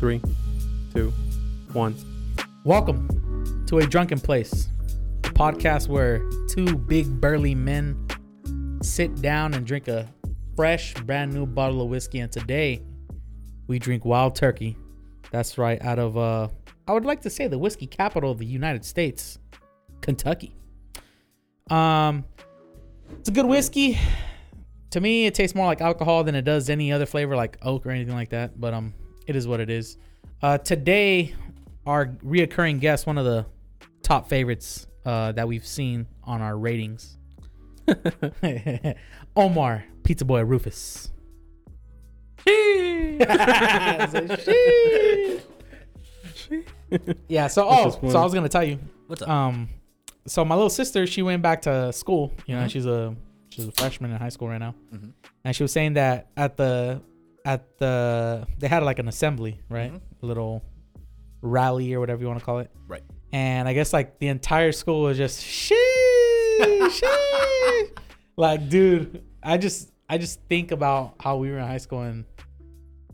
three, two, one. Welcome to a drunken place, a podcast where two big burly men sit down and drink a fresh, brand new bottle of whiskey. And today, we drink Wild Turkey. That's right, out of uh, I would like to say the whiskey capital of the United States, Kentucky. Um, it's a good whiskey. To me, it tastes more like alcohol than it does any other flavor like oak or anything like that. But um, it is what it is. Uh, today, our reoccurring guest, one of the top favorites uh, that we've seen on our ratings, Omar Pizza Boy Rufus. yeah. So is oh, funny. so I was gonna tell you. What's up? Um, so my little sister, she went back to school. You know, Mm-hmm. she's a she's a freshman in high school right now, Mhm. and she was saying that at the at the they had like an assembly, right? Mhm. A little rally or whatever you want to call it. Right. And I guess like the entire school was just shee shee. Like, dude, I just I just think about how we were in high school and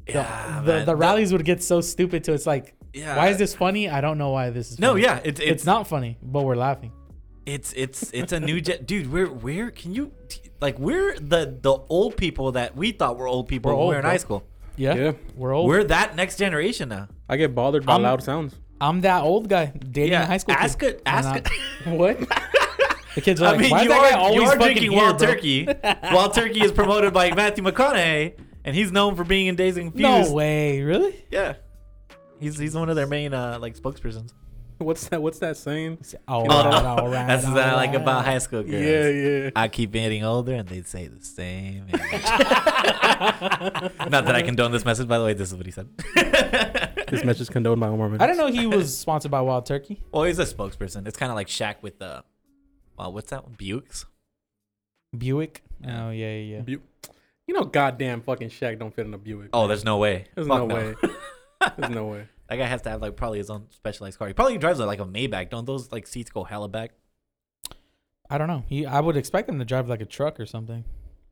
the Yeah, the, man. the rallies would get so stupid to it's like Yeah. why is this funny? I don't know why this is No, funny. yeah, it's it's It's, not funny, but we're laughing. it's it's it's a new jet, dude. Where where can you like we're the the old people that we thought were old people We're when we old, were in bro. high school. Yeah. Yeah. We're old. We're that next generation now. I get bothered by I'm- loud sounds. I'm that old guy dating Yeah, a high school ask kid. it- ask And it- I- what? The kids are I like, mean, why you is that are, guy always you are fucking drinking here, Wild bro? Turkey. Wild Turkey is promoted by Matthew McConaughey, and he's known for being in Days and Confused. No way, really? Yeah. He's he's one of their main uh, like spokespersons. What's that? What's that saying? All Oh, right, all right, That's all what I like right. about high school girls. Yeah, yeah. I keep getting older, and they say the same. Not that I condone this message, by the way. This is what he said. This message condoned by Omar. Man. I didn't know he was sponsored by Wild Turkey. Well, he's a spokesperson. It's kind of like Shaq with the, wow, what's that one? Buicks. Buick. Oh yeah, yeah. yeah. Bu- you know, goddamn fucking Shaq don't fit in a Buick. Oh, there's no way. There's Fuck no, way. There's no way. That guy has to have like probably his own specialized car. He probably drives like a Maybach. Don't those like seats go hella back? I don't know. He, I would expect him to drive like a truck or something,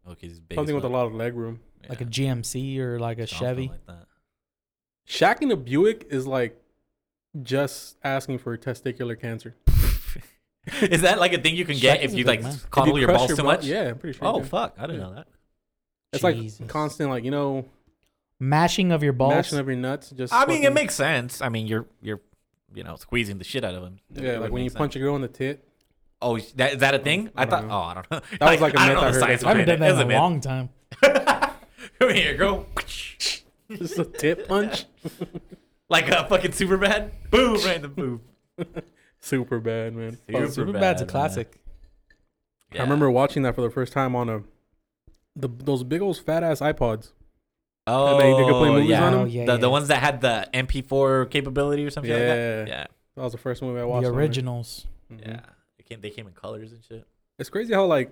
Okay, he's big. Something with a lot of leg room. like a GMC or like a Chevy. Like that. Shaq in a Buick is like just asking for testicular cancer. Is that like a thing you can Shaq get is if a you big like man. If you coddle your crush balls too ball- much? Yeah, I'm pretty sure. Oh yeah. fuck! I didn't know that. It's Jesus. like constant, like you know, mashing of your balls. mashing of your nuts. Just I mean, it fucking- makes sense. I mean, you're you're you know squeezing the shit out of him. It yeah, would like when make you sense. punch a girl in the tit. Oh, is that, is that a thing? I I, don't thought. know. Oh, I don't know. That was like a I myth don't know I the heard. science I haven't done behind that in a it. It's long time. myth. Come here, girl. Just a tit punch. like a fucking super bad. Boom, right in the boob. Super bad, man. Fuck. Super Superbad's bad, a man. classic. Yeah. I remember watching that for the first time on a the those big old fat ass iPods. Oh, they- they could play movies yeah. on 'em? Oh, yeah, the, yeah, the yeah. ones that had the MP4 capability or something like that. Yeah. Mm-hmm. That was the first movie I watched. The on there. originals. Mhm. Mm-hmm. Yeah. They came, they came in colors and shit. It's crazy how like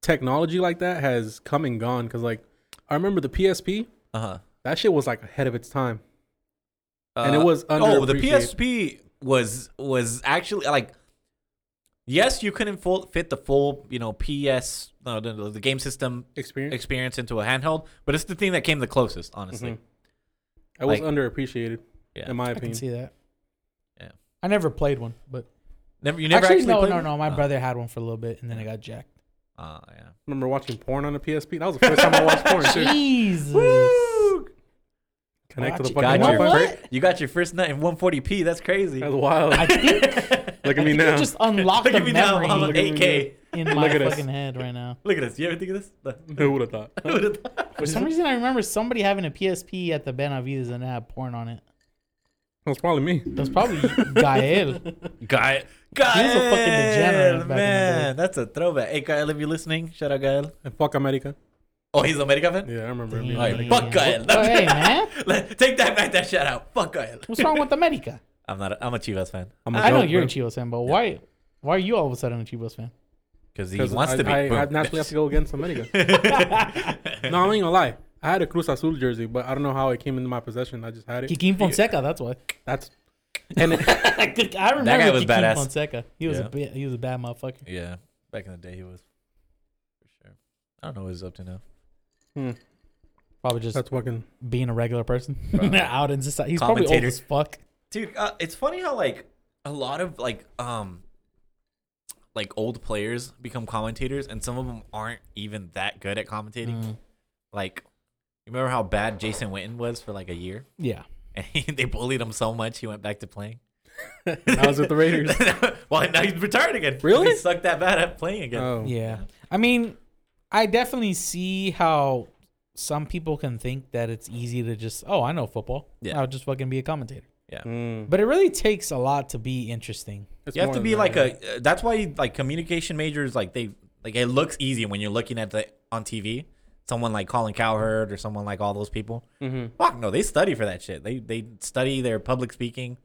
technology like that has come and gone. Cause like I remember the PSP. Uh Uh-huh. huh. That shit was like ahead of its time, and it was under. Oh, the PSP was was actually like yes, you couldn't full, fit the full, you know, PS uh, the, the game system experience. experience into a handheld, but it's the thing that came the closest, honestly. Mm-hmm. Mhm. I was like- underappreciated, Yeah. in my I can opinion. see that. Yeah. I never played one, but Never you never actually, actually, no, played no, one? no. My Oh. brother had one for a little bit, and then it got jacked. Oh, yeah. remember watching porn on a PSP. That was the first time I watched porn. too. Jesus. Connect to the Gotcha. fucking Got your, Wi-Fi. What? fir- you got your first nut in 140p. That's crazy. That's wild. I Look think, I at me think you now. just unlocked Look the at me now. memory I'm on Look at me 8k. in Look my at us. fucking head right now. Look at this. You ever think of this? Look. Who would have thought? Who would've thought? For some reason, I remember somebody having a PSP at the Benavides and it had porn on it. That was probably me. It was probably Gael. Guy, Guy, He was a fucking degenerate back in the man. day. That's a throwback. Hey, Gael, if you're listening, shout out Gael. And fuck America. Oh, he's America fan. Yeah, I remember. Damn. being All like- right, fuck Gael. Oh, hey, man. Let- Take that back. That shout out. Fuck Gael. What's wrong with America? I'm not. A, I'm a Chivas fan I'm a I know joke, you're a bro. Chivas fan, but why why are you all of a sudden a Chivas fan? because he 'Cause wants I, to be. I, I Boom. naturally have to go against America. no, I'm not gonna lie. I had a Cruz Azul jersey, but I don't know how it came into my possession. I just had it. Kikin Fonseca, that's why. That's and it, I remember That guy was Kikin badass. Fonseca. He was Yeah. a ba- he was a bad motherfucker. yeah, back in the day, he was for sure. I don't know what he's up to now. Probably just That's fucking. being a regular person Probably. out in society. He's probably old Commentator. as fuck. dude uh, it's funny how like a lot of like um like old players become commentators and some of them aren't even that good at commentating Mm. like you remember how bad jason witten was for like a year Yeah. and he, they bullied him so much he went back to playing I was with the Raiders. well now he's retired again Really? he sucked that bad at playing again Oh. Yeah. I mean, I definitely see how some people can think that it's easy to just, oh, I know football. Yeah. I'll just fucking be a commentator. Mm. But it really takes a lot to be interesting. It's you have more to than be that, like yeah. a uh, that's why like communication majors like they like it looks easy when you're looking at the on tv someone like colin cowherd or someone like all those people Mhm. Fuck no, they study for that shit. They they study their public speaking,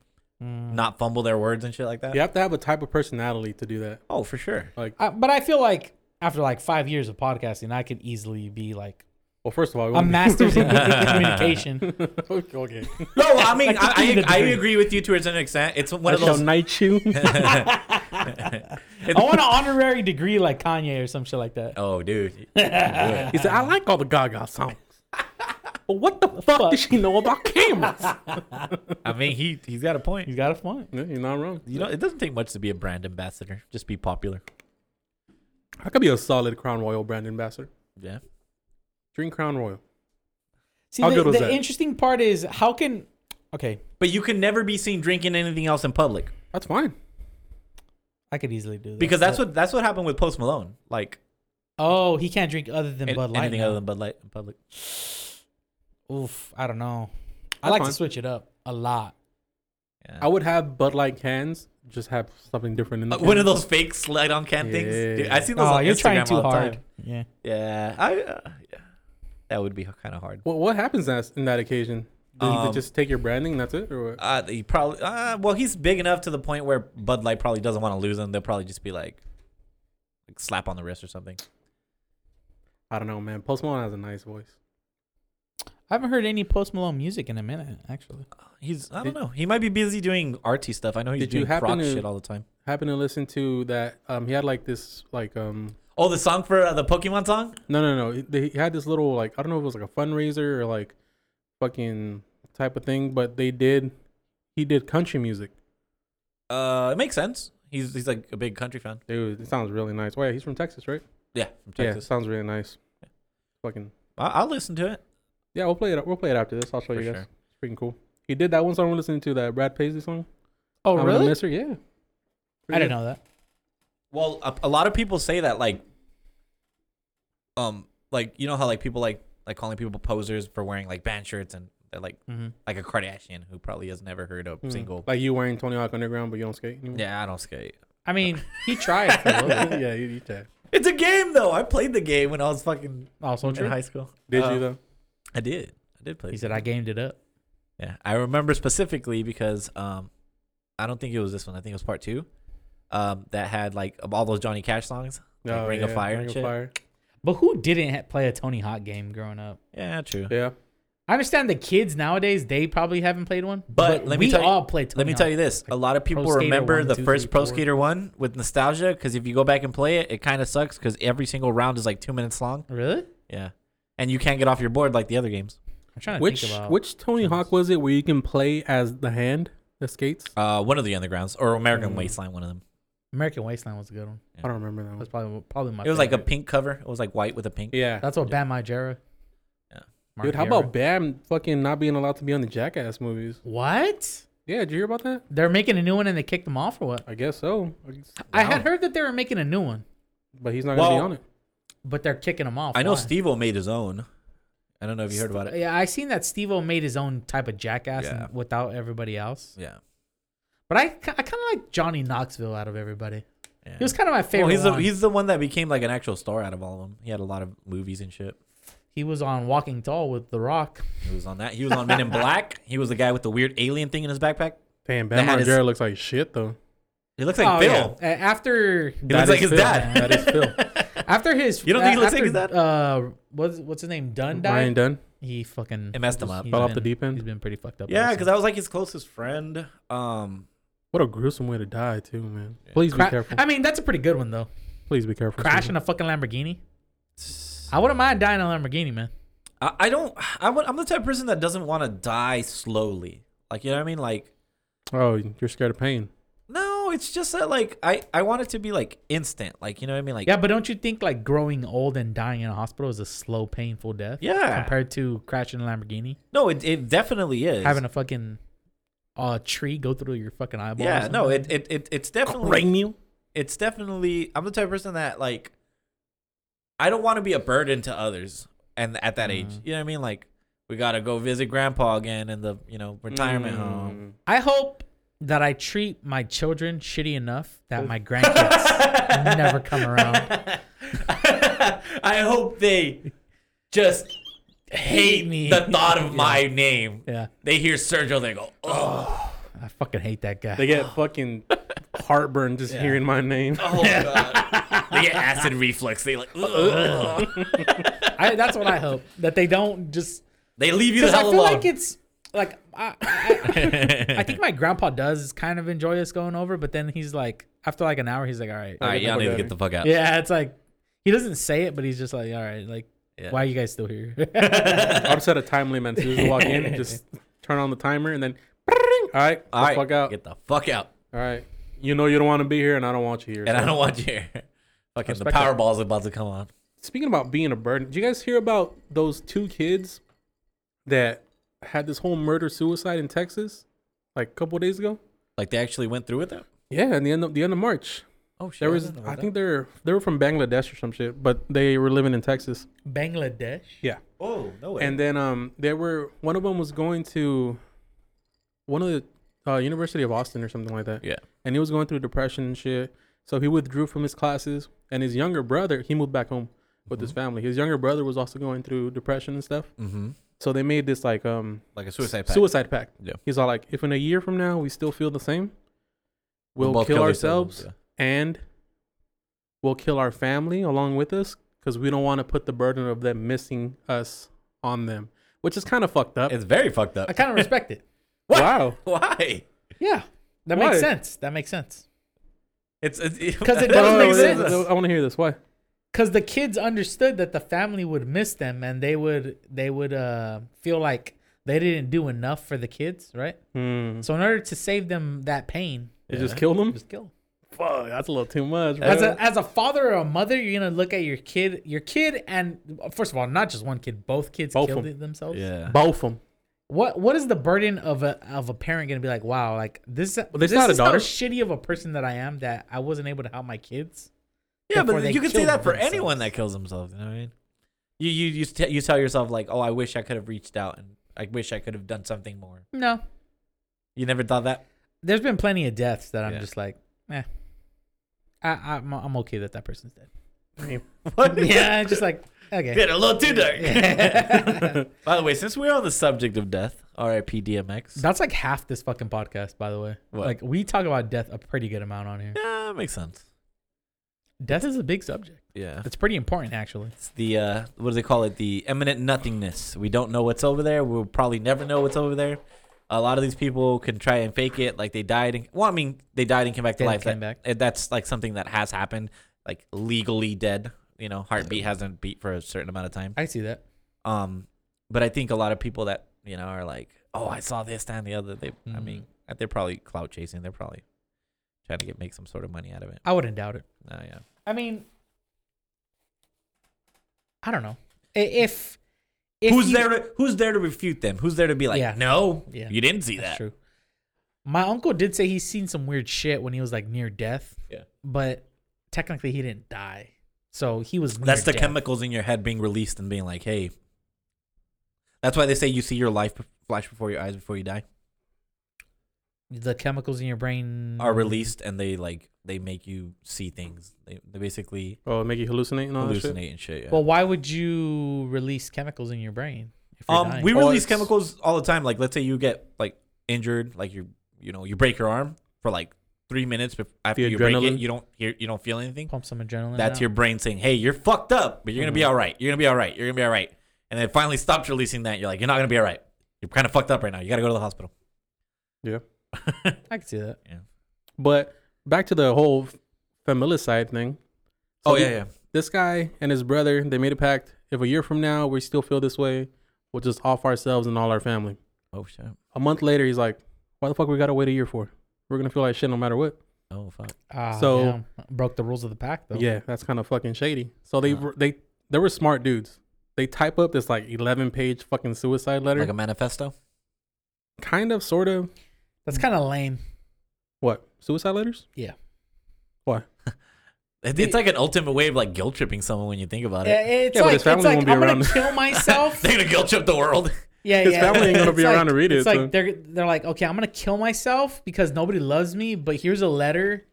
Mm. not fumble their words and shit like that. You have to have a type of personality to do that. Oh, for sure. Uh, but I feel like after like five years of podcasting, I could easily be like Well, first of all, it a won't be- master's in communication. okay. No, I mean I I, think I, I you agree with you to an extent. It's I one of shall those. knight you. I want an honorary degree like Kanye or some shit like that. Oh, dude. he said, "I like all the Gaga songs, but what the fuck, fuck? does she know about cameras?" I mean, he he's got a point. He's got a point. Yeah, You're not wrong. You know, it doesn't take much to be a brand ambassador. Just be popular. I could be a solid Crown Royal brand ambassador. Yeah. Drink Crown Royal. See, How the, good was the that? interesting part is how can okay, But you can never be seen drinking anything else in public That's fine. I could easily do that because that's but- what that's what happened with Post Malone. Like Oh, he can't drink other than an- Bud Light. anything now. other than Bud Light in public. Oof, I don't know. I That's like fine. to switch it up a lot. Yeah. I would have Bud Light cans, just have something different in the Uh, one can. of those fake slide on can things. Yeah. Dude, I see those. Oh, on you're Instagram trying all too the time. hard. Yeah. Yeah, I uh, yeah, that would be kind of hard. What what happens in that, in that occasion? Do they Um, just take your branding and that's it, or what? Uh, he probably uh, well, he's big enough to the point where Bud Light probably doesn't want to lose him. They'll probably just be like, like slap on the wrist or something. I don't know, man. Post Malone has a nice voice. I haven't heard any Post Malone music in a minute, actually. He's I don't Did- know. He might be busy doing artsy stuff. I know he's Did you doing happen rock to- shit all the time. Happen to listen to that? Um, he had like this, like um, Oh, the song for uh, the Pokemon song. no, no, no. He- They he had this little like I don't know if it was like a fundraiser or like fucking type of thing, but they did. He did country music, Uh, it makes sense. He's he's like a big country fan. dude. It sounds really nice. Wait, he's from Texas, right? Yeah, from Yeah, it Texas. sounds really nice. Fucking I- I'll listen to it. yeah, we'll play it. We'll play it after this. I'll show For you guys. sure. It's freaking cool. He did that one song we're listening to, that Brad Paisley song. Oh, I'm gonna miss her. Yeah. I didn't know that. Well, a, a lot of people say that like, um, like you know how like people like like calling people posers for wearing like band shirts and they're like Mm-hmm. like a Kardashian who probably has never heard a Hmm. single. Like you wearing Tony Hawk Underground, but you don't skate anymore. Yeah, I don't skate. I mean, he tried for a little bit. yeah, you, you did. It's a game though. I played the game when I was fucking Also in true. high school. Did Uh, you though? I did. I did play. He the said, game. I gamed it up. Yeah, I remember specifically because um, I don't think it was this one. I think it was part two. Um, that had like of all those Johnny Cash songs. Like Oh, Ring of Fire and shit? Fire. But who didn't ha- play a Tony Hawk game growing up? Yeah, true. Yeah. I understand the kids nowadays, they probably haven't played one. But let me we tell you- all play Tony Let me Hawk. tell you this: a lot of people Skater remember 1, the 2, first 3, Pro 4. Skater one with nostalgia because if you go back and play it, it kind of sucks because every single round is like two minutes long. Really? Yeah, and you can't get off your board like the other games. I'm trying to Which think about which Tony Hawk was it where you can play as the hand that skates? Uh, one of the undergrounds or American Mm. Wasteland, one of them. American Wasteland was a good one. I don't remember that That one. was probably probably my It was like a favorite. pink cover. It was like white with a pink. Yeah. That's what Bam Margera. Yeah. Dude, how about Bam fucking not being allowed to be on the Jackass movies? what? Yeah, did you hear about that? They're making a new one and they kicked them off or what? I guess so. I guess- I Wow. had heard that they were making a new one, But he's not gonna be Well, on it. but they're kicking them off. I know Why? Steve O made his own. I don't know if you heard about it. Yeah, I seen that Steve O made his own type of jackass Yeah. and without everybody else. Yeah. But I, ki- I kind of like Johnny Knoxville out of everybody. yeah. He was kind of my favorite. well, he's the, one. he's the one that became like an actual star out of all of them. He had a lot of movies and shit. he was on Walking Tall with The Rock. He was on that. He was on Men in Black. He was the guy with the weird alien thing in his backpack. Damn, That Bam had his- Margera looks like shit though. He looks like Bill. yeah. Uh, after He looks Oh, That like is his Phil. dad. That is Phil. after his You don't think he looks after, like his dad? Uh, what's what's his name? Dunn died. Ryan Dunn He fucking It messed him up. he's fell off the been- deep He's end. been pretty fucked up. Yeah, ever because since. that was like his closest friend. Um, What a gruesome way to die too, man. Please be Cra- careful. I mean, that's a pretty good one though. Please be careful. Steven. Crashing a fucking Lamborghini. I wouldn't mind dying in a Lamborghini, man. I, I don't. I would, I'm the type of person that doesn't want to die slowly. Like you know what I mean? Like Oh, you're scared of pain. no, it's just that like I I want it to be like instant. Like you know what I mean? Like Yeah, but don't you think like growing old and dying in a hospital is a slow, painful death? yeah. Compared to crashing a Lamborghini, no, it, it definitely is. having a fucking uh tree go through your fucking eyeball. or yeah, no, something. it, it it it's definitely Cranial. it's definitely I'm the type of person that like I don't want to be a burden to others and at that Mm-hmm. age. You know what I mean? Like we gotta go visit grandpa again in the you know retirement Mm. home. I hope that I treat my children shitty enough that my grandkids never come around. I hope they just hate me. the thought of my name. Yeah, They hear Sergio, they go, oh, I fucking hate that guy. They get fucking heartburn just hearing my name. oh god. they get acid reflux. They like, "Ugh." I, that's what I hope that they don't just they leave you the because I hell feel alone. like it's like I, I, I think my grandpa does kind of enjoy us going over, but then he's like after like an hour, he's like, all right, All right, y'all need to Yeah. get the fuck out. yeah, it's like he doesn't say it, but he's just like, all right, like Yeah. why are you guys still here? I'll just set a time limit. So you just walk in, just turn on the timer, and then. All right, All right, fuck out. get the fuck out. All right, you know you don't want to be here, and I don't want you here. And I so. don't want you here. Fucking the Respect that. Powerball's about to come on. Speaking about being a burden, did you guys hear about those two kids that had this whole murder suicide in Texas, like a couple days ago? Like they actually went through with it. Yeah, and the end of the end of March. Oh shit! There was, I think they're they were from Bangladesh or some shit, but they were living in Texas. Bangladesh. Yeah, Oh no way. and then um, they were one of them was going to one of the uh, University of Austin or something like that. yeah. and he was going through depression and shit. So he withdrew from his classes, and his younger brother he moved back home with his family. His younger brother was also going through depression and stuff. Mm-hmm. So they made this like um Like a suicide pact. suicide pact. Yeah. He's all like, if in a year from now we still feel the same, we'll, both kill, kill ourselves ourselves, and we'll kill our family along with us because we don't want to put the burden of them missing us on them, which is kind of fucked up. It's very fucked up. I kind of respect it. Wow. Why? Yeah, that Why? makes sense. That makes sense. It's because it doesn't Oh, make sense. I want to hear this. Why? because the kids understood that the family would miss them and they would they would uh, feel like they didn't do enough for the kids right Hmm. so in order to save them that pain They just killed Hmm. him. just kill 'em. Fuck, that's a little too much. bro. as a as a father or a mother you're gonna look at your kid your kid and first of all not just one kid both kids Both killed 'em. it themselves Yeah. Both of them. what what is the burden of a of a parent gonna be like wow like this, there's this not a is how daughter. shitty of a person that i am that i wasn't able to help my kids Yeah, before but they you can say killed that for themselves. anyone that kills themselves. You know what I mean? You you you, t- you tell yourself like, oh, I wish I could have reached out and I wish I could have done something more. no You never thought that? there's been plenty of deaths that I'm Yeah. just like, eh. I, I'm, I'm okay that that person's dead. What? yeah, just like, okay. Get a little too dark. By the way, since we're on the subject of death, R.I.P. DMX. That's like half this fucking podcast, by the way. What? Like, we talk about death a pretty good amount on here. Yeah, makes sense. Death is a big subject. Yeah. It's pretty important, actually. It's the uh, what do they call it? The imminent nothingness. We don't know what's over there. We'll probably never know what's over there. A lot of these people can try and fake it, like they died. And, well, I mean, they died and came back to Dead life. came That- uh, That's like something that has happened, like legally dead. You know, heartbeat hasn't beat for a certain amount of time. I see that. Um, but I think a lot of people that you know are like, oh, I saw this, that, and the other. They, I Mhm. mean, uh, they're probably clout chasing. They're probably trying to get make some sort of money out of it. I wouldn't doubt it. Oh yeah. I mean, I don't know. I- If, if who's you- there? To, who's there to refute them? Who's there to be like, Yeah. no, Yeah. you didn't see That's that. true. My uncle did say he's seen some weird shit when he was like near death. Yeah. But technically, he didn't die. So he was. That's near the death. chemicals in your head being released and being like, hey. That's why they say you see your life be- flash before your eyes before you die the chemicals in your brain are released and they like they make you see things. They, they basically Oh, make you hallucinate and all that shit. hallucinate and shit. Yeah. Well, why would you release chemicals in your brain? If you're um, dying? we Or release it's- chemicals all the time. Like let's say you get like injured, like you you know you break your arm for like three minutes bef- after you break it, adrenaline. you don't hear you don't feel anything. pump some adrenaline. That's out. your brain saying, "Hey, you're fucked up, but you're gonna be Mm-hmm. all right. You're gonna be all right. You're gonna be all right." And then it finally stops releasing that. You're like, "You're not gonna be all right. You're kind of fucked up right now. You gotta go to the hospital." Oh, Yeah. I can see that. But back to the whole f- familicide thing. oh So yeah, the- yeah. This guy and his brother, they made a pact. if a year from now we still feel this way, we'll just off ourselves and all our family. Oh shit. A month later, he's like, "Why the fuck we gotta wait a year for? We're gonna feel like shit no matter what." Oh fuck. Ah, So- damn. broke the rules of the pack though. Yeah, that's kind of fucking shady. So they Yeah. were they they were smart dudes. They type up this like eleven page fucking suicide letter, Like a manifesto. kind of, sort of. that's kind of lame. What suicide letters? It- It's like an ultimate way of like guilt tripping someone when you think about Yeah, it. it's Yeah, but like, his it's family like won't be I'm around. gonna kill myself. They're gonna guilt trip the world. yeah, His yeah. family ain't gonna be It's around to read it, It's like so- they're they're like, okay, I'm gonna kill myself because nobody loves me, but here's a letter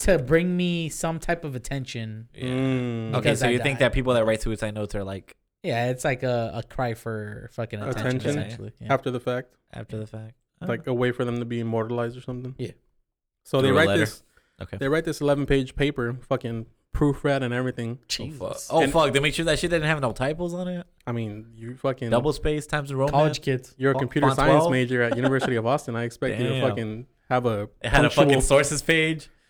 to bring me some type of attention. Mm, Okay, Mm-hmm. Because so I you think died. that people that write suicide notes are like Yeah, it's like a, a cry for fucking attention, Attention. essentially. Yeah. After the fact, after the fact? like a way for them to be immortalized or something. Yeah. So they Through a write letter. this. Okay. They write this eleven page paper, fucking proofread and everything. Oh, fuck. Jesus. Oh And- fuck! They make sure that shit didn't have no typos on it. I mean, you fucking Double space times Oh, Roman. College kids. You're a Font- computer font science 12? major at University of Austin. I expect you to Damn. fucking have a It had punctual a fucking sources page.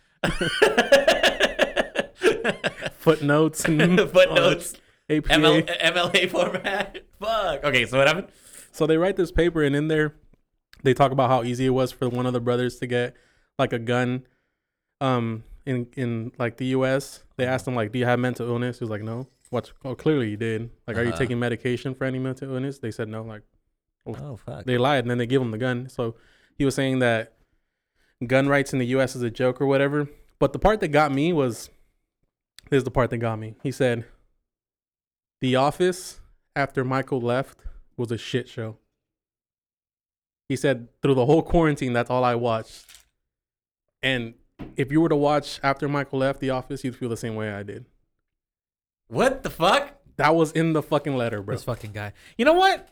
footnotes and Footnotes. APA. ML, MLA format. Fuck. Okay, so what happened? So they write this paper, and in there, they talk about how easy it was for one of the brothers to get like a gun, um, in in like the U.S. They asked him like, "Do you have mental illness?" He was like, "No." What's oh, clearly you did. Like, are you Uh-huh. taking medication for any mental illness? They said no. Like, Oh fuck. they lied, and then they give him the gun. So he was saying that gun rights in the U.S. is a joke or whatever. But the part that got me was this is the part that got me. He said, "The office after Michael left was a shit show." He said, "Through the whole quarantine, that's all I watched." And if you were to watch after Michael left The Office, you'd feel the same way I did. What the fuck? That was in the fucking letter, bro. This fucking guy. You know what?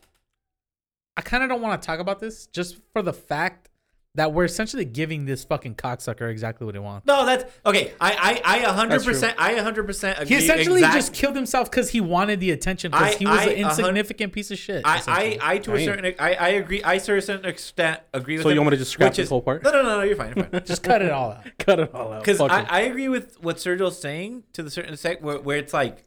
I kind of don't want to talk about this just for the fact that we're essentially giving this fucking cocksucker exactly what he wants. No, that's okay. I I I a hundred That's true. percent. I a hundred percent. He agree essentially exact- just killed himself because he wanted the attention I- because he was I- an a hun- insignificant piece of shit. I, essentially. I, I to a Damn. certain I, I agree I to a certain extent agree with So you him, want me to just scrap which this whole part? No no no no you're fine you're fine just cut it all out. Cut it all out. because Fuck I, it. I agree with what Sergio's saying to the certain extent where, where it's like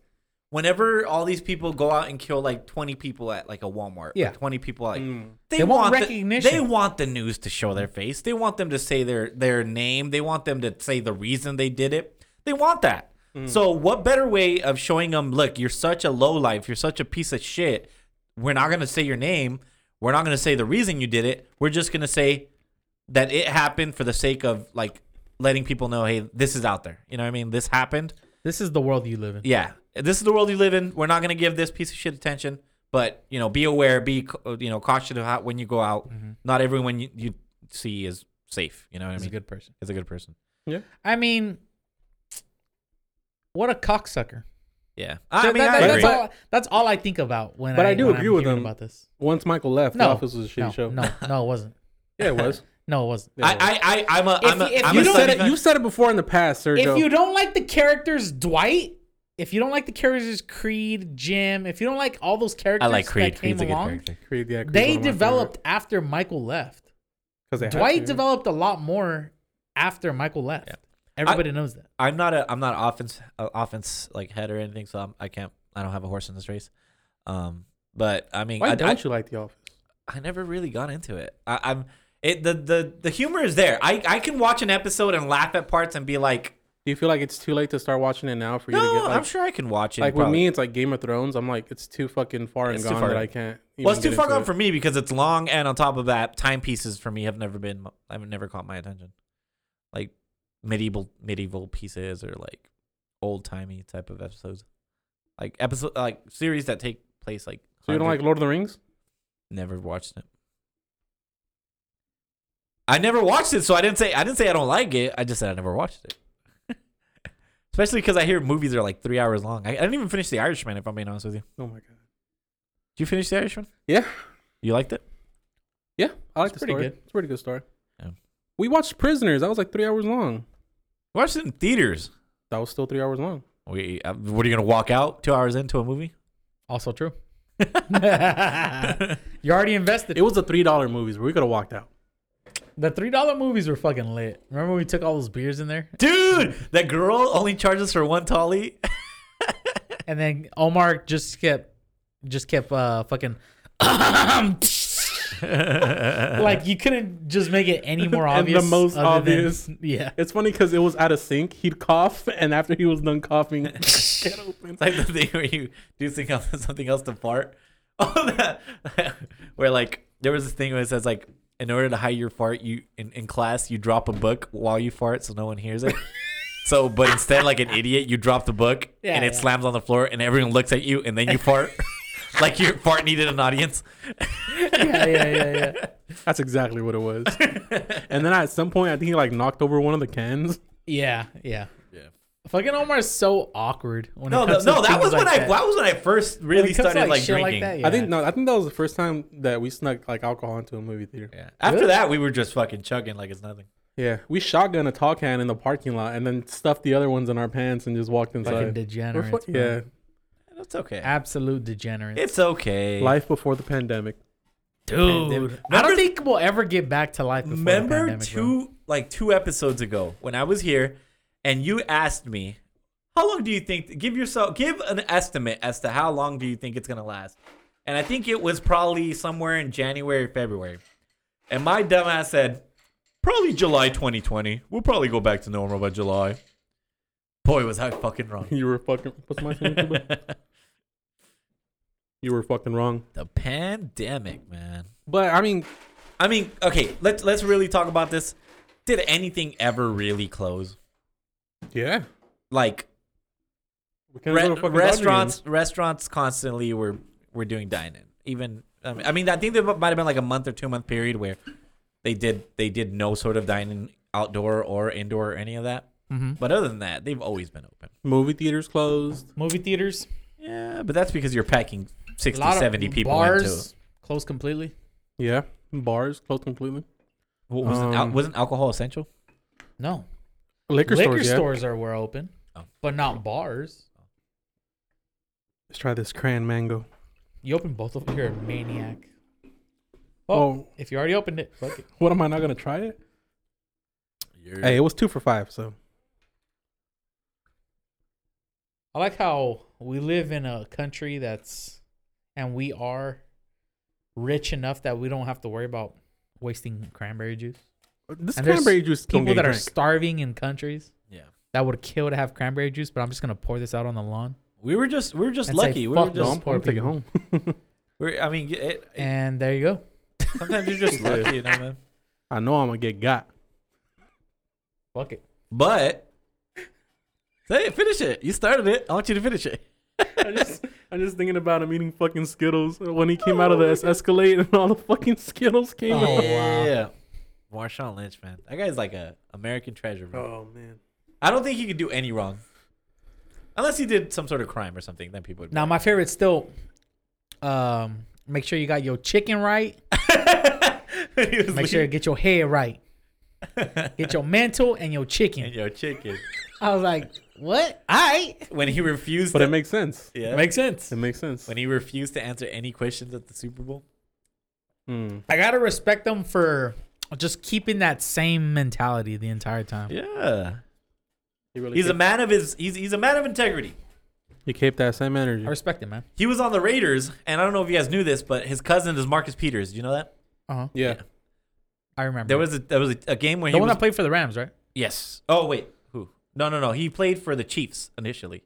whenever all these people go out and kill like 20 people at like a Walmart or Yeah. 20 people like Mm. They want the- recognition. they want the news to show their face they want them to say their their name they want them to say the reason they did it they want that Hmm. so what better way of showing them look you're such a low life you're such a piece of shit we're not going to say your name we're not going to say the reason you did it we're just going to say that it happened for the sake of like letting people know, hey, this is out there. You know what I mean? This happened. This is the world you live in. Yeah, this is the world you live in. We're not gonna give this piece of shit attention, but you know, be aware, be uh, you know, cautious of how, when you go out. Not everyone you, you see is safe. You know what Mm-hmm. I He's mean? a good person. is a good person. I mean, what a cocksucker. Yeah, I That- mean, that- I that- agree. that's, all, that's all I think about when But I, I do when agree I'm with hearing him. about this. Once Michael left, No. The Office was a shitty no, show. No, no, it wasn't. Yeah, it was. No, it wasn't. Yeah, it was. I, I, I, I'm a, If I'm a, you- if I'm you a don't- said Sunny it, fan. you said it before in the past, Sergio. If you don't like the characters, Dwight. If you don't like the characters, Creed, Jim. If you don't like all those characters, I like Creed. that came Creed's a good along, character. Creed, yeah, Creed's they one of my developed after Michael left. favorite, 'cause they had Dwight to. developed a lot more after Michael left. Everybody knows that. I'm not a I'm not an offense uh, offense like head or anything, so I'm, I can't I don't have a horse in this race. Um, but I mean, Why I, don't I, you like The Office? I never really got into it. I, I'm it the the the humor is there. I I can watch an episode and laugh at parts and be like, Do you feel like it's too late to start watching it now for you to no, get like, I'm sure I can watch it. like with probably. me? It's like Game of Thrones. I'm like, it's too fucking far and It's too gone far. that I can't. well, it's even too get far into gone it. for me because it's long, and on top of that, timepieces for me have never been I've never caught my attention, like medieval medieval pieces or like old timey type of episodes, like episode like series that take place like. So you don't 100 like Lord of the Rings? Never watched it. I never watched it, so I didn't say I didn't say I don't like it. I just said I never watched it. Especially because I hear movies are like three hours long. I, I didn't even finish The Irishman, if I'm being honest with you. Oh my god. Did you finish The Irishman? Yeah. You liked it? Yeah, I like It's the pretty story. good. It's a pretty good story. Yeah. We watched Prisoners. That was like three hours long. I watched it in theaters. That was still three hours long. We, uh, what are you gonna walk out two hours into a movie? Also true. you already invested. It was the three dollar movies where we could have walked out. the three dollar movies were fucking lit. Remember when we took all those beers in there, Dude, that girl only charges for one tolly. and then Omar just kept just kept uh fucking like like you couldn't just make it any more And the obvious. most other than- obvious. yeah. It's funny because it was out of sync. He'd cough, and after he was done coughing, get open. it's like the thing where you do something else, something else to fart. Oh, that, where like there was this thing where it says like in order to hide your fart, you in, in class you drop a book while you fart so no one hears it. so, but instead, like an idiot, you drop the book Yeah, and it yeah. slams on the floor and everyone looks at you and then you fart. like your fart needed an audience. yeah, yeah, yeah, yeah, That's exactly what it was. and then at some point, I think he like knocked over one of the cans. yeah, yeah. Yeah. Fucking Omar's so awkward. When No, it no, comes to no that things was when like I that. that was when I first When it really comes to, started like, shit drinking. that, I think no, I think that was the first time that we snuck like alcohol into a movie theater. Yeah. After that, we were just fucking chugging like it's nothing. Yeah, we shotgun a tall can in the parking lot and then stuffed the other ones in our pants and just walked fucking inside. We're degenerates. fu- bro. yeah, That's okay. absolute degenerates. It's okay. life before the pandemic. Dude, Pandemic. I don't Remember- think we'll ever get back to life. Before the Remember pandemic, bro. two like two episodes ago when I was here and you asked me, how long do you think give yourself give an estimate as to how long do you think it's gonna last? And I think it was probably somewhere in January, February. And my dumbass said, probably July 2020. We'll probably go back to normal by July. Boy, was I fucking wrong. You were fucking. What's my thing? the you were fucking wrong. pandemic, man. But I mean, I mean, okay, let's let's really talk about this. Did anything ever really close? yeah, Like we can't re- go to fucking Dodger restaurants, restaurants constantly were were doing dine-in. Even I mean, I mean, I think there might have been like a month or two month period where they did they did no sort of dine-in outdoor or indoor or any of that. Mhm. But other than that, they've always been open. games. movie theaters closed. movie theaters, Yeah, but that's because you're packing a 60, lot 70 of people into. bars closed completely. Yeah, bars closed completely. What, wasn't, al- Um, wasn't alcohol essential? No, Liquor, liquor, stores. stores, Yeah. are were open, Oh. but not bars. Let's try this crayon mango. You open both of them. You're a maniac. Oh, Oh, if you already opened it, fuck it. what am I not gonna try it? You're- Hey, it was two for five, so I like how we live in a country that's, and we are rich enough that we don't have to worry about wasting cranberry juice. this And there's cranberry juice don't People get that are drank. starving in countries yeah. that would kill to have cranberry juice, but I'm just gonna pour this out on the lawn. We were just we were just I'd say lucky. We were fuck No, just I'm, poor I'm taking it people. home. we're, I mean, it, it, And there you go. sometimes you're just lucky, you know, man. I know I'm gonna get got. Fuck it. But hey, finish it. You started it. I want you to finish it. I just, I'm just thinking about him eating fucking Skittles when he came out of the es- Escalade and all the fucking Skittles came Oh, out. wow. yeah. Marshawn Lynch, man. That guy's like a American treasure. Man. Oh man. I don't think he could do any wrong. Unless he did some sort of crime or something, then people would. be Now like, my favorite's still um make sure you got your chicken right. he Make sure was you leaving. get your hair right. Get your mantle and your And chicken. yo, chicken. I was like, what? All right. When he refused, But to, it makes sense. yeah. Makes sense. It makes sense. when he refused to answer any questions at the Super Bowl. Mm. I gotta respect them for just keeping that same mentality the entire time. Yeah, He really he's a kept, man of his. He's he's a man of integrity. he kept that same energy. I respect it, man. He was on the Raiders, and I don't know if you guys knew this, but his cousin is Marcus Peters. Did you know that? Uh huh. yeah. I remember. Uh-huh. There was a there was a, a game where the he one was that played for the Rams, right? Yes. Oh wait, who? No, no, no. He played for the Chiefs initially,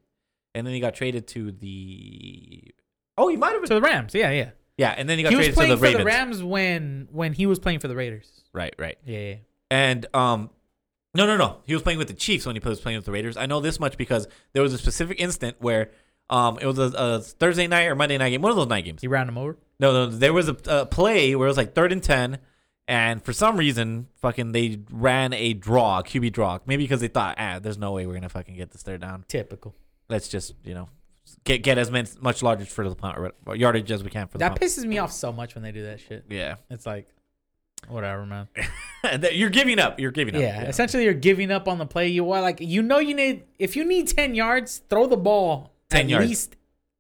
and then he got traded to the. Oh, he might have To been. the Rams, yeah, yeah. Yeah, and then he got He was traded to playing the for Ravens. the Rams when when he was playing for the Raiders. Right, right. Yeah, yeah. And um, no, no, no. He was playing with the Chiefs when he was playing with the Raiders. I know this much because there was a specific instant where. Um, it was a, a Thursday night or Monday night game, one of those night games. He ran him over. No, no, there was a, a play where it was like third and ten, and for some reason, fucking they ran a draw, QB draw. Maybe because they thought, ah, there's no way we're gonna fucking get this third down. Typical. let's just you know get get as much much yardage for the punt or yardage as we can for the That punt. pisses me off so much when they do that shit. Yeah, It's like, whatever, man. That- you're giving up. You're giving Yeah, up. essentially you're giving up on the play. You are like, you know, you need if you need ten yards, throw the ball 10 at yards. least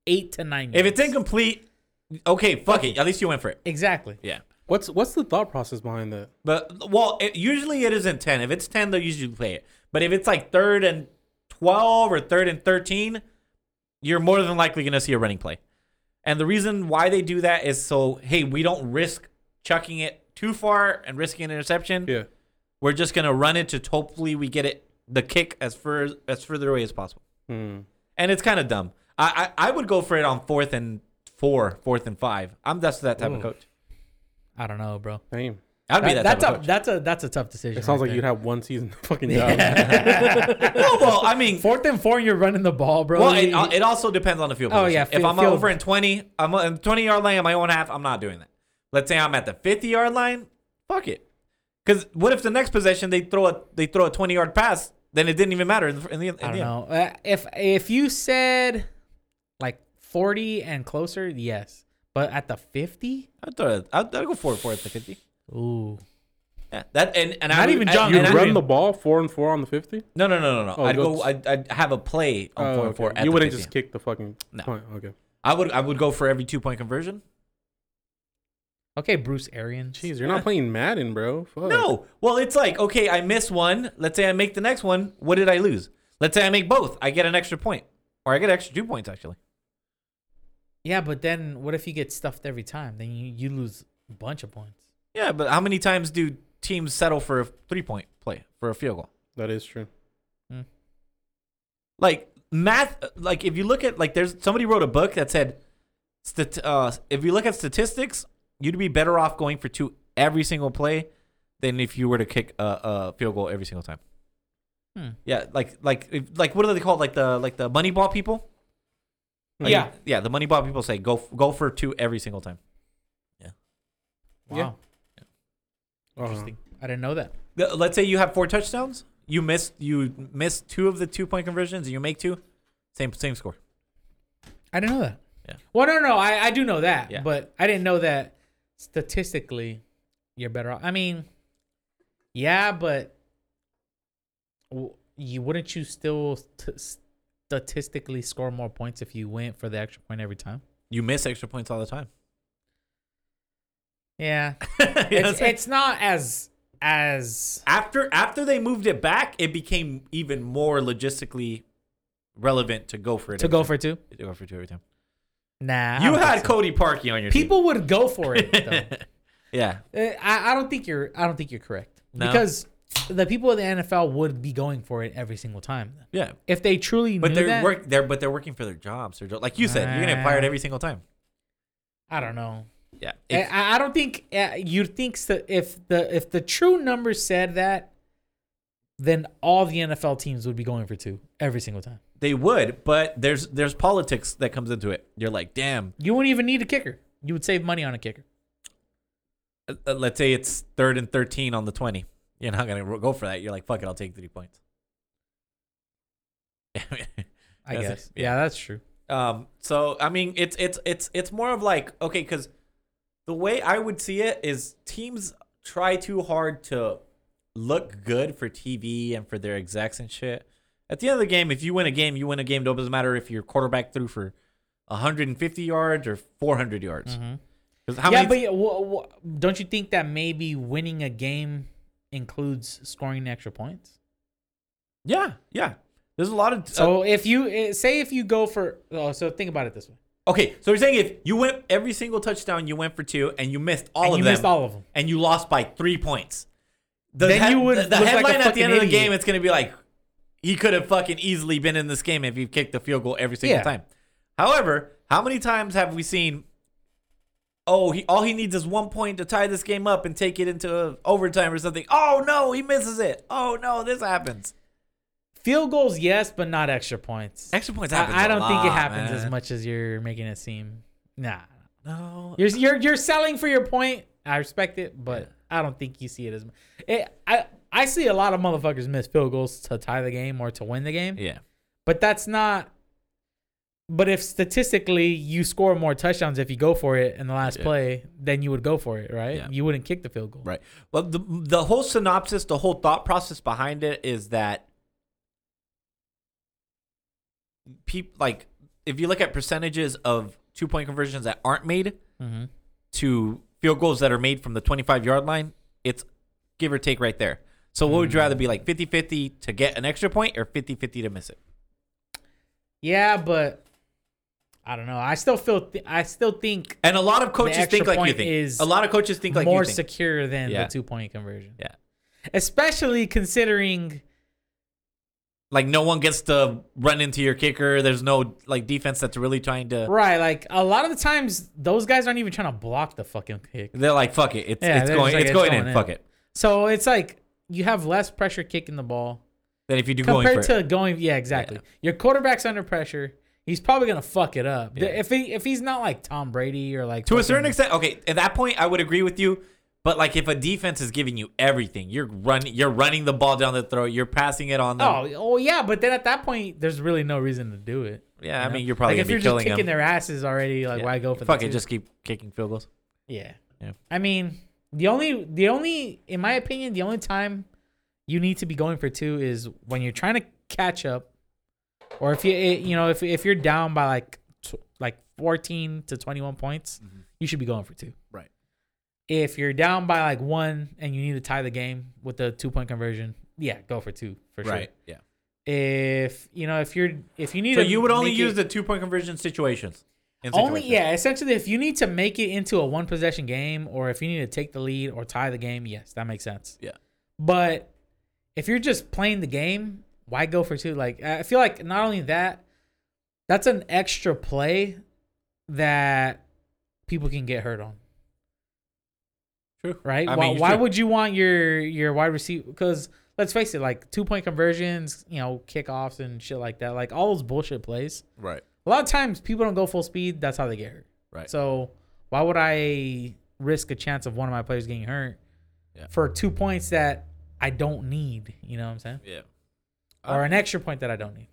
eight to nine. If yards. it's incomplete, okay, fuck it. At least you went for it. exactly, Yeah, What's what's the thought process behind that? but well, it, usually it isn't ten. If it's ten, they'll usually play it. But if it's like third and twelve or third and thirteen, you're more than likely gonna see a running play. And the reason why they do that is so hey, we don't risk chucking it too far and risking an interception. Yeah. We're just gonna run it to hopefully we get it the kick as far as further away as possible. Hmm. And it's kind of dumb. I, I I would go for it on fourth and four, fourth and five. I'm that's that type Ooh. of coach. I don't know, bro. Damn. I'd be that, that's type a of coach. that's a that's a tough decision. It sounds right like you'd there. have one season to fucking job. well, well, I mean, fourth and four. and You're running the ball, bro. well, it, uh, it also depends on the field. Oh, position. yeah, if fi- I'm field- over in twenty, I'm in twenty yard line on my own half. I'm not doing that. Let's say I'm at the fifty yard line. Fuck it. Because what if the next possession they throw a they throw a twenty yard pass? Then it didn't even matter. In the, in the, in I don't the end. know. Uh, if if you said like 40 and closer, yes. But at the 50, I'd, throw it, I'd, I'd go for it for it to fifty. ooh, Yeah, that and, and I Not would- even I- John You and I- run the ball four and four on the fifty. No, no, no, no, no. Oh, I'd go- go. I'd, I'd have a play on Oh, four and okay. four. At You the wouldn't 50. just kick the fucking No. point. Okay. I would. I would go for every two point conversion. okay, Bruce Arians. Jeez, you're not playing Madden, bro. Fuck. No. Well, it's like, okay, I miss one. Let's say I make the next one. What did I lose? Let's say I make both. I get an extra point. Or I get extra two points, actually. Yeah, but then what if you get stuffed every time? Then you, you lose a bunch of points. Yeah, but how many times do teams settle for a three point play, for a field goal? That is true. Like, math, like, if you look at, like, there's somebody wrote a book that said, stat, uh, if you look at statistics, you'd be better off going for two every single play than if you were to kick a, a field goal every single time. Hmm. Yeah, like, like, if, like, what are they called? Like the, like the money ball people? Like, Yeah. yeah. The money ball people say go f- go for two every single time. Wow. Yeah. Uh-huh. Interesting. I didn't know that. Th- Let's say you have four touchdowns. You miss you miss two of the two point conversions. and You make two, same same score. I didn't know that. Yeah. Well, no, no, I, I do know that, Yeah. but I didn't know that statistically you're better off. I mean, yeah, but w- you wouldn't you still st- statistically score more points if you went for the extra point every time? You miss extra points all the time. Yeah. You know what I'm it's, saying? it's not as as after after they moved it back, it became even more logistically relevant to go for it to every go time. for two. to go for two every time. Nah. I you don't had think so. Cody Parkey on your people would go for it Team. though. yeah, Uh, I, I don't think you're I don't think you're correct No? because the people in the NFL would be going for it every single time yeah. if they truly But knew they're that. work they're but they're working for their jobs. Their job. Like you said, you're gonna Nah. get fired every single time. I don't know. Yeah. I, I- I don't think uh, you'd think so if the if the true numbers said that, then all the NFL teams would be going for two every single time. They would, but there's there's politics that comes into it. You're like, damn. You wouldn't even need a kicker. You would save money on a kicker. uh, uh, Let's say it's third and thirteen on the twenty. You're not gonna ro- go for that. You're like, fuck it, I'll take three points. I That's it. guess. Yeah. Yeah. that's true. um. So I mean, it's it's it's it's more of like okay, because the way I would see it is teams try too hard to look good for TV and for their execs and shit. At the end of the game, if you win a game, you win a game. It doesn't matter if your quarterback threw for 150 yards or 400 yards. Mhm. 'Cause How yeah, many but yeah, wha- wha- don't you think that maybe winning a game includes scoring extra points? Yeah, yeah. There's a lot of uh, So if you eh, say if you go for oh, so think about it this way. uh, okay. So you're saying if you went every single touchdown, you went for two, and you missed all And of you them, missed all of them. and you lost by three points. The Then head- you would the, the look like a headline at the fucking end of the idiot. game. It's gonna be like he could have fucking easily been in this game if he kicked the field goal every single Yeah. time. However, how many times have we seen? Oh, he all he needs is one point to tie this game up and take it into overtime or something. Oh no, he misses it. Oh no, this happens. Field goals, yes, but not extra points. Extra points happens. I, I a don't think it lot, happens as man. much as you're making it seem. Nah, No, you're you're you're selling for your point. I respect it, but I don't think you see it as. mu- It, I I see a lot of motherfuckers miss field goals to tie the game or to win the game. yeah. But that's not. But if statistically you score more touchdowns if you go for it in the last Yeah. play, then you would go for it, right? Yeah. You wouldn't kick the field goal. Right. Well, the the whole synopsis, the whole thought process behind it is that people like if you look at percentages of two point conversions that aren't made Mm-hmm. to field goals that are made from the 25 yard line, it's give or take right there. So what would you rather be like 50-50 to get an extra point or 50-50 to miss it? Yeah, but I don't know. I still feel. Th- I still think And a lot of coaches extra think like you point think. is a lot of coaches think like more you think. secure than Yeah. the two point conversion. Yeah. Especially considering like no one gets to run into your kicker. There's no like defense that's really trying to. right, like a lot of the times those guys aren't even trying to block the fucking kick. They're like, fuck it, it's Yeah, it's they're going, just like, it's, "It's going, going in. in." Fuck it. So it's like you have less pressure kicking the ball Then if you do going compared for it, to going. Yeah, exactly. Your quarterback's under pressure. He's probably gonna fuck it up Yeah. if he if he's not like Tom Brady or like to a fucking- certain extent, okay. At that point, I would agree with you. But like, if a defense is giving you everything, you're running, you're running the ball down the throat, you're passing it on them. Oh, oh yeah, but then at that point, there's really no reason to do it. yeah, you I know? mean, you're probably like if gonna you're be just killing kicking them. their asses already. Like Yeah. why go for fuck the it, two? just keep kicking field goals. Yeah. Yeah. I mean, the only the only in my opinion, the only time you need to be going for two is when you're trying to catch up or if you it, you know, if if you're down by like tw- like 14 to 21 points, Mm-hmm. you should be going for two. Right. If you're down by like 1 and you need to tie the game with the two-point conversion, yeah, go for two for sure. Right. Yeah. If, you know, if you're if you need So to you would only make use it- the two point conversion situations. in only situations. yeah, essentially if you need to make it into a one possession game or if you need to take the lead or tie the game, yes, that makes sense. Yeah. But if you're just playing the game, why go for two? Like I feel like not only that, that's an extra play that people can get hurt on. True. Right? I why mean, why true. would you want your your wide receiver cuz let's face it, like two point conversions, you know, kickoffs and shit like that. Like all those bullshit plays. right? A lot of times people don't go full speed, that's how they get hurt. Right. So why would I risk a chance of one of my players getting hurt Yeah. for two points that I don't need? You know what I'm saying? yeah. Or an extra point that I don't need.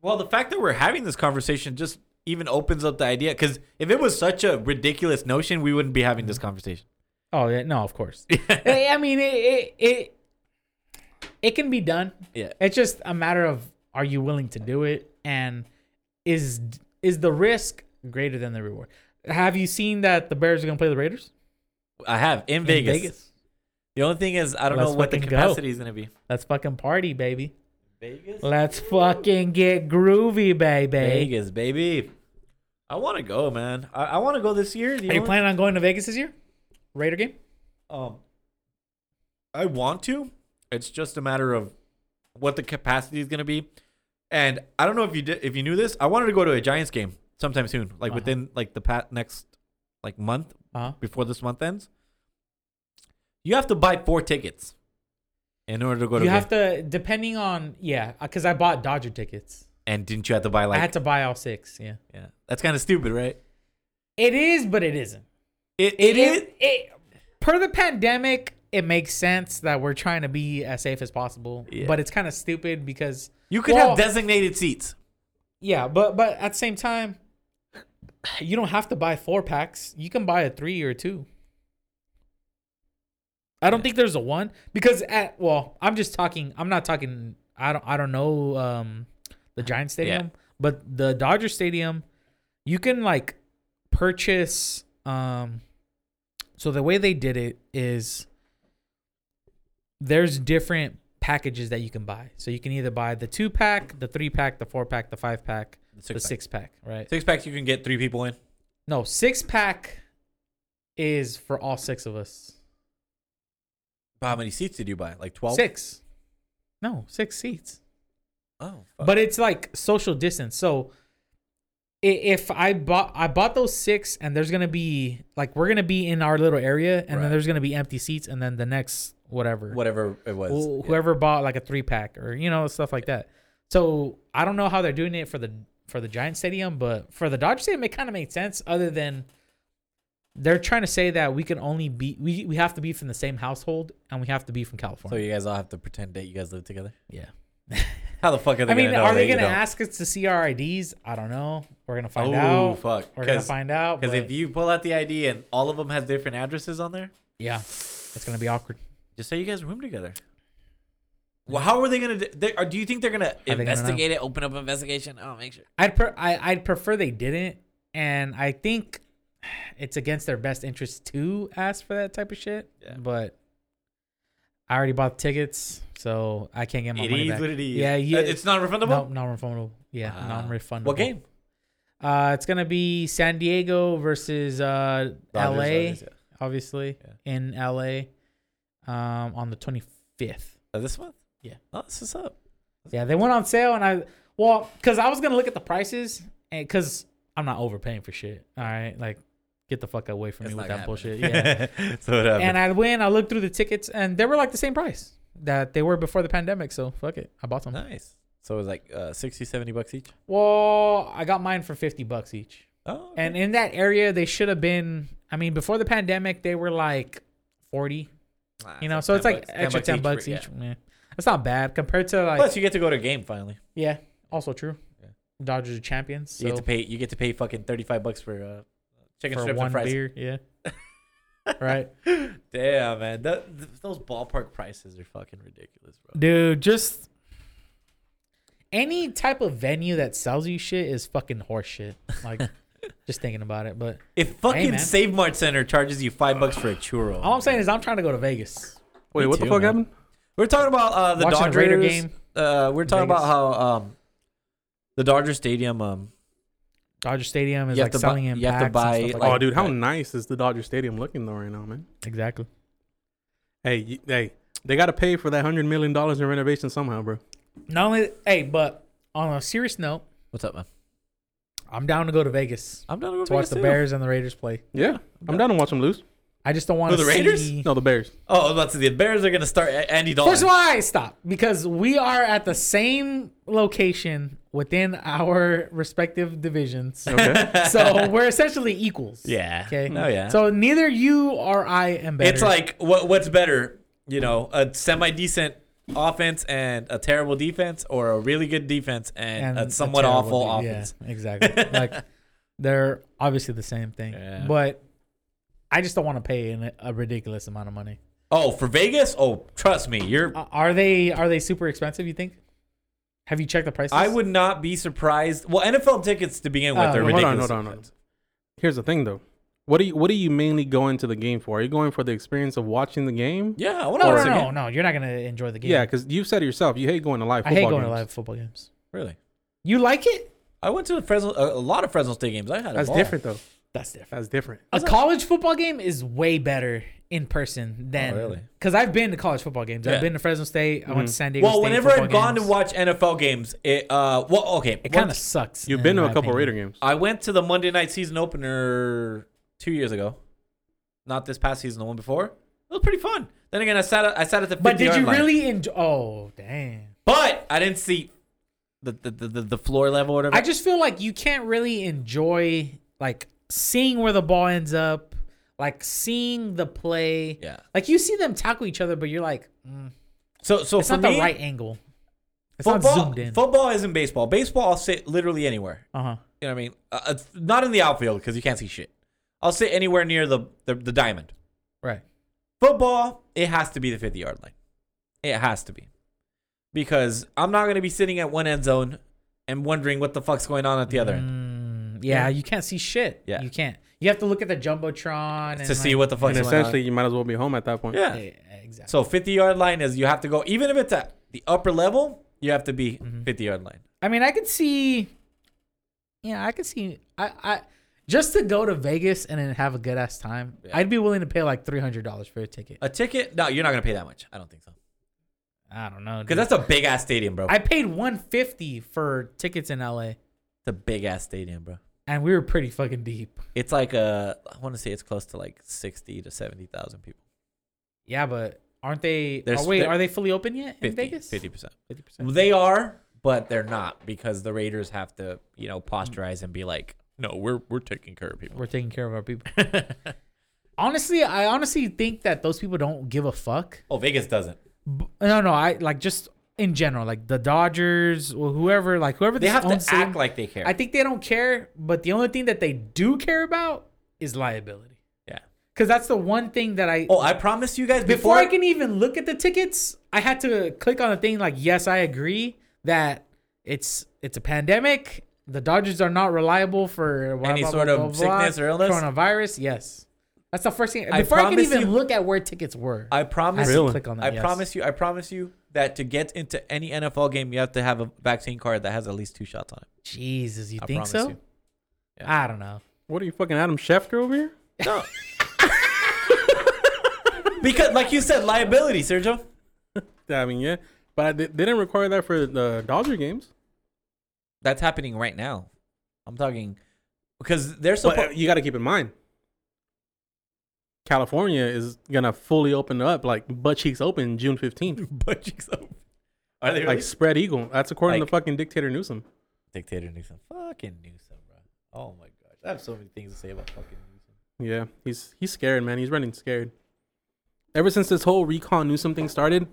Well, the fact that we're having this conversation just even opens up the idea because if it was such a ridiculous notion, we wouldn't be having this conversation. Oh yeah, no, of course. I I mean, it, it it it can be done. Yeah. It's just a matter of are you willing to do it, and is is the risk greater than the reward? Have you seen that the Bears are gonna play the Raiders? I have in, In Vegas. Vegas. The only thing is, I don't Let's know what the fucking go. capacity is going to be. Let's fucking party, baby. Vegas, Let's fucking get groovy, baby. Vegas, baby. I want to go, man. I, I want to go this year. The Are you only- planning on going to Vegas this year? Raider game? Um, I want to. It's just a matter of what the capacity is going to be. And I don't know if you did, if you knew this. I wanted to go to a Giants game sometime soon, like Uh-huh. within like the pat next like month Uh-huh. before this month ends. You have to buy four tickets in order to go to. you a have game. to, depending on, yeah, because I bought Dodger tickets. and didn't you have to buy like? I had to buy all six. Yeah. yeah, that's kind of stupid, right? It is, but it isn't. It it is. It, it, per the pandemic, it makes sense that we're trying to be as safe as possible, Yeah. but it's kind of stupid because, You could Well- have designated seats. yeah, but but at the same time, you don't have to buy four packs. You can buy a three or a two. I don't think there's a one because at well, I'm just talking. I'm not talking. I don't. I don't know um, the Giant Stadium, but the Dodger Stadium, you can like purchase. Um, so the way they did it is there's different packages that you can buy. So you can either buy the two pack, the three pack, the four pack, the five pack, the six pack, right? Six packs. You can get three people in. No, six pack is for all six of us. But how many seats did you buy? Like twelve. Six. No, six seats. Oh, fuck. But it's like social distance. So i- if I bought I bought those six and there's gonna be like we're gonna be in our little area and Right. then there's gonna be empty seats and then the next whatever. whatever it was. Wh- yeah. whoever bought like a three pack or you know, stuff like that. So I don't know how they're doing it for the for the Giant Stadium, but for the Dodger Stadium it kinda made sense other than they're trying to say that we can only be we, we have to be from the same household and we have to be from So California. you guys all have to pretend that you guys live together. yeah. How the fuck are they? I mean, gonna know are they that you gonna don't? ask us to see our IDs? I don't know. We're gonna find Oh out. fuck! We're gonna Because find out. Because if you pull out the ID and all of them has different addresses on there, yeah, it's gonna be awkward. just say you guys room together. Well, how are they gonna? Do, they, or do you think they're gonna they gonna investigate it? Open up investigation? Oh, make sure. I'd per- I, I'd prefer they didn't, and I think it's against their best interest to ask for that type of shit. Yeah. But I already bought tickets, so I can't get my It money is back. what it is. Yeah, yeah. Uh, It's non refundable. no, non-refundable. Yeah, non-refundable. What game? Uh, it's gonna be San Diego versus uh, Dodgers, LA, Dodgers, yeah. obviously in LA, um, on the twenty fifth. Uh, this month? Yeah. Oh, this is up. Yeah, they went on sale, and I well, cause I was gonna look at the prices, and cause I'm not overpaying for shit. All right, like get the fuck away from me with that bullshit. Yeah. so what happened? and I went, I looked through the tickets, and they were like the same price that they were before the pandemic. So fuck it, I bought them. nice. So it was like uh, 60, 70 bucks each. Well, I got mine for fifty bucks each. Oh, okay. And in that area, they should have been. I mean, before the pandemic, they were like forty. Ah, You know, so it's 10 like bucks- extra ten bucks, for- yeah. each. Yeah. That's not bad compared to like. Plus, you get to go to a game finally. yeah, also true. Yeah. Dodgers are champions. you So get to pay. You get to pay fucking thirty five bucks for uh, chicken for strips one and fries. beer, yeah. right, Damn, man, that, th- those ballpark prices are fucking ridiculous, bro. dude. Just any type of venue that sells you shit is fucking horseshit. Like, just thinking about it. But If fucking man. Save Mart Center charges you five bucks for a churro, all I'm saying is, I'm trying to go to Vegas. Wait, Me what the too, fuck man. happened? we're talking about uh, the Watching a Dodgers Raider game. Uh, we're talking Vegas. about how um, the Dodger Stadium. Um, Dodger Stadium is You like have to bu- selling in you have to packs and buy, stuff Oh, like- that. dude, how that- nice is the Dodger Stadium looking though right now, man? exactly. Hey, you, hey, they got to pay for that hundred million dollars in renovation somehow, bro. Not only, hey, but on a serious note, what's up, man? I'm down to go to Vegas I'm done with to watch the Bears and the Raiders play. Yeah, I'm down to watch them lose. I just don't want Who, to the Raiders? See... No, the Bears. Oh, I was about to say the Bears are gonna start A- Andy Dalton. First of all, I stop because we are at the same location within our respective divisions, Okay. so we're essentially equals. yeah. Okay. Oh yeah. So neither you or I am better. It's like what what's better, you know, a semi decent offense and a terrible defense, or a really good defense and, And a somewhat terrible awful de- offense. Yeah, exactly. like they're obviously the same thing, Yeah. but I just don't want to pay an, a ridiculous amount of money. Oh, for Vegas? Oh, trust me, you're. Uh, Are they are they super expensive? You think? Have you checked the prices? I would not be surprised. Well, NFL tickets to begin with Uh, hold are on, ridiculous. hold on, hold on, hold on. Here's the thing, though. What do you What do you mainly go into the game for? Are you going for the experience of watching the game? Yeah, I want to Oh, No, watch no, the no, no, game. You're not gonna enjoy the game. Yeah, because you said it yourself. You hate going to live I football hate going to games. live football games. Really? You like it? I, I went to Fresno, a, a lot of Fresno State games. I had a That's ball. different, though. That's different. That's different. Uh, A college football game is way better in person than Oh, really? Because I've been to college football games. Yeah. I've been to Fresno State. I went to San Diego. Well, State whenever I've football gone games. to watch NFL games, it uh, well, okay, it kind of once- sucks. You've in been to my a couple opinion. Raider games. I went to the Monday night season opener two years ago. Not this past season, the one before. It was pretty fun. Then again, I sat at, I sat at the 50 But did you line. really enjoy? Oh, damn. But I didn't see the the, the, the, the floor level or whatever. I just feel like you can't really enjoy like seeing where the ball ends up, like seeing the play. yeah. Like you see them tackle each other, but you're like, mm, So so it's for not me, the right angle. It's football, not zoomed in. football isn't baseball. Baseball, I'll sit literally anywhere. uh huh. You know what I mean? Uh, uh, not in the outfield because you can't see shit. I'll sit anywhere near the, the the diamond. Right. Football, it has to be the 50 yard line. It has to be. Because I'm not going to be sitting at one end zone and wondering what the fuck's going on at the other end. Mm, yeah, Yeah. you can't see shit. Yeah. You can't. You have to look at the jumbotron and to see like- what the fuck's And going essentially, you might as well be home at that point. on. Yeah. Yeah, exactly. So 50 yard line is you have to go, even if it's at the upper level, you have to be Mm-hmm. 50 yard line. I mean, I could see. Yeah, I could see. I, I just to go to Vegas and then have a good ass time. Yeah. I'd be willing to pay like three hundred dollars for a ticket. A ticket? No, you're not going to pay that much. I don't think so. I don't know. Because Because that's a big ass stadium, bro. Mm-hmm. I paid one fifty for tickets in LA, It's a big ass stadium, bro. and we were pretty fucking deep. It's like a, I want to say it's close to like 60 to 70,000 people. Yeah, but aren't they? They're oh, wait, split- are they fully open yet in 50, Vegas? 50%. Fifty percent. They are, but they're not because the Raiders have to, you know, posturize and be like, "No, we're we're taking care of people." We're taking care of our people. honestly, I honestly think that those people don't give a fuck. oh, Vegas doesn't. B- No, no, I like just in general, like the Dodgers or whoever, like whoever They this have to owns stadium- act like they care. I think they don't care, but the only thing that they do care about is liability. yeah. Because that's the one thing that I. Oh, I promise you guys before before, I can even look at the tickets, I had to click on the thing like, yes, I agree that it's it's a pandemic. The Dodgers are not reliable for blah, Any blah, sort blah, of blah, blah, sickness or illness? Coronavirus, yes. That's the first thing. I Before I, can promise even you- look at where tickets were, I I had promise. to Really? click on that. I yes. promise you. I promise you that to get into any NFL game, you have to have a vaccine card that has at least two shots on it. Jesus, you I think promise so? you. I don't know. What are you fucking Adam Schefter over here? No. because, like you said, liability, Sergio. I mean, yeah, but I, they they didn't require that for the Dodger games. That's happening right now. I'm talking because they're But uh, supposed. you got to keep in mind, California is gonna fully open up, like butt cheeks open, June fifteenth, But cheeks up. Are they like spread eagle. That's according Like- to fucking dictator Newsom. dictator Newsom? Fucking Newsom, bro. Oh my gosh, I have so many things to say about fucking Newsom. Yeah, he's he's scared, man. He's running scared. Ever since this whole recon Newsom thing started,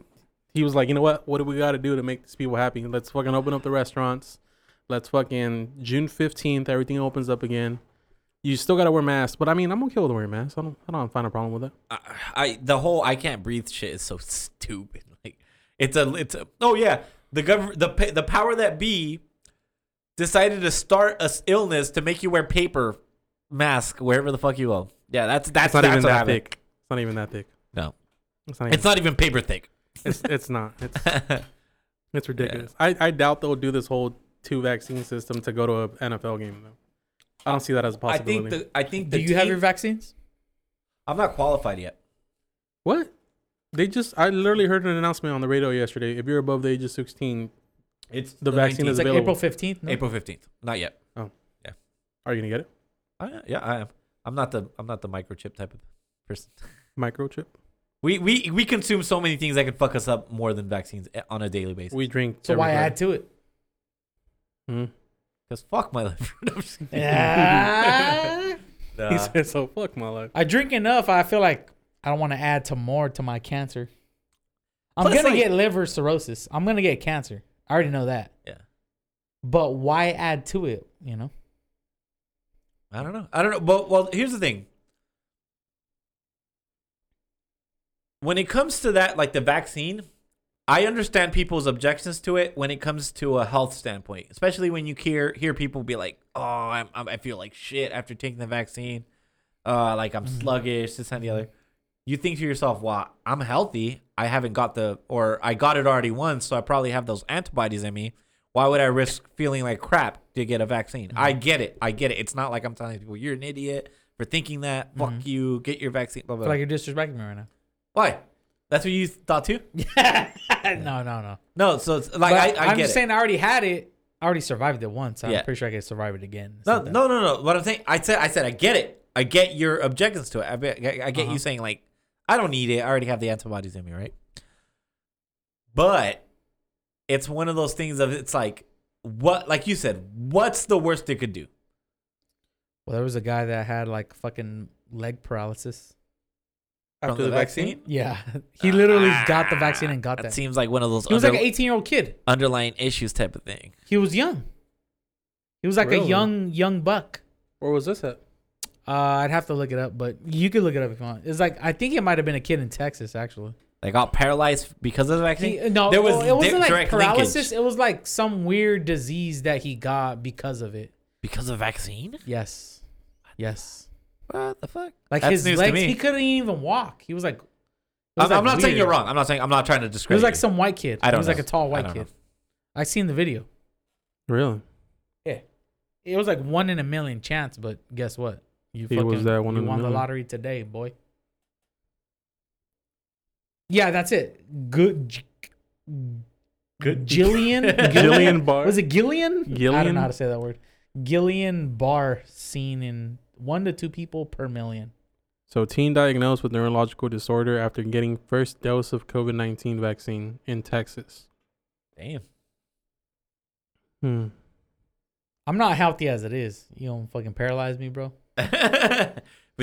he was like, you know what? What do we got to do to make these people happy? Let's fucking open up the restaurants. Let's fucking June fifteenth, everything opens up again. You still gotta wear masks, but I mean, I'm okay with wearing masks. I don't, I don't find a problem with that. I, I the whole I can't breathe shit is so stupid. Like it's a it's a, oh yeah the government the pa- the power that be decided to start a s- illness to make you wear paper mask wherever the fuck you go. Yeah, that's that's It's not that's even what that happened. thick. It's not even that thick. No, It's not. Even, it's not even paper thick. it's, it's not. It's I it's ridiculous. I, I doubt they'll do this whole two vaccine system to go to a NFL game though. I don't see that as a possibility. think the I think Do the you have team- your vaccines? I'm not qualified yet. What? They just I literally heard an announcement on the radio yesterday. If you're above the age of 16, It's The vaccine is It's 19th. available. like April fifteenth. No? April fifteenth. Not yet. are you going to get it? I, yeah, I am. I'm not the I'm not the microchip type of person. Microchip. We we we consume so many things that could fuck us up more than vaccines eh, on a daily basis. We drink. So why add to it? Mm. Because fuck my liver. No, I'm just kidding. Yeah. He Nah. said, "So fuck my life." I drink enough. I feel like I don't want to add to more to my cancer. I'm Plus, gonna like- get liver cirrhosis. I'm gonna get cancer. I already know that. yeah. But why add to it? You know. I don't know. I don't know. But well, here's the thing. When it comes to that, like the vaccine, I understand people's objections to it when it comes to a health standpoint, especially when you hear hear people be like, "Oh, I'm, I'm I feel like shit after taking the vaccine. Uh, like I'm sluggish, this and the other." You think to yourself, "Well, I'm healthy. I haven't got the, or I got it already once, so I probably have those antibodies in me. Why would I risk feeling like crap to get a vaccine?" Mm-hmm. I get it. I get it. It's not like I'm telling people you're an idiot for thinking that. Fuck you. Get your vaccine. Blah Mm-hmm. I blah. feel blah. like you're disrespecting me right now. Why? That's what you thought too? no, no, no. No. So it's like But I, I am get just it. saying I already had it. I already survived it once. I'm Yeah. pretty sure I could survive it again. It's No, not that- no, no, no. What I'm saying, I said, I said, I get it. I get your objections to it. I, bet, I, I get Uh-huh. you saying like, I don't need it. I already have the antibodies in me, right? But it's one of those things of it's like, what, like you said, what's the worst it could do? Well, there was a guy that had like fucking leg paralysis. From After the vaccine? Yeah, he literally Ah. got the vaccine and got That that. seems like one of those He was like under- an 18 year old kid. underlying issues type of thing. He was young. He was like a Really? young young buck. Where was this at? Uh, I'd have to look it up, but you could look it up if you want. It's like I think it might have been a kid in Texas actually. They got paralyzed because of the vaccine. He, no, there was well, it wasn't di- like direct paralysis. linkage. It was like some weird disease that he got because of it. because of vaccine. Yes, yes. What the fuck? Like That's his news to legs, me. he couldn't even walk. He was like, it was, I'm, like, I'm not saying weird. you're wrong. I'm not saying I'm not trying to It discredit. was like you. some white kid. I It don't was like know. a tall I white don't kid. know. I seen the video. Really? Yeah. It was like one in a million chance, but guess what? You He was that one you in a won the million. lottery today, boy. Yeah, that's it. Good. Good. Gillian. Gillian Barr. Was it Gillian? I don't Gillian? know how to say that word. Gillian Barr seen in one to two people per million. So, teen diagnosed with neurological disorder after getting first dose of COVID-19 vaccine in Texas. Damn. Hmm. I'm not healthy as it is. You don't fucking paralyze me, bro. but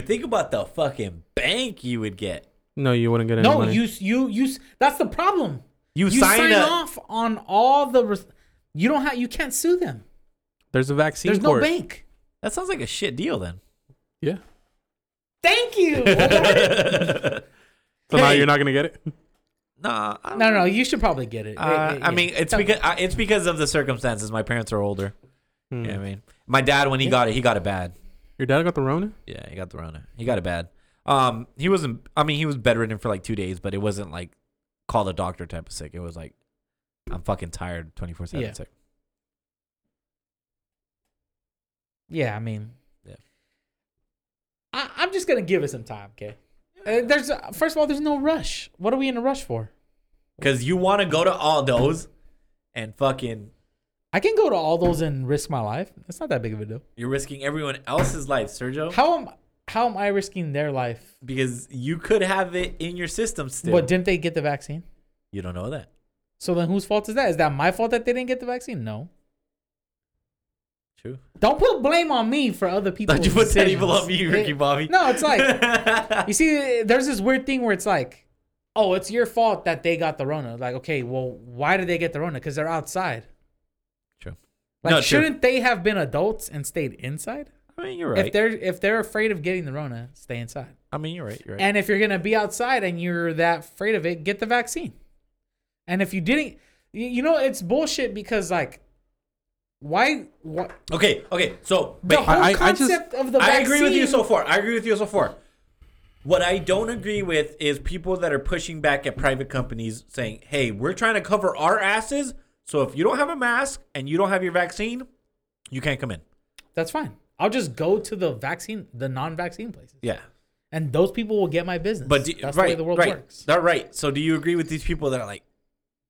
think about the fucking bank you would get. No, you wouldn't get any No, money. you s- you you. s- That's the problem. You, You sign, sign, up. off on all the. Res- you don't have. You can't sue them. There's a vaccine There's court. no bank. That sounds like a shit deal then. Yeah. Thank you. no, So now Hey. you're not going to get it? Nah. I don't- no, you should probably get it. Uh, Yeah, I mean, yeah. it's because I, it's because of the circumstances. My parents are older. Hmm. Mm. You know what I mean, my dad when he got it, he got it bad. Your dad got the Rona? Yeah, he got the Rona. He got it bad. Um, he wasn't. I mean, he was bedridden for like two days, but it wasn't like call the doctor type of sick. It was like I'm fucking tired, twenty four Yeah. seven sick. Yeah, I mean, Yeah. I, I'm just gonna give it some time, okay? Uh, there's uh, first of all, there's no rush. What are we in a rush for? Because you want to go to Aldo's and fucking, I can go to all those and risk my life. That's not that big of a deal. you're risking everyone else's life, Sergio. How am how am I risking their life? because you could have it in your system still. But didn't they get the vaccine? you don't know that. So then whose fault is that? Is that my fault that they didn't get the vaccine? No. True. Don't put blame on me for other people. Don't you put Teddy below me, Ricky Bobby. No, it's like you see, there's this weird thing where it's like, oh, it's your fault that they got the Rona. Like, okay, well, why did they get the Rona? Because they're outside. True. Like, No, true. shouldn't they have been adults and stayed inside? I mean, you're If right. they're if they're afraid of getting the Rona, stay inside. I mean, you're right. You're right. And if you're gonna be outside and you're that afraid of it, get the vaccine. And if you didn't, you, you know, it's bullshit because like, why? What okay. Okay. So the wait, whole I- I just- concept of the I vaccine? agree with you so far. I agree with you so far. What I don't agree with is people that are pushing back at private companies saying, hey, we're trying to cover our asses. So if you don't have a mask and you don't have your vaccine, you can't come in. That's fine. I'll just go to the vaccine, the non-vaccine places. Yeah. and those people will get my business. But do, that's right, the way the world right, works. That right. So do you agree with these people that are like,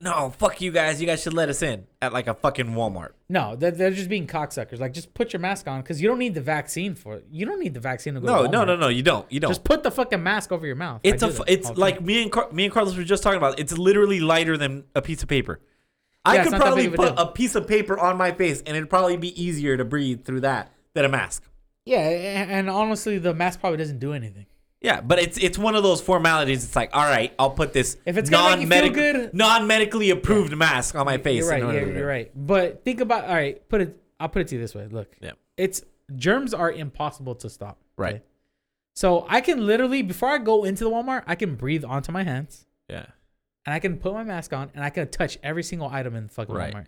no, fuck you guys. You guys should let us in at like a fucking Walmart. No, they're, they're just being cocksuckers. Like, just put your mask on because you don't need the vaccine for it. You don't need the vaccine to go. No, to no, Walmart. no, no. You don't. You don't. Just put the fucking mask over your mouth. It's I a, do f- that it's all the like time. me and Car- me and Carlos were just talking about. It's literally lighter than a piece of paper. I Yeah, it's could not that probably big of a put deal. a piece of paper on my face, and it'd probably be easier to breathe through that than a mask. yeah, a- and honestly, the mask probably doesn't do anything. Yeah, but it's it's one of those formalities. It's like, all right, I'll put this If it's gonna make you feel good- non medically approved mask on my face. You're right. in order Yeah, to- you're right. But think about all right. Put it. I'll put it to you this way. Look, Yeah. it's germs are impossible to stop. Right. okay? So I can literally before I go into the Walmart, I can breathe onto my hands Yeah, and I can put my mask on and I can touch every single item in the fucking Right. Walmart.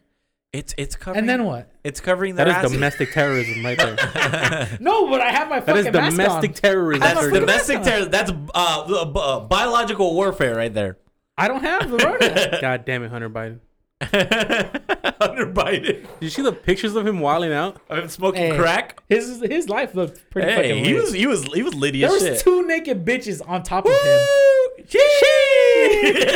it's it's covering. And then what? It's covering their That is asses. domestic terrorism right there. No, but I have my That fucking is domestic mask on. terrorism. That's Sergio. the best- domestic terrorism. That's uh, b- uh, biological warfare right there. I don't have the Rona. God damn it, Hunter Biden. Under Biden, Did you see the pictures of him wilding out? I'm smoking Hey, crack. His his life looked pretty Hey, fucking he lit. was he was he was litty There as was shit. two naked bitches on top of him. Woo! said,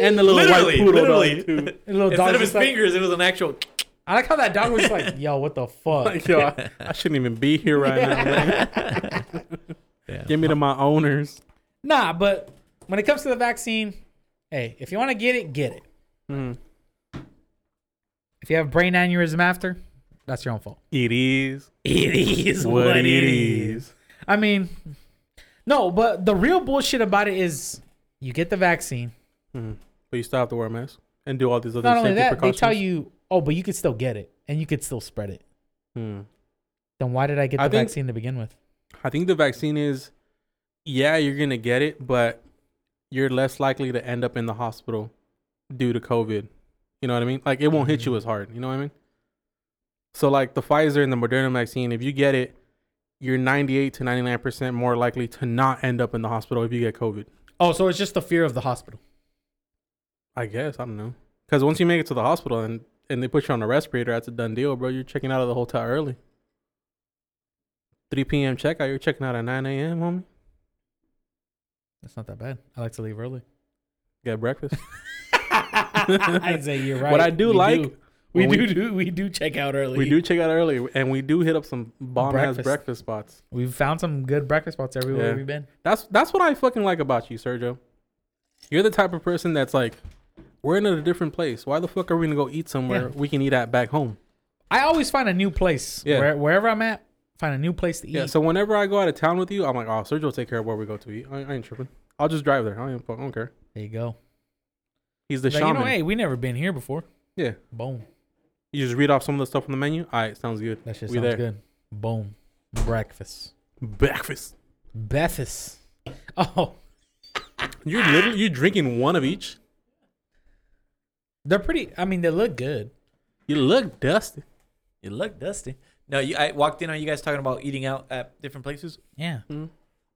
And the little Literally, white poodle literally. dog too. And little Instead dog of was his like, fingers, it was an actual. I like how that dog was like, "Yo, what the fuck?" Like, yo, I, I shouldn't even be here right now. Yeah. Give me to my owners. Nah, but when it comes to the vaccine, hey, if you want to get it, get it. Mm. If you have brain aneurysm after, that's your own fault. It is It is what, it is. I mean, no, but the real bullshit about it is you get the vaccine. Mm. But you still have to wear a mask and do all these other Not only safety that, they precautions. tell you, oh, but you could still get it and you could still spread it. Mm. Then why did I get the I think- vaccine to begin with? I think the vaccine is, yeah, you're gonna get it, but you're less likely to end up in the hospital due to COVID. You know what I mean? Like it won't hit you as hard. You know what I mean? So like the Pfizer and the Moderna vaccine, if you get it, you're 98 to 99 percent more likely to not end up in the hospital if you get COVID. Oh, so it's just the fear of the hospital. I guess I don't know. Because once you make it to the hospital and and they put you on a respirator, that's a done deal, bro. You're checking out of the hotel early. 3 p.m. checkout. You're checking out at 9 a.m. Homie. That's not that bad. I like to leave early. Get breakfast. I say you're right. What I do We like, we, when we- do, do we do check out early. we do check out early, and we do hit up some bomb Breakfast. ass breakfast spots. We've found some good breakfast spots everywhere Yeah. we've been. That's that's what I fucking like about you, Sergio. You're the type of person that's like, we're in a different place. Why the fuck are we gonna go eat somewhere Yeah. we can eat at back home? I always find a new place. Yeah. Where, wherever I'm at, find a new place to eat. Yeah. So whenever I go out of town with you, I'm like, oh, Sergio will take care of where we go to eat. I, I ain't tripping. I'll just drive there. I don't, even fuck- I don't care. there you go. He's the Like, you shaman. know, hey, we never been here before. Yeah. Boom. You just read off some of the stuff on the menu. All right, sounds good. That shit We sounds there. good. Boom. Breakfast. Breakfast. Breakfast. Oh, You're literally you're drinking one of each. they're pretty. I mean, they look good. You look dusty. You look dusty. No, you, I walked in on you guys talking about eating out at different places. Yeah. Mm-hmm.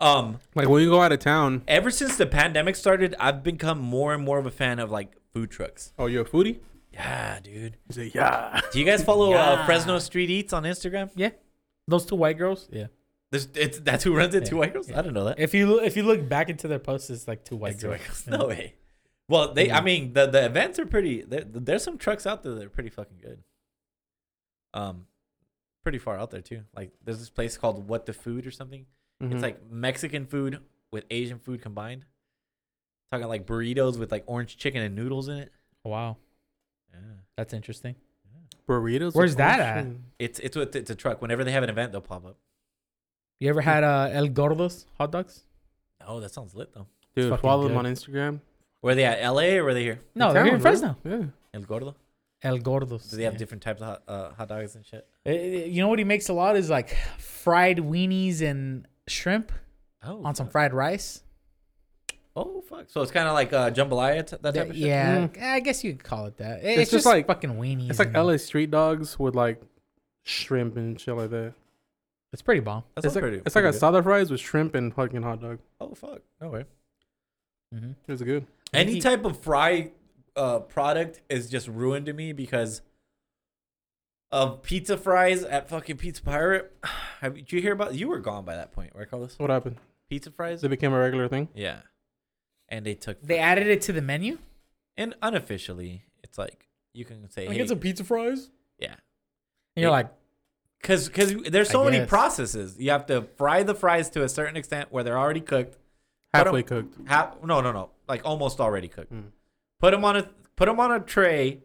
Um, Like when you go out of town. ever since the pandemic started, I've become more and more of a fan of like food trucks. Oh, you're a foodie. Yeah, dude. He's like, yeah. Do you guys follow Yeah. uh, Fresno Street Eats on Instagram? Those two white girls. Yeah. There's, it's, that's who runs it. Two Yeah, white girls. yeah. I didn't know that. If you if you look back into their posts, it's like two white It's two girls. white girls. No way. Well, they. I mean, the the events are pretty. There, there's some trucks out there that are pretty fucking good. Um, pretty far out there too. Like there's this place called What the Food or something. Mm-hmm. It's like Mexican food with Asian food combined. Talking like burritos with like orange chicken and noodles in it. Wow, Yeah. that's interesting. burritos. Where's with that orange at? and- It's it's with it's a truck. Whenever they have an event, they'll pop up. You ever had uh, El Gordos hot dogs? Oh, that sounds lit though. Dude, fucking follow them good. on Instagram. Where they at? L.A. or were they here? No, they're here in town, bro. Fresno. Yeah. El Gordo. El Gordos. Do they have yeah. different types of hot, uh, hot dogs and shit? Uh, You know what he makes a lot is like fried weenies and shrimp Oh, on some fuck. fried rice. oh fuck. So it's kind of like uh, jambalaya, t- that type of shit. yeah, I guess you could call it that. It's, just just, like- like fucking weenies. It's like and- LA street dogs with like shrimp and shit like that. It's pretty bomb. That It's sounds like, pretty- it's like a pretty good. salad fries with shrimp and fucking hot dog. Oh fuck. No way. Mm-hmm. It was good. I think Any he- type of fry uh, product is just ruined to me because of pizza fries at fucking Pizza Pirate. Have, did you hear about? You were gone by that point, right, Carlos? What happened? Pizza fries. It became a regular thing. Yeah, and they took They added it to the menu. and unofficially, it's like you can say, Like hey, it's a pizza fries. yeah, And you're Yeah. like, because because there's I so many guess. processes. You have to fry the fries to a certain extent where they're already cooked. Put 'em- Halfway cooked. Half, no, no, no, like almost already cooked. Mm. Put them on a put 'em on a tray.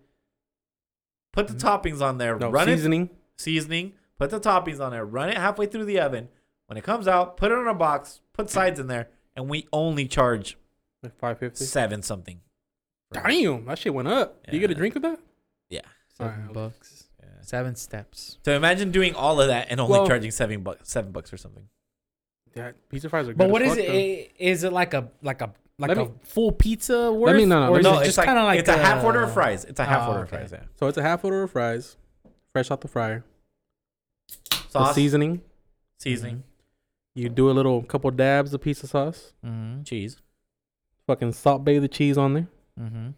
Put the toppings on there. Mm-hmm. No run it seasoning. seasoning, put the toppings on there, run it halfway through the oven. When it comes out, put it in a box, put sides in there, and we only charge Like five fifty. seven something. Damn, that shit went up. Do you get a Yeah. drink with that? Yeah. seven Alright, bucks, seven steps. So imagine doing all of that and only Well- charging seven bucks, seven bucks or something. Yeah, pizza fries are good. But as what is fuck, it? though. I- Is it like a like a like Let a me- full pizza worth? me- no, no, or is no, it it's just kind of like it's a half the- order of fries. It's a half Ah, Oh, order okay. of fries. Yeah. So it's a half order of fries, fresh out the fryer. The Sauce, seasoning. seasoning, You do a little couple dabs of pizza sauce. Mhm, cheese. Fucking salt bay the cheese on there. mhm.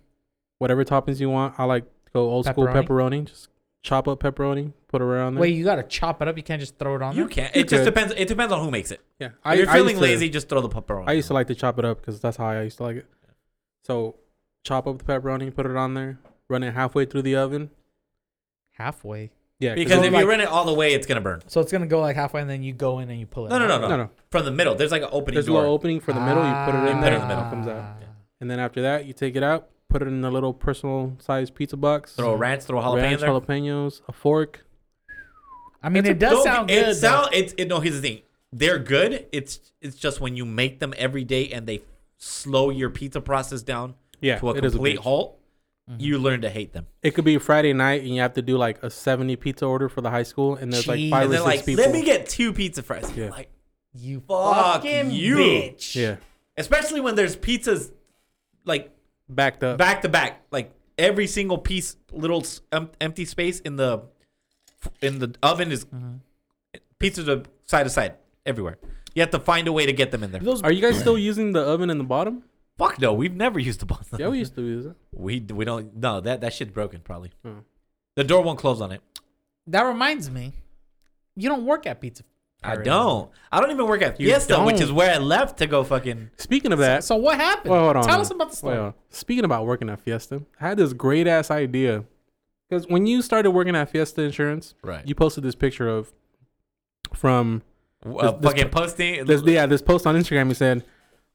Whatever toppings you want. I like to go old school Pepperoni? pepperoni. Just chop up pepperoni, put it around there. Wait, you gotta chop it up. You can't just throw it on. You there? can't. You It just could. depends. It depends on who makes it. yeah, If you're used feeling to- lazy, just throw the pepperoni. I used to like to chop it up because that's how I used to like it. So chop up the pepperoni, put it on there, run it halfway through the oven. halfway. Yeah, because it's if like- you run it all the way, it's gonna burn. So it's gonna go like halfway, and then you go in and you pull it. No, no, out. no, no. no, no, From the middle, there's like an opening there's a door. little opening for the middle. You put it in Ah. there, in the middle. it comes out. Ah. And then after that, you take it out, put it in a little personal sized pizza box. throw a ranch, throw a jalapeno. ranch, there. jalapenos, a fork. I mean, it does Don't- sound it good. though. sound- it's it, no. Here's the thing. They're good. It's it's just when you make them every day and they slow your pizza process down Yeah, to a it is a complete bitch. halt, you learn to hate them. It could be Friday night, and you have to do like a seventy pizza order for the high school, and there's like Jeez. five And or they're six like, people. let me get two pizza fries. Yeah. Like, you Fuck fucking you. bitch. yeah, especially when there's pizzas like backed up. back to back, like every single piece, little s- em- empty space in the in the oven is pizza to side to side everywhere. You have to find a way to get them in there. Those Are you guys still using the oven in the bottom? Fuck no, we've never used a bottom. Yeah, we used to use it. We we don't no that that shit's broken probably. Hmm. The door won't close on it. That reminds me, you don't work at Pizza. I Pirate don't. I don't even work at Fiesta, which is don't. where I left to go fucking. Speaking of anymore. that, So what happened? Well, hold on. Tell hold us on. about the story. Wait, hold on. Speaking about working at Fiesta, I had this great ass idea. Because when you started working at Fiesta Insurance, Right. you posted this picture of from Uh, This- this- fucking posting this yeah this post on Instagram. You said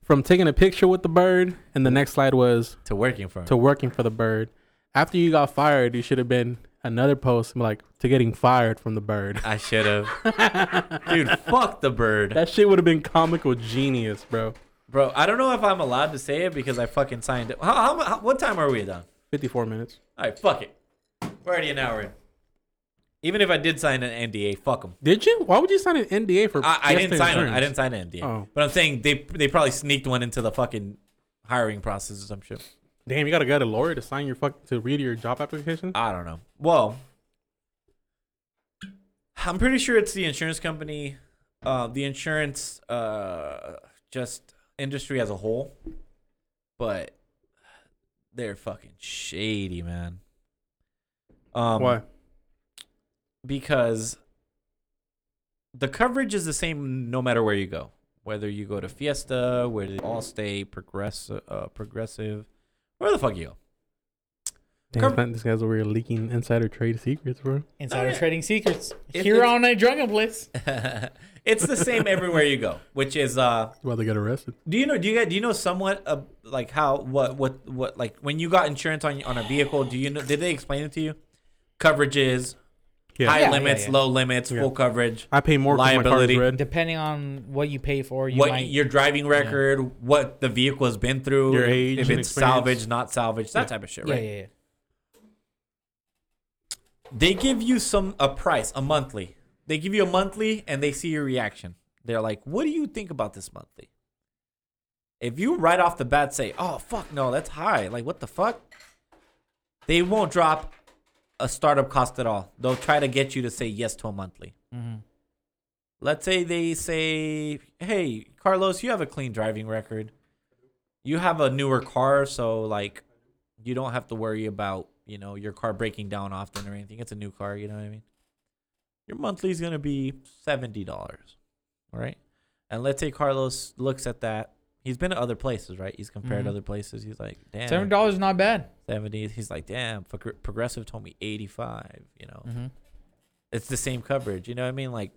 from taking a picture with the bird, and the next slide was to working for. to working for the bird. After you got fired, you should have been another post like to getting fired from the bird. I should have. Dude, fuck the bird, That shit would have been comical genius, bro. bro. I don't know if I'm allowed to say it because I fucking signed it. How, how, how what time are we done? Fifty-four minutes. All right, fuck it. We're already an hour in. Even if I did sign an NDA, fuck them. Did you? Why would you sign an NDA for? I, I Fiesta didn't sign one. I Insurance? didn't sign an NDA. Oh. But I'm saying they they probably sneaked one into the fucking hiring process or some shit. Damn, you gotta get a lawyer to sign your fuck to read your job application. I don't know. Well, I'm pretty sure it's the insurance company, uh, the insurance uh, just industry as a whole, but they're fucking shady, man. Um, Why? Because the coverage is the same no matter where you go. Whether you go to Fiesta, whether you all stay progress, uh, progressive, where the fuck you go. Damn, Come- man, this guy's over here leaking insider trade secrets, bro. Insider Oh, yeah. trading secrets If here it's- on a drunken place. it's the same everywhere you go, which is uh That's why they got arrested. do you know do you guys do you know somewhat uh, like how what what what like when you got insurance on on a vehicle, do you know did they explain it to you? Coverages, Yeah. high Yeah, yeah, limits, yeah. low limits, Yeah. full coverage, I pay more because my car is Liability. red. Depending on what you pay for, you what might. your driving record, what the vehicle has been through, Your age if and it's experience. salvage, not salvage, that Yeah. type of shit, yeah, right? yeah, yeah. They give you some a price, a monthly. They give you a monthly and they see your reaction. They're like, "What do you think about this monthly?" If you right off the bat say, "Oh fuck no, that's high." Like, "What the fuck?" They won't drop a startup cost at all. They'll try to get you to say yes to a monthly. Mm-hmm. Let's say they say, "Hey, Carlos, you have a clean driving record. You have a newer car, so like you don't have to worry about, you know, your car breaking down often or anything. It's a new car, you know what I mean? Your monthly is going to be $70, all right? And let's say Carlos looks at that. He's been to other places, right? He's compared Mhm. other places. He's like, damn, Seven dollars is not bad. 70. He's like, damn, Progr- Progressive told me 85, you know? Mm-hmm. it's the same coverage. You know what I mean? Like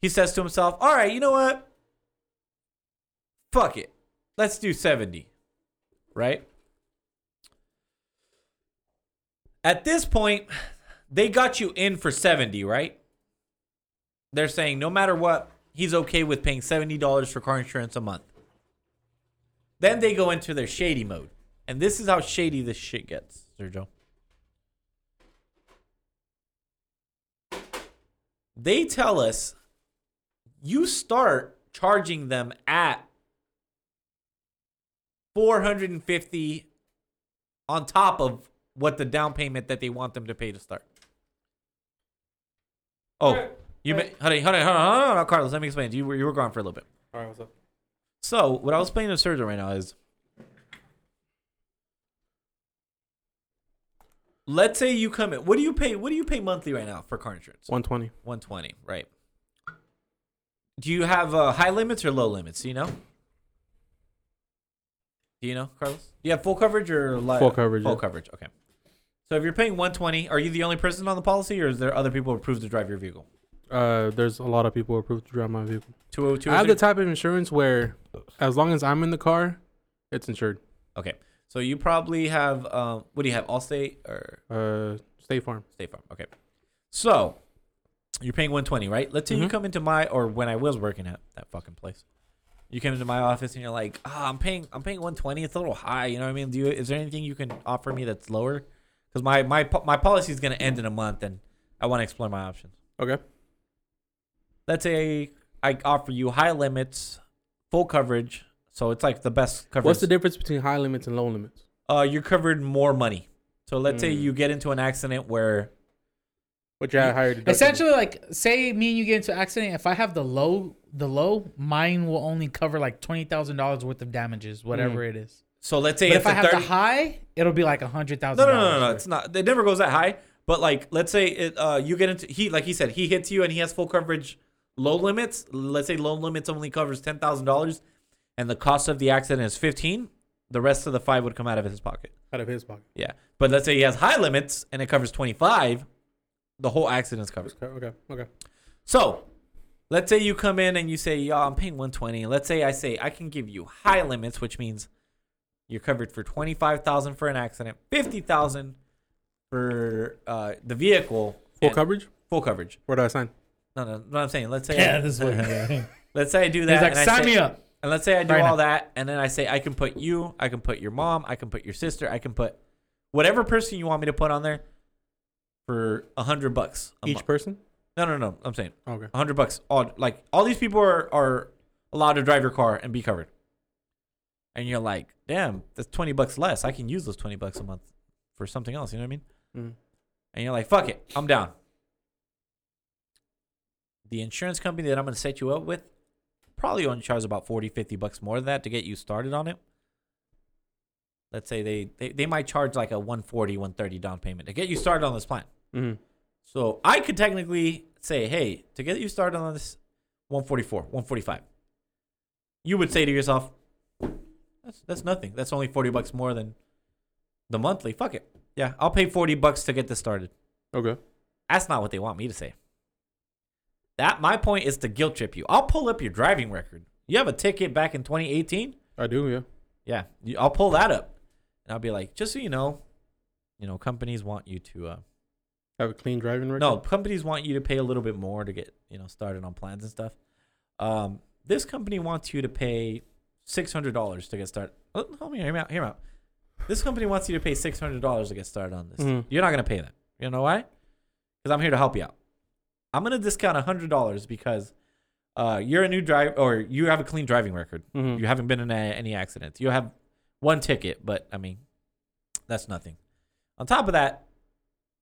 he says to himself, "All right, you know what? Fuck it. Let's do 70." Right? At this point, they got you in for 70, right? They're saying no matter what, he's okay with paying $70 for car insurance a month. Then they go into their shady mode. And this is how shady this shit gets, Sergio. they tell us you start charging them at 450 on top of what the down payment that they want them to pay to start. Oh, you may, hold on, hold on, hold on, hold on, hold on, Carlos. Let me explain. You were you were gone for a little bit. All right, what's up? So what I was playing to Sergio right now is, let's say you come in. What do you pay? What do you pay monthly right now for car insurance? 120. 120, right. Do you have uh, high limits or low limits? Do you know? Do you know, Carlos? Do you have full coverage or li- Full coverage, Full yeah. coverage, okay. So if you're paying 120, are you the only person on the policy or is there other people approved to drive your vehicle? Uh, there's a lot of people approved to drive my vehicle. 202 I have the type of insurance where, as long as I'm in the car, it's insured. Okay. So you probably have, um, what do you have, Allstate or? Uh, State Farm. State Farm. Okay. So you're paying 120, right? Let's say you Mm-hmm. Mhm. come into my or when I was working at that fucking place. You came into my office and you're like, ah, I'm paying I'm paying 120. It's a little high. You know what I mean? Do you is there anything you can offer me that's lower? Because my my po- my policy is gonna end in a month and I want to explore my options. Okay. Let's say I offer you high limits, full coverage, so it's like the best coverage. What's the difference between high limits and low limits? uh, you're covered more money. So let's say Mm. you get into an accident where Which I higher deductible. Essentially, like say me and you get into an accident. If I have the low, the low, mine will only cover like twenty thousand dollars worth of damages, whatever it is. so let's Mm. say But it's if I a have 30 the high, it'll be like a hundred thousand. No, no, no, no, no. It's not. It never goes that high. But like, let's say it. Uh, you get into he like he said he hits you and he has full coverage, low limits. Let's say low limits only covers ten thousand dollars, and the cost of the accident is fifteen. The rest of the five would come out of his pocket. out of his pocket. Yeah. But let's say he has high limits and it covers twenty five. The whole accident's covered. Okay. Okay. Okay. So, let's say you come in and you say, "Yo, I'm paying 120." Let's say I say I can give you high limits, which means you're covered for 25,000 for an accident, 50,000 for uh, the vehicle, Full and coverage. full coverage. Where do I sign? No, no, no. I'm saying, let's say, Yeah, this is what. He's let's say I do that. like, and I sign say- me up. and let's say I do Right all now. that, and then I say I can put you, I can put your mom, I can put your sister, I can put whatever person you want me to put on there for a hundred bucks a Each month. person. no, no, no. I'm saying Okay. a hundred bucks. All like all these people are are allowed to drive your car and be covered. And you're like, damn, that's twenty bucks less. I can use those twenty bucks a month for something else. You know what I mean? Mm. And you're like, fuck it, I'm down. The insurance company that I'm gonna set you up with probably only charges about 40, 50 bucks more than that to get you started on it. let's say they, they they might charge like a 140 130 down payment to get you started on this plan Mhm. so i could technically say hey to get you started on this 144 145 you would say to yourself that's that's nothing that's only 40 bucks more than the monthly fuck it yeah i'll pay 40 bucks to get this started Okay. that's not what they want me to say. That my point is to guilt trip you. I'll pull up your driving record. You have a ticket back in 2018. I do, yeah. Yeah, you, I'll pull that up, and I'll be like, just so you know, you know, companies want you to. Uh, Have a clean driving record. no, companies want you to pay a little bit more to get you know started on plans and stuff. Um, this company wants you to pay six hundred dollars to get started. Oh, Hold me, hear me out, hear me out. This company wants you to pay six hundred dollars to get started on this. Mhm. You're not gonna pay that. You know why? Because I'm here to help you out. I'm gonna discount hundred dollars because uh, you're a new driver or you have a clean driving record. Mhm. You haven't been in a, any accidents. You have one ticket, but I mean, that's nothing. On top of that,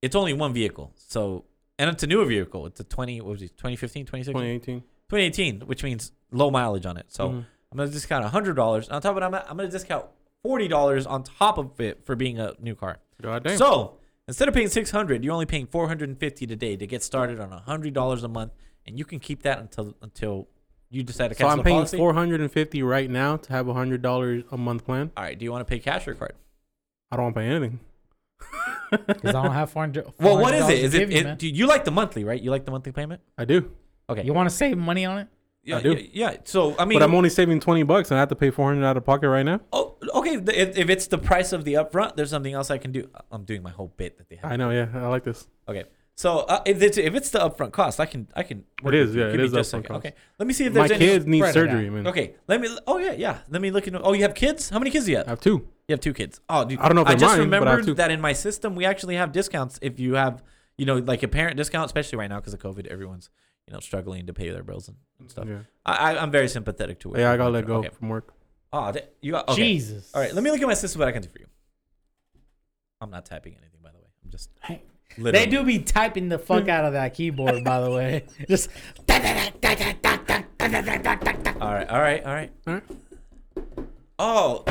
it's only one vehicle. So, and it's a newer vehicle. It's a 20, what was it, 2015, 2016? 2018. 2018, which means low mileage on it. So Mhm. I'm going to discount $100. On top of it, I'm, gonna- I'm going to discount $40 on top of it for being a new car. God damn. So instead of paying 600 you're only paying 450 today to get started on $100 a month. And you can keep that until until you decide to So cancel I'm the paying policy. 450 right now to have a hundred dollars a month plan. All right, do you want to pay cash or card? I don't want to pay anything. Because I don't have 400. Well, what is $400 it? to Is it, give you, it man. do you like the monthly, right? You like the monthly payment? I do, Okay. you want to save money on it? yeah, do. Yeah, yeah. So I mean, but I'm only saving 20 bucks and I have to pay 400 out of pocket right now. oh, okay. th- If, if it's the price of the upfront, there's something else I can do. I'm doing my whole bit that they have. I know, yeah, I like this. Okay. So uh, if it's if it's the upfront cost, I can I can. work is, with you. yeah, it Give me is just a upfront second. cost. Okay. Let me see if My there's any. kids need spread it surgery, man. Okay. Let me. Oh yeah, yeah. Let me look into. Oh, you have kids? How many kids do you have? I have two. You have two kids. Oh, dude. I don't know if I they're just mine, but I have remembered two. that in my system, we actually have discounts if you have, you know, like a parent discount, especially right now because of COVID. Everyone's, you know, struggling to pay their bills and, and stuff. Yeah, I, I, I'm very sympathetic to it. yeah I gotta let go Okay. from work. Oh, th- you got. Okay. Jesus. All right. Let me look at my system. What I can do for you. I'm not typing anything, by the way. I'm just. Hey, literally- They do be typing the fuck out of that keyboard, by the way. Just. All right. All right. All right. All right. Oh,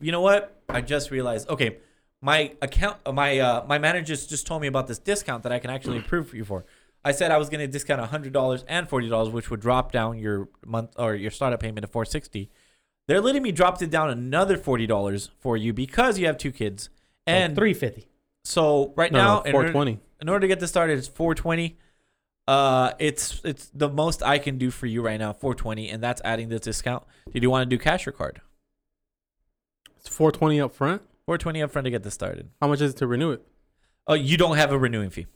you know what? I just realized. Okay, my account, uh, my uh, my managers just told me about this discount that I can actually approve you for. I said I was going to discount hundred dollars and forty dollars, which would drop down your month or your startup payment to four sixty. They're letting me drop it down another forty dollars for you because you have two kids. And 350. so right No, now, no, in order- 420. in order to get this started, it's 420. Uh, it's it's the most I can do for you right now, 420, and that's adding this discount. Did you want to do cash or card? It's 420 up front. 420 upfront to get this started. How much is it to renew it? Oh, you don't have a renewing fee.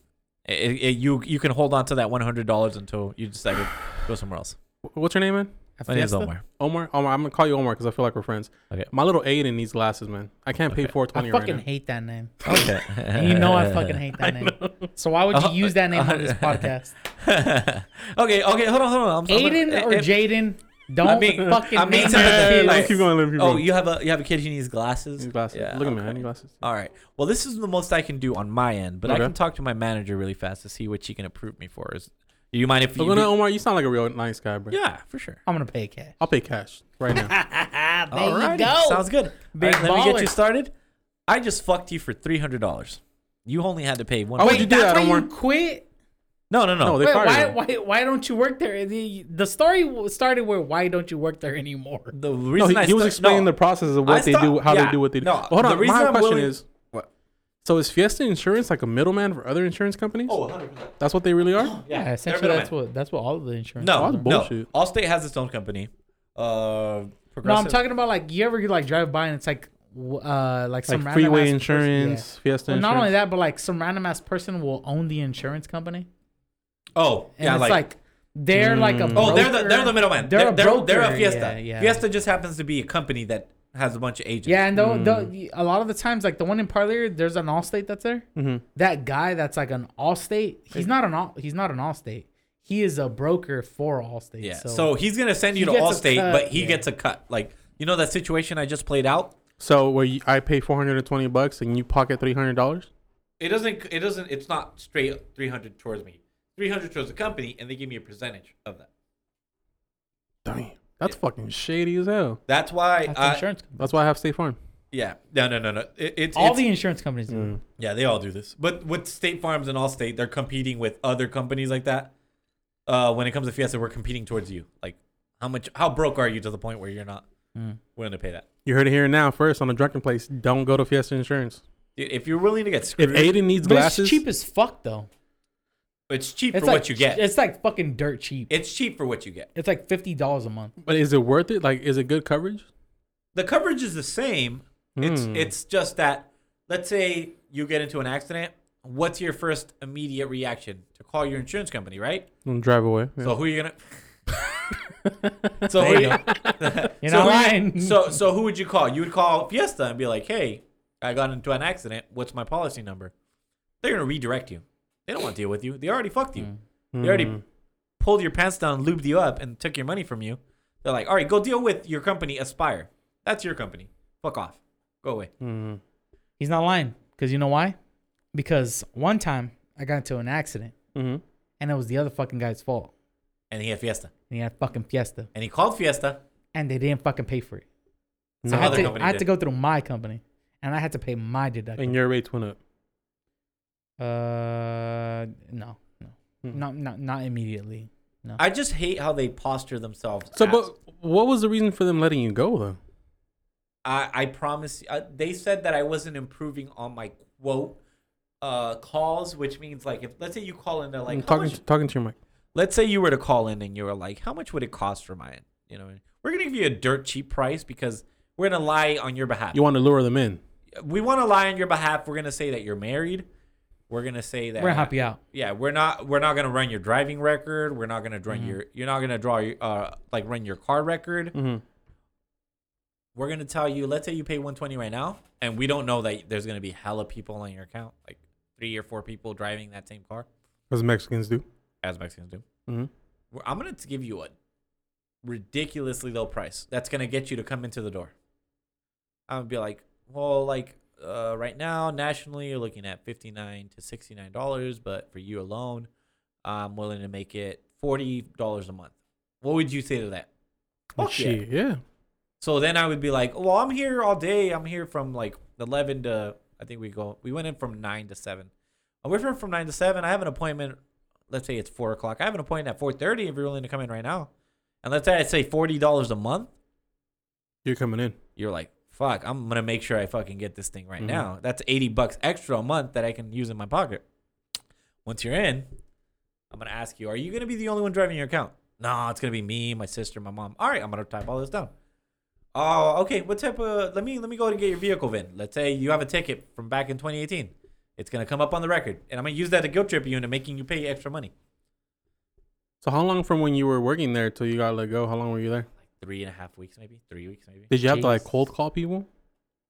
I- I- I- you you can hold on to that $100 until you decide to go somewhere else. Wh- What's your name, man? My name's Fiesta? Omar. Omar. Omar, I'm gonna call you Omar because I feel like we're friends. Okay. My little Aiden needs glasses, man. I can't pay Okay. I 420 right fucking now. hate that name. Okay. And you know I fucking hate that name. So why would you Uh, use that name on this uh, podcast? okay, okay, hold on, hold on. I'm, I'm- Aiden eh, or eh, Jaden? Don't I mean- fucking I mean name something your that- kids. like- keep going, let him keep Oh, going. you have a you have a kid who needs glasses. He needs glasses. Yeah, Look at me, I okay. need glasses. All right. Well, this is the most I can do on my end, but Okay. I can talk to my manager really fast to see what she can approve me for. Is do you mind if So, you? no, no, Omar, you sound like a real nice guy, bro. yeah, for sure. I'm gonna pay cash. I'll pay cash right now. there Alrighty, Sounds good. Big All right, let me get you baller. started. I just fucked you for three hundred dollars. You only had to pay one. Oh, Wait, you do that's that, why you Omar? quit. no, no, no. No, they Wait, fired why, him. why, why don't you work there? The, the story w- started where why don't you work there anymore? the No, reason he, I he was sta- explaining no. the process of what I they stop- do, how yeah, they do what they do. no, But hold the on, reason my I'm question willing- is: What? So is Fiesta Insurance like a middleman for other insurance companies? Oh, 100%. That's what they really are. Yeah, they're middlemen. what that's what all of the insurance. No, That's no. bullshit. Allstate has its own company. Uh, no, I'm Progressive- talking about like you ever you like drive by and it's like w- uh like some Like random ass freeway person- insurance, Fiesta Yeah. Well, insurance. not only that, but like some random ass person will own the insurance company, Oh, and yeah, it's like, like, they're like a oh, they're the broker. they're the middleman. They're, a broker. They're a Fiesta. Yeah, yeah. Fiesta just happens to be a company that has a bunch of agents. Yeah, and though, Mm. though a lot of the times, like the one in Parlier, there's an Allstate that's there. Mm-hmm. Mhm. That guy that's like an Allstate, he's not an all, he's not an Allstate. He is a broker for Allstate. Yeah. So, So, he's gonna send you He to gets a Allstate, cut, but he yeah. gets a cut. Like you know that situation I just played out. So where you, I pay four hundred and twenty bucks and you pocket three hundred dollars. It doesn't. It doesn't. It's not straight three hundred towards me. Three hundred towards the company, and they give me a percentage of that. Damn, that's fucking shady as hell. That's why. that's I, insurance. company. That's why I have State Farm. Yeah. No, no, no, no. It, it's All it's- Mm. the insurance companies do. Yeah, they all do this. But with State Farms and Allstate, they're competing with other companies like that. Uh, when it comes to Fiesta, we're competing towards you. Like, how much, how broke are you to the point where you're not Mm. willing to pay that? You heard it here now first on the drunken place. Don't go to Fiesta Insurance. Dude, if you're willing to get If screwed, Aiden needs But glasses, it's cheap as fuck though. it's cheap It's for like, what you get. It's like fucking dirt cheap. It's cheap for what you get. It's like fifty dollars a month. but is it worth it? Like, is it good coverage? The coverage is the same. It's Hmm. it's just that. Let's say you get into an accident. What's your first immediate reaction? To call your insurance company, right? And drive away. Yeah. So who are you gonna? so who There are you you, You're so not who- lying. So so who would you call? You would call Fiesta and be like, "Hey, I got into an accident. What's my policy number?" They're gonna redirect you. They don't want to deal with you. They already fucked you. They Hmm. already pulled your pants down, lubed you up, and took your money from you. They're like, "All right, go deal with your company, Aspire. That's your company. Fuck off. Go away." Mm. He's not lying because you know why? Because one time I got into an accident hmm and it was the other fucking guy's fault. And he had Fiesta, And he had a fucking fiesta and he called Fiesta. and they didn't fucking pay for it. So No. I had, Other to, company I had to did. go through my company and I had to pay my deductible. And your rates went up. Uh, no, no, Hmm. not not not immediately. I just hate how they posture themselves. So, as- but what was the reason for them letting you go though? I, I promise. Uh, they said that I wasn't improving on my quote uh, calls, which means like if let's say you call in, they're like, I'm "How talking much-" to, talking to your mic. Mm, let's say you were to call in and you were like, how much would it cost for mine? You know, we're gonna give you a dirt cheap price because we're gonna lie on your behalf. You want to lure them in. we want to lie on your behalf. We're gonna say that you're married. We're gonna say that We're gonna help you out. yeah, we're not we're not gonna run your driving record. We're not gonna run your you're not gonna draw your uh like run your car record. Mm-hmm. we're gonna tell you. Let's say you pay 120 right now, and we don't know that there's gonna be hella people on your account, like three or four people driving that same car, As Mexicans do. as Mexicans do. Mm-hmm. We're- I'm gonna give you a ridiculously low price. That's gonna get you to come into the door. I'm gonna be like, well, like uh, right now nationally, you're looking at 59 to 69 dollars, but for you alone, I'm willing to make it 40 dollars a month. What would you say to that? Oh, Fuck yeah. Oh, Shit, yeah. So then I would be like, well, I'm here all day. I'm here from like 11 to, I think we go, we went in from 9 to 7. I went in from 9 to 7. I have an appointment. Let's say it's 4 o'clock. I have an appointment at 4.30 if you're willing to come in right now. And let's say I say $40 a month. You're coming in. You're like, fuck, I'm going to make sure I fucking get this thing right Mhm. now. That's 80 bucks extra a month that I can use in my pocket. Once you're in, I'm going to ask you, are you going to be the only one driving your account? No, it's going to be me, my sister, my mom. All right, I'm going to type all this down. Oh, okay. What type of? Let me let me go and get your vehicle VIN. Let's say you have a ticket from back in 2018. It's gonna come up on the record, and I'm gonna use that to guilt trip you into making you pay extra money. So how long from when you were working there till you got let go? How long were you there? Like three and a half weeks, maybe three weeks, maybe. Did you have to like Jeez. cold call people?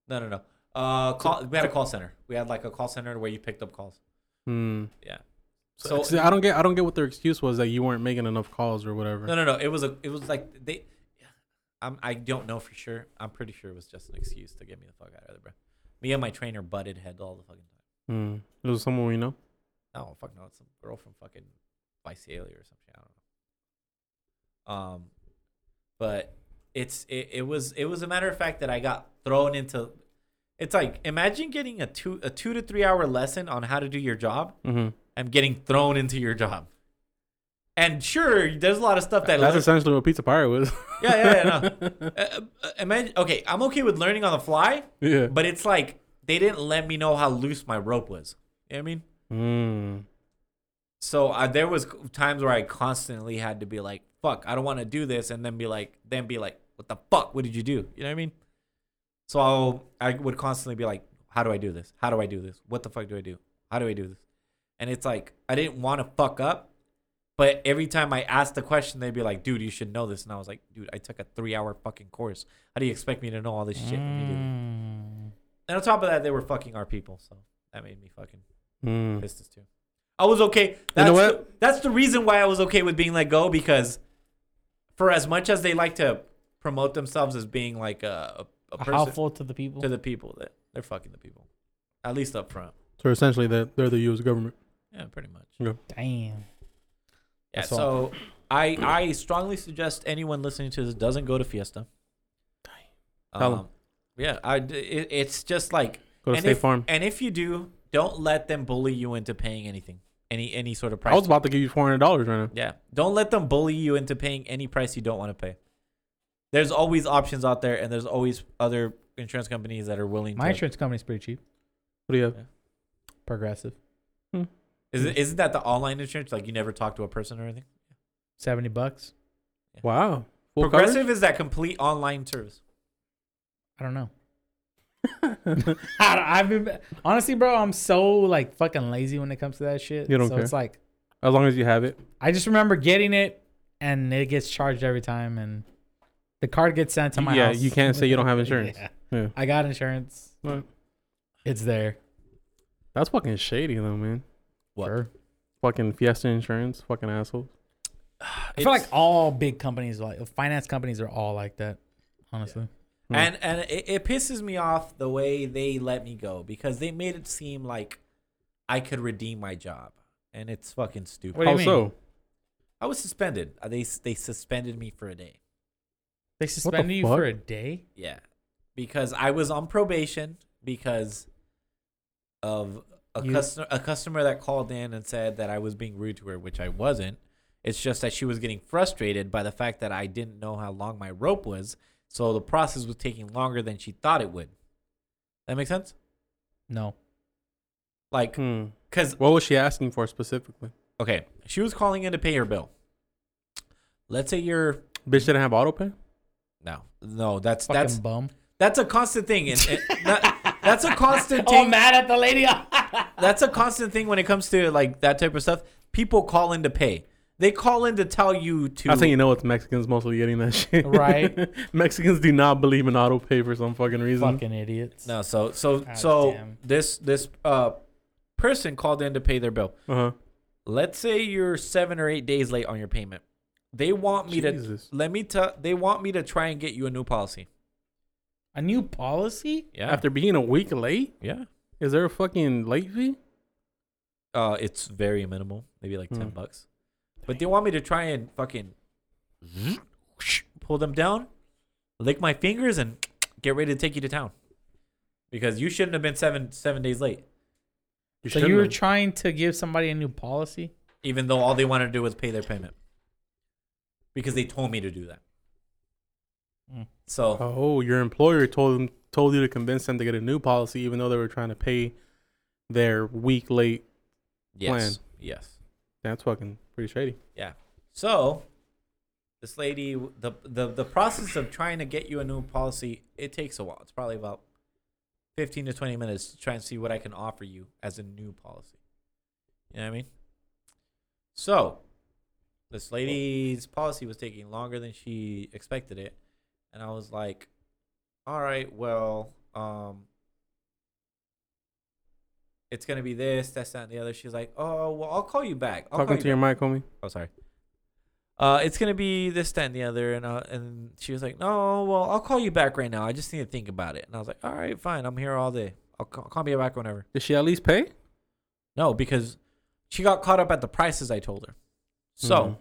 No, no, no. Uh, call, we had a call center. We had like a call center where you picked up calls. Hmm. Yeah. So, So I don't get I don't get what their excuse was that you weren't making enough calls or whatever. no, no, no. It was a. It was like they. I'm. I don't know for sure. I'm pretty sure it was just an excuse to get me the fuck out of there, bro. Me and my trainer butted head all the fucking time. Hmm. It was someone we know. No, fuck no. It's some girl from fucking Visalia or something. I don't know. Um, but it's it, it was it was a matter of fact that I got thrown into. It's like imagine getting a two a two to three hour lesson on how to do your job. Mm-hmm. I'm getting thrown into your job. And sure, there's a lot of stuff that That's lear- essentially what Pizza Pirate was. yeah yeah yeah. No. uh, uh, imagine okay, I'm okay with learning on the fly, yeah. but it's like they didn't let me know how loose my rope was. You know what I mean? Hmm. So I, there was times where I constantly had to be like, "Fuck, I don't want to do this," and then be like, then be like, "What the fuck? What did you do?" You know what I mean? So I'll, I would constantly be like, "How do I do this? How do I do this? What the fuck do I do? How do I do this?" And it's like I didn't want to fuck up, but every time I asked the question, they'd be like, "Dude, you should know this," and I was like, "Dude, I took a three-hour fucking course. How do you expect me to know all this shit?" immediately?" Mm. And on top of that, they were fucking our people, so that made me fucking Hmm. pissed us too. I was okay. You That's, know The, that's the reason why I was okay with being let go because, for as much as they like to promote themselves as being like a, a, a person Helpful to the people. to the people, that they're fucking the people, at least up front. So essentially, that they're the U.S. government. Yeah, pretty much. Damn. Yeah. That's all. So I I strongly suggest anyone listening to this doesn't go to Fiesta. Tell 'em. Um, Yeah, I d it, it's just like Go to and State if, Farm. And if you do, don't let them bully you into paying anything, any any sort of price. I was about to give you four hundred dollars right now. yeah, don't let them bully you into paying any price you don't want to pay. There's always options out there, and there's always other insurance companies that are willing. My to, insurance company's pretty cheap. What do you have? Progressive, is it, isn't that the online insurance? Like you never talk to a person or anything. seventy bucks. Wow. Full Progressive is that complete online service. I don't know. coverage? I don't- I've been honestly, bro. I'm so like fucking lazy when it comes to that shit. You don't so care. It's like as long as you have it. I just remember getting it, and it gets charged every time, and the card gets sent to my Yeah, house. you can't say you don't have insurance. Yeah. Yeah. I got insurance. Hmm. Right. It's there. That's fucking shady though, man. What? Sure. Fucking Fiesta Insurance, fucking assholes. I feel like all big companies, like finance companies, are all like that. Honestly, Mm. And and it, it pisses me off the way they let me go because they made it seem like I could redeem my job, and it's fucking stupid. What do How you mean? Oh, so? I was suspended. Uh, They they suspended me for a day. they suspend you fuck? for a day. Yeah, because I was on probation because of a You- customer a customer that called in and said that I was being rude to her, which I wasn't. It's just that she was getting frustrated by the fact that I didn't know how long my rope was, so the process was taking longer than she thought it would. That makes sense. No, Like, Hmm. cause What was she asking for specifically? okay, she was calling in to pay her bill. Let's say you're Bitch didn't have auto pay? no, no. That's fucking that's bum. that's a constant thing, and, and that- that's a constant Oh, thing. mad at the lady. that's a constant thing when it comes to like that type of stuff. People call in to pay. They call in to tell you to. That's how you know it's Mexicans mostly getting that shit. Right. Mexicans do not believe in auto pay for some fucking reason. fucking idiots. no, so so Ah, so damn. this this uh person called in to pay their bill. Uh huh. Let's say you're seven or eight days late on your payment. They want me Jesus. to let me tell. They want me to try and get you a new policy. A new policy? Yeah. After being a week late, yeah. is there a fucking late fee? Uh, it's very minimal, maybe like ten Mm. bucks. But they want me to try and fucking pull them down, lick my fingers, and get ready to take you to town, because you shouldn't have been seven seven days late. so you were trying to give somebody a new policy? Even though all they wanted to do was pay their payment, because they told me to do that. Mm. So Oh, your employer told them told you to convince them to get a new policy, even though they were trying to pay their week late. yes, plan. yes, That's fucking pretty shady. yeah. So this lady, the the the process of trying to get you a new policy, it takes a while. It's probably about. 15 to 20 minutes to try and see what I can offer you as a new policy. You know what I mean? So, this lady's policy was taking longer than she expected it. And I was like, all right, well, um, it's going to be this, that's that, and the other. She's like, oh, well, I'll call you back. I'll call Talking you to your mic, homie. oh sorry uh it's gonna be this that and the other and uh, and she was like no well i'll call you back right now i just need to think about it and i was like all right fine i'm here all day i'll call, call me back whenever Did she at least pay? no because she got caught up at the prices i told her so Mhm.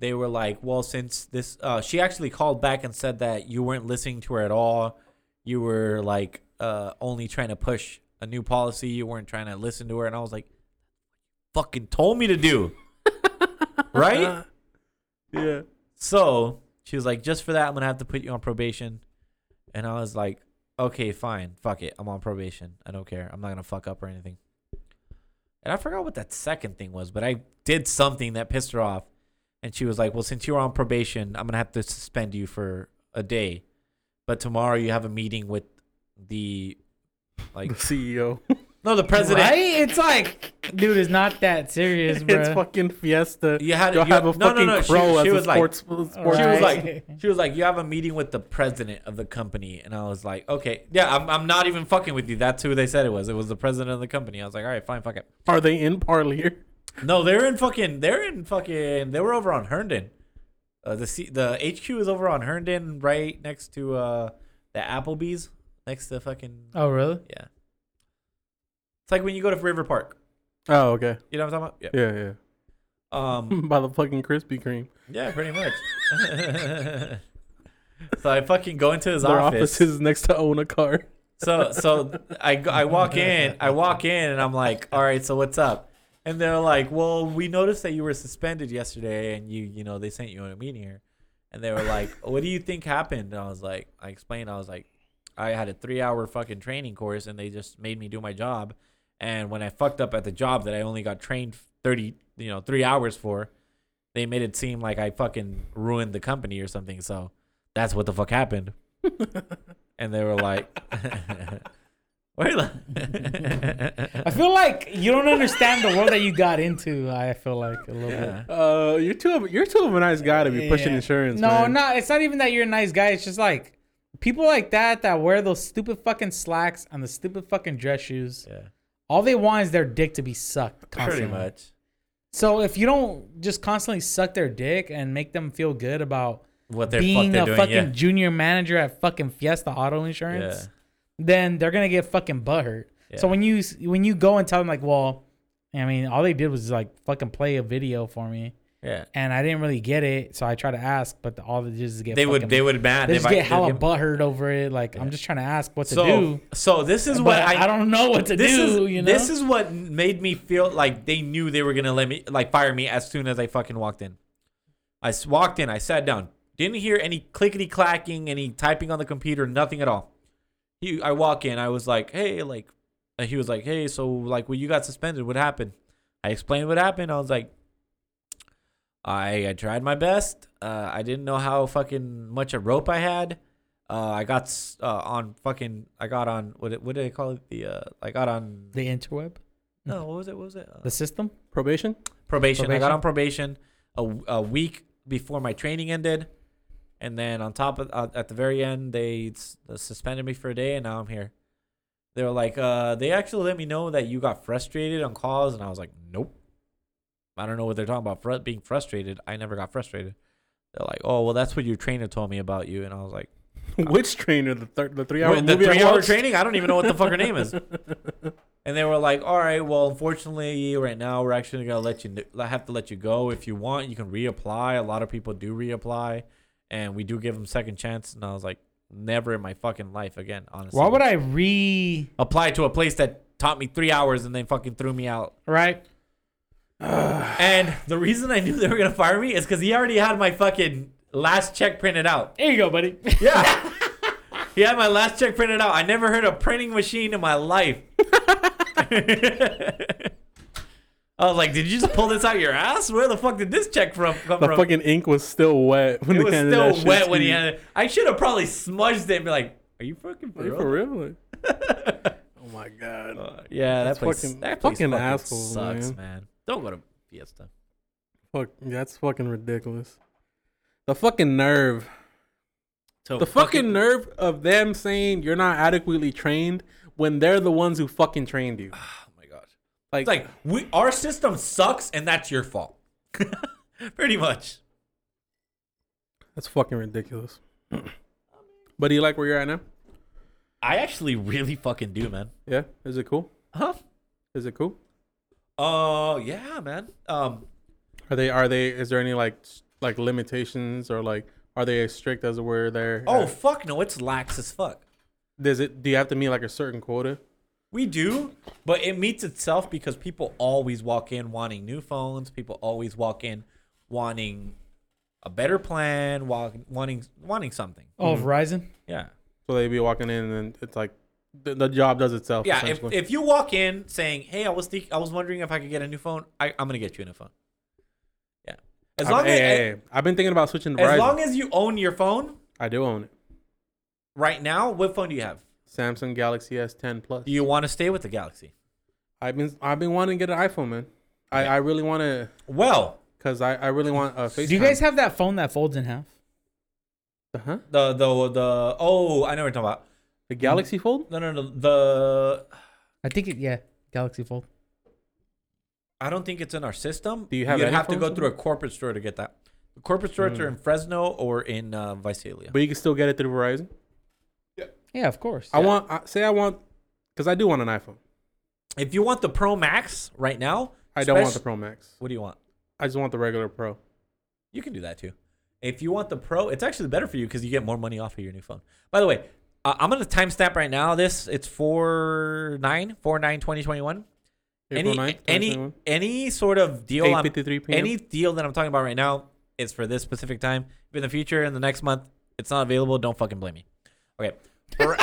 they were like well since this uh she actually called back and said that you weren't listening to her at all you were like uh only trying to push a new policy you weren't trying to listen to her and i was like fucking told me to do right Yeah. So she was like, just for that, I'm gonna have to put you on probation. And I was like, okay, fine, fuck it, I'm on probation. I don't care. I'm not gonna fuck up or anything. And I forgot what that second thing was, but I did something that pissed her off. And she was like, well, since you're on probation, I'm gonna have to suspend you for a day. But tomorrow you have a meeting with the like The E CEO. no the president. Right? It's like, dude, it's not that serious, bro. it's fucking Fiesta. You had You'll you have a no, no, fucking no. she- crow she, as a was like, sports, sports All She was Right. like, she was like, you have a meeting with the president of the company, and I was like, okay, yeah, I'm, I'm not even fucking with you. That's who they said it was. It was the president of the company. I was like, all right, fine, fuck it. Are they in parlier? No, they're in fucking, they're in fucking, they were over on Herndon. Uh, the C, the HQ is over on Herndon, right next to uh the Applebee's, next to fucking oh, really? yeah. It's like when you go to River Park. Oh, okay. You know what I'm talking about? Yeah, Yeah. Um. yeah. By the fucking Krispy Kreme. Yeah, pretty much. So I fucking go into his Their office. office is next to own a car. So so I go- I walk in, I walk in, and I'm like, all right, so what's up? And they're like, well, we noticed that you were suspended yesterday, and you you know they sent you on a meeting here, and they were like, what do you think happened? And I was like, I explained, I was like, I had a three hour fucking training course, and they just made me do my job, and when I fucked up at the job that I only got trained thirty you know three hours for, they made it seem like I fucking ruined the company or something. So that's what the fuck happened. and they were like, "Where?" you I la- feel like you don't understand the world that you got into. I feel like a little bit. yeah. Uh, you're too of- you're too of a nice guy to be pushing Yeah. insurance. No, man. no, it's not even that you're a nice guy. It's just like people like that that wear those stupid fucking slacks and the stupid fucking dress shoes. yeah, All they want is their dick to be sucked pretty constantly. much. So if you don't just constantly suck their dick and make them feel good about What they're, fuck being they're a doing, fucking yeah. junior manager at fucking Fiesta Auto Insurance, Yeah. then they're gonna get fucking butthurt. So Yeah. when you when you go and tell them like, well, I mean, all they did was like fucking play a video for me, yeah. and I didn't really get it, so I try to ask, but all they did is get They would, fucking- they would mad. they if just I- get they'd hella get- butthurt over it. Like I'm just trying to ask what to So, do, so this is but what I, I, don't know what to this do. is you know, this is what made me feel like they knew they were gonna let me like fire me as soon as I fucking walked in. I s- walked in, I sat down, didn't hear any clickety clacking, any typing on the computer, nothing at all. He, I walk in, I was like, hey, like, and he was like, hey, so like, well, you got suspended, what happened? I explained what happened. I was like, I, I tried my best. Uh, I didn't know how fucking much a rope I had. Uh, I got s- uh, on fucking. I got on what? it- What do they call it? The uh, I got on. the interweb, No, what was it? What was it? Uh, the system. probation. probation. I probation? got on probation a, w- a week before my training ended, and then on top of uh, at the very end, they s- uh, suspended me for a day, and now I'm here. They were like, uh, they actually let me know that you got frustrated on calls, and I was like, nope. I don't know what they're talking about. Fr- being frustrated, I never got frustrated. They're like, oh well, that's what your trainer told me about you, and I was like, Which trainer? The thir- the three hour Wait, the movie I three hour watched? training. I don't even know what the fuck her name is. And they were like, "All right, well, unfortunately, right now we're actually gonna let you kn- have to let you go. If you want, you can reapply. A lot of people do reapply, and we do give them second chance." And I was like, "Never in my fucking life again, honestly." Why would I re apply to a place that taught me three hours and then fucking threw me out? right? And the reason I knew they were gonna fire me is because he already had my fucking last check printed out. There you go, buddy. Yeah. he had my last check printed out. I never heard a printing machine in my life. I was like, did you just pull this out your ass? Where the fuck did this check from come The from? fucking ink was still wet when it they was handed that still shit wet to when he you. had it. I should have probably smudged it and be like, are you fucking for Are you real? for real? Like- oh my god. Yeah, That's that place, fucking- that place fucking fucking, assholes, sucks, man. man. Don't go to Fiesta. Fuck, that's fucking ridiculous. The fucking nerve. So The fucking nerve of them saying you're not adequately trained when they're the ones who fucking trained you. Oh my god. Like, It's like we our system sucks and that's your fault. Pretty much. that's fucking ridiculous. but do you like where you're at now? I actually really fucking do, man. Yeah. Is it cool? Huh? Is it cool? Oh yeah, man. Um, Are they are they is there any like s- like limitations or like are they as strict as where they're oh at? fuck no, it's lax as fuck. does it do you have to meet like a certain quota? We do, but it meets itself because people always walk in wanting new phones. People always walk in wanting a better plan, walk, wanting wanting something. Oh, Verizon. Yeah, So they be walking in and it's like the, the job does itself. yeah. If, essentially. if you walk in saying, "Hey, I was think, I was wondering if I could get a new phone," I, I'm gonna get you a new phone. Yeah, as I've- long hey, as hey, hey, I've been thinking about switching to as Verizon. long as you own your phone I do own it. right now, what phone do you have? Samsung Galaxy S10 Plus. Do you want to stay with the Galaxy? I've been I've been wanting to get an iPhone, man. I, I really want to Well, because I, I really want a FaceTime. Do you guys have that phone that folds in half? uh-huh. the the the oh, I know what you're talking about. the Galaxy Fold? No, no, no. The I think it. Yeah, Galaxy Fold. I don't think it's in our system. Do you have You'd any have to phones Hmm. go in through a corporate store to get that. The corporate stores are in Fresno or in uh, Visalia. But you can still get it through Verizon. Yeah, of course. I want I, say I want because I do want an iPhone. If you want the Pro Max right now, I don't want spec- the Pro Max. What do you want? I just want the regular Pro. You can do that too. If you want the pro, it's actually better for you because you get more money off of your new phone. By the way, uh, I'm gonna timestamp right now. This it's four nine four nine twenty twenty one. Any 9th, any 2021. any sort of deal I'm 8:53 p.m. any deal that I'm talking about right now is for this specific time. If in the future, in the next month, it's not available, don't fucking blame me. Okay. Bra-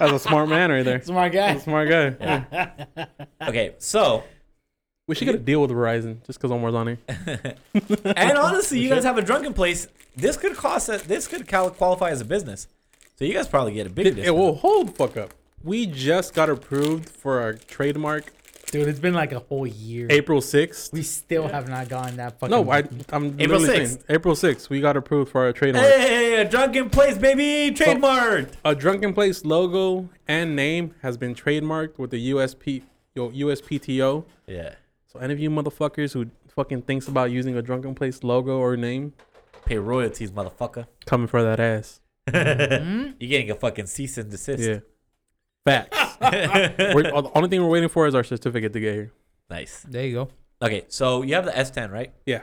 That's a smart man right there. Smart That's guy. a smart guy. Yeah. okay. So, We should get a deal with Verizon just because Omar's on here. and honestly, you guys have a drunken place. This could cost. us- This could cal- qualify as a business. So you guys probably get a big It discount. will hold the fuck up. We just got approved for our trademark Dude, it's been like a whole year. April 6th. We still have not gotten that fucking. No, I, I'm literally saying 6th. April 6th. We got approved for our trademark. Hey, a drunken place, baby, trademarked. A Drunken Place logo and name has been trademarked with the USP, yo, USPTO. Yeah, So any of you motherfuckers who fucking thinks about using a Drunken Place logo or name, pay royalties, motherfucker. coming for that ass. You're getting a fucking cease and desist. Yeah. oh. Facts. we're, the only thing we're waiting for is our certificate to get here. Nice. There you go. Okay, so you have the S10, right? Yeah.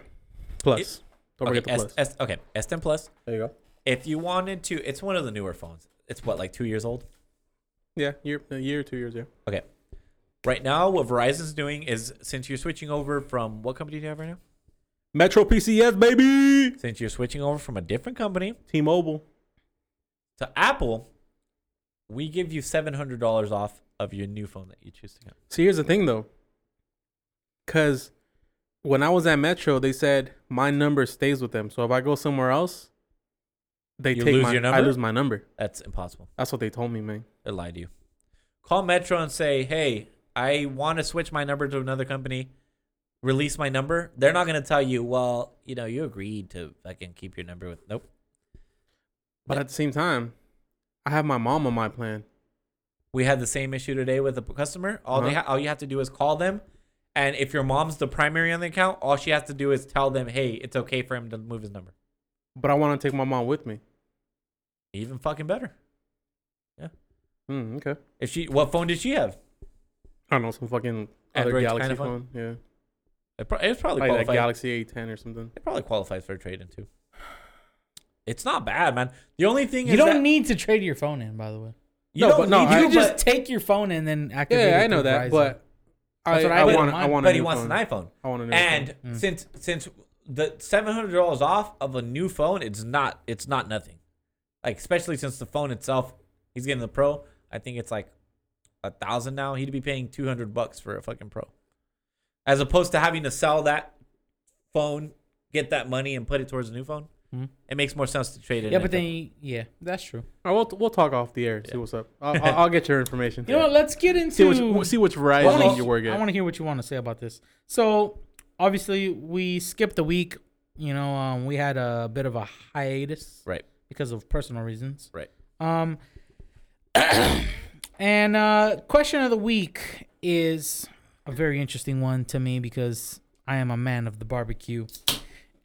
Plus. It- Don't okay, forget the plus. S, S, okay, S10 Plus. there you go. If you wanted to, it's one of the newer phones. It's what, like two years old? Yeah, year, a year, two years, yeah. Okay. Right now, what Verizon's doing is since you're switching over from what company do you have right now? Metro PCS, baby. Since you're switching over from a different company T-Mobile. to Apple, we give you $700 off of your new phone that you choose to get. See, here's the thing though. Cause when I was at Metro, they said my number stays with them. So if I go somewhere else, they You take lose my, your I number? lose my number. That's impossible. That's what they told me, man. They lied to you. Call Metro and say, hey, I want to switch my number to another company. Release my number. They're not going to tell you, well, you know, you agreed to fucking keep your number with. Nope. But at the same time, I have my mom on my plan. We had the same issue today with a customer. All they Uh-huh. ha- all you have to do is call them, and if your mom's the primary on the account, all she has to do is tell them, "Hey, it's okay for him to move his number." But I want to take my mom with me. Even fucking better. Mm, okay. If she, what phone did she have? I don't know some fucking other Android Galaxy kind of phone. phone? Yeah, It, pro- it was probably like Oh, that qualified. Galaxy A10 or something. It probably qualifies for a trade in too. It's not bad, man. The only thing You is don't that- need to trade your phone in, by the way. you No, don't but no, need I- You to, just but- take your phone and then activate. Yeah, it I know through that, Verizon. but I, That's what I I, did on want. I mine. want. a but he new wants phone. an iPhone. I want a new phone. And Mm. since since the seven hundred dollars off of a new phone, it's not it's not nothing. Like especially since the phone itself, he's getting the Pro. I think it's like a thousand now. He'd be paying two hundred bucks for a fucking Pro, as opposed to having to sell that phone, get that money, and put it towards a new phone. Mhm. It makes more sense to trade it. yeah, in but at then you, yeah, that's true. All right, we'll, we'll talk off the air. See Yeah. what's up. I'll, I'll, I'll get your information. You know what? Let's get into. See which see which I wanna Verizon he- you work I at. want to hear what you want to say about this. So, obviously, we skipped a week. You know, um, we had a bit of a hiatus, Right. because of personal reasons, Right. Um, and uh, question of the week is a very interesting one to me because I am a man of the barbecue,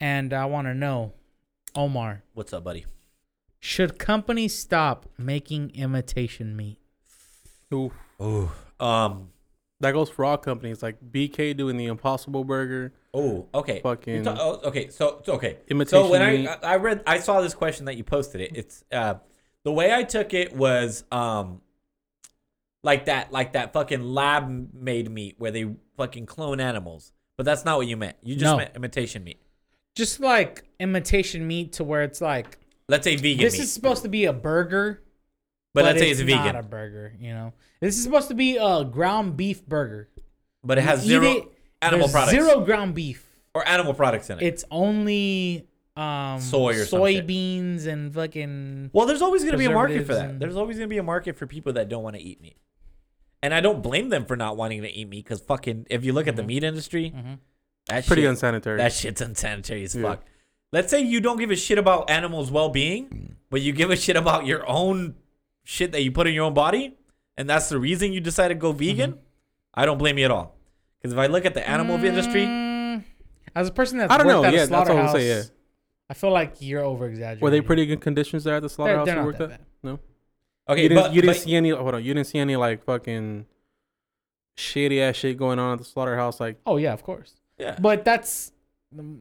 and I want to know, Omar, What's up, buddy? should companies stop making imitation meat? Ooh, Oh, um, that goes for all companies like BK doing the Impossible Burger. oh, okay. Fucking- You ta- oh, okay, so it's okay. Imitation So when I- meat. I I read I saw this question that you posted it. It's uh the way I took it was um like that like that fucking lab made meat where they fucking clone animals. But that's not what you meant. You just No. meant imitation meat. Just like imitation meat, to where it's like Let's say vegan this meat. is supposed to be a burger, but, let's say it's, not vegan. a burger. You know, this is supposed to be a ground beef burger. but it has Eat zero it, animal there's products. Zero ground beef. or animal products in it. It's only um, Soy or some shit. soybeans and fucking. Well, there's always going to be a market for Preservatives that. and- There's always going to be a market for people that don't want to eat meat. And I don't blame them for not wanting to eat meat because fucking, if you look Mm-hmm. at the meat industry, that's Pretty shit, unsanitary. That shit's unsanitary as Yeah. fuck. Let's say you don't give a shit about animals' well being, but you give a shit about your own shit that you put in your own body, and that's the reason you decide to go Mm-hmm. vegan. I don't blame you at all. Because if I look at the animal industry, Mm, as a person that's I don't worked know. at Yeah, a that's what I would slaughterhouse, say, I feel like you're over exaggerating. Were they pretty good conditions there at the slaughterhouse they're you not worked at? that bad. No. okay, you didn't, but, you didn't but- see any. Hold on. You didn't see any like fucking shitty ass shit going on at the slaughterhouse. Like Oh yeah, of course. yeah. But that's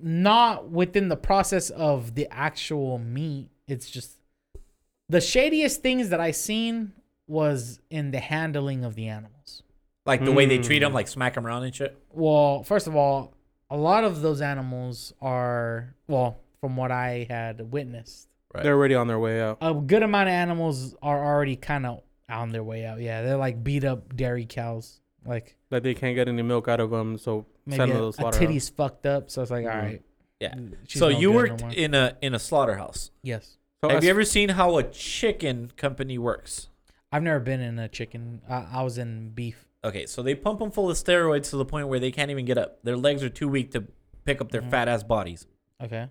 not within the process of the actual meat. It's just the shadiest things that I seen was in the handling of the animals. Like the way they Mm. treat them, like smack them around and shit. Well, first of all, a lot of those animals are well, from what I had witnessed, Right. They're already on their way out. a good amount of animals are already kind of on their way out. Yeah, they're like beat up dairy cows. Like Like they can't get any milk out of them, so maybe send a, them a to slaughter. titty's fucked up, so it's like all Mhm. right. Yeah. she's so no you good no worked more. in a in a slaughterhouse. yes. Oh, Have you ever seen how a chicken company works? I've never been in a chicken. I, I was in beef. Okay, so they pump them full of steroids to the point where they can't even get up. Their legs are too weak to pick up their Mhm. fat ass bodies. Okay.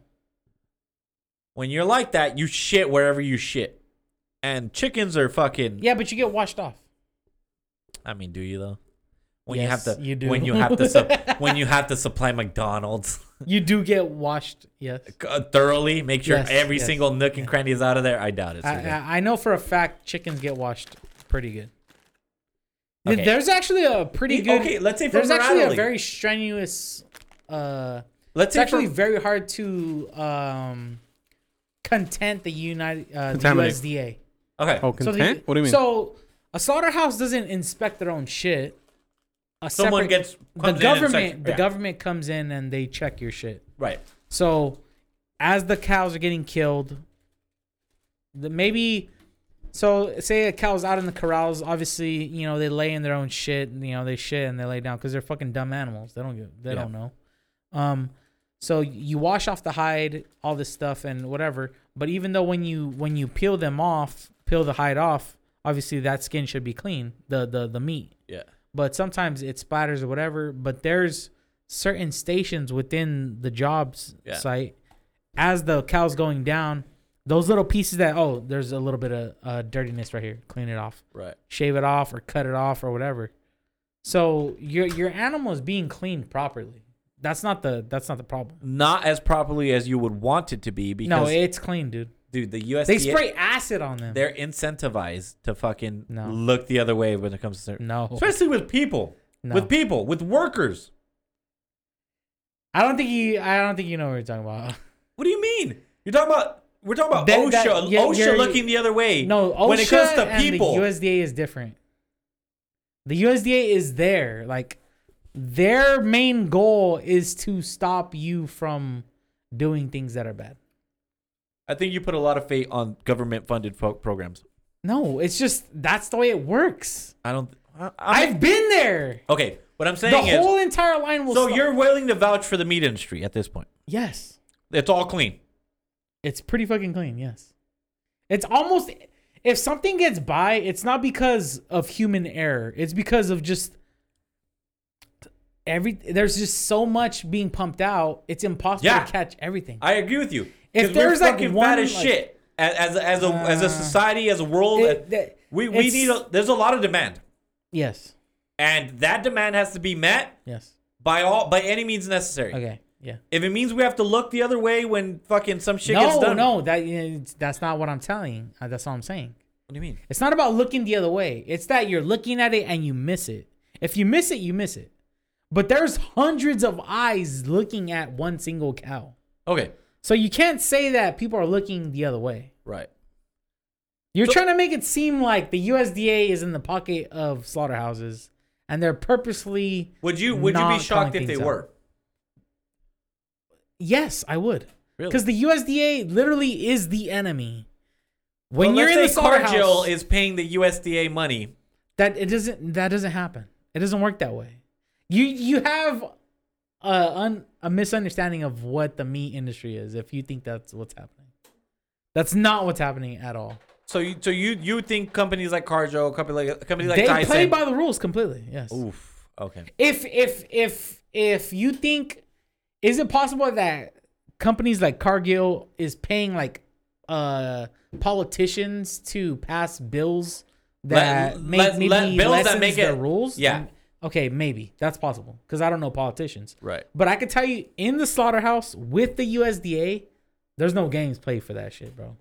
When you're like that, you shit wherever you shit. And chickens are fucking. Yeah, but you get washed off. I mean, do you though? When Yes, you have to, you do. when you have to, sup- when you have to supply McDonald's uh, You do get washed. Yes. thoroughly, make sure Yes, every yes. single nook and cranny is out of there. I doubt it. I, I, I know for a fact chickens get washed pretty good. Th- Okay. There's actually a pretty good. E, okay, let's say for there's actually a morality. very strenuous. Uh, let's it's say actually for, very hard to um, content the United uh, the Contaminate. USDA. okay. Oh, So the- content? what do you mean? So a slaughterhouse doesn't inspect their own shit. A Someone separate- gets the comes in and government. sex- the yeah, government comes in and they check your shit. right. So, as the cows are getting killed, the, maybe so say a cow's out in the corrals. Obviously, you know they lay in their own shit. And, you know they shit and they lay down because they're fucking dumb animals. They don't get, they Yeah. don't know. Um, so you wash off the hide, all this stuff and whatever. But even though when you when you peel them off, peel the hide off, obviously that skin should be clean. The the the meat Yeah. but sometimes it splatters or whatever. But there's certain stations within the jobs Yeah. site as the cow's going down, those little pieces that oh, there's a little bit of uh, dirtiness right here. Clean it off, Right. shave it off, or cut it off or whatever. So your your animal is being cleaned properly. That's not the that's not the problem. Not as properly as you would want it to be because no, it's clean, dude. dude, the USDA They spray acid on them. they're incentivized to fucking No. look the other way when it comes to certain No, especially with people no. with people with workers I don't think you. I don't think you know what you're talking about. what do you mean you're talking about we're talking about That- osha that- yeah, you're- osha looking the other way No, OSHA when it comes to and people the USDA is different. The USDA is there. Like their main goal is to stop you from doing things that are bad. i think you put a lot of faith on government funded pro- programs No, it's just that's the way it works. i don't I, I I've been there. okay what i'm The saying is whole entire line will. so stop- you're willing to vouch for the meat industry at this point yes, it's all clean it's pretty fucking clean. Yes, it's almost if something gets by, it's not because of human error. It's because of just every there's just so much being pumped out it's impossible Yeah. to catch everything i agree with you If 'Cause we're there's, like, fucking one, fat as like- shit as, as, as, a, as Uh, a society as a world It- that- we, we it's- need a, there's a lot of demand yes and that demand has to be met yes by all by any means necessary. okay yeah If it means we have to look the other way when fucking some shit gets no done. What no that it's- that's not what i'm telling you. Uh, that's all i'm saying do you mean? it's not about looking the other way it's that you're looking at it and you miss it if you miss it you miss it but there's hundreds of eyes looking at one single cow Okay. so you can't say that people are looking the other way Right. You're So- trying to make it seem like the USDA is in the pocket of slaughterhouses and they're purposely. Would you would you not be shocked calling if they things out. were? Yes, I would. Really? Because the USDA literally is the enemy. When Well, you're in the let's say slaughterhouse, Cargill is paying the USDA money. that it doesn't that doesn't happen. It doesn't work that way. You you have a un, a misunderstanding of what the meat industry is if you think that's what's happening. That's not what's happening at all. So you so you you think companies like Cargill, company like company like they Tyson. play by the rules completely. Yes. Oof. Okay. if if if if you think is it possible that companies like Cargill is paying like uh politicians to pass bills that Let- make let- maybe let bills that lessens make their it- rules? yeah. Okay, maybe that's possible because I don't know politicians, Right. but I could tell you in the slaughterhouse with the USDA, there's no games played for that shit, bro.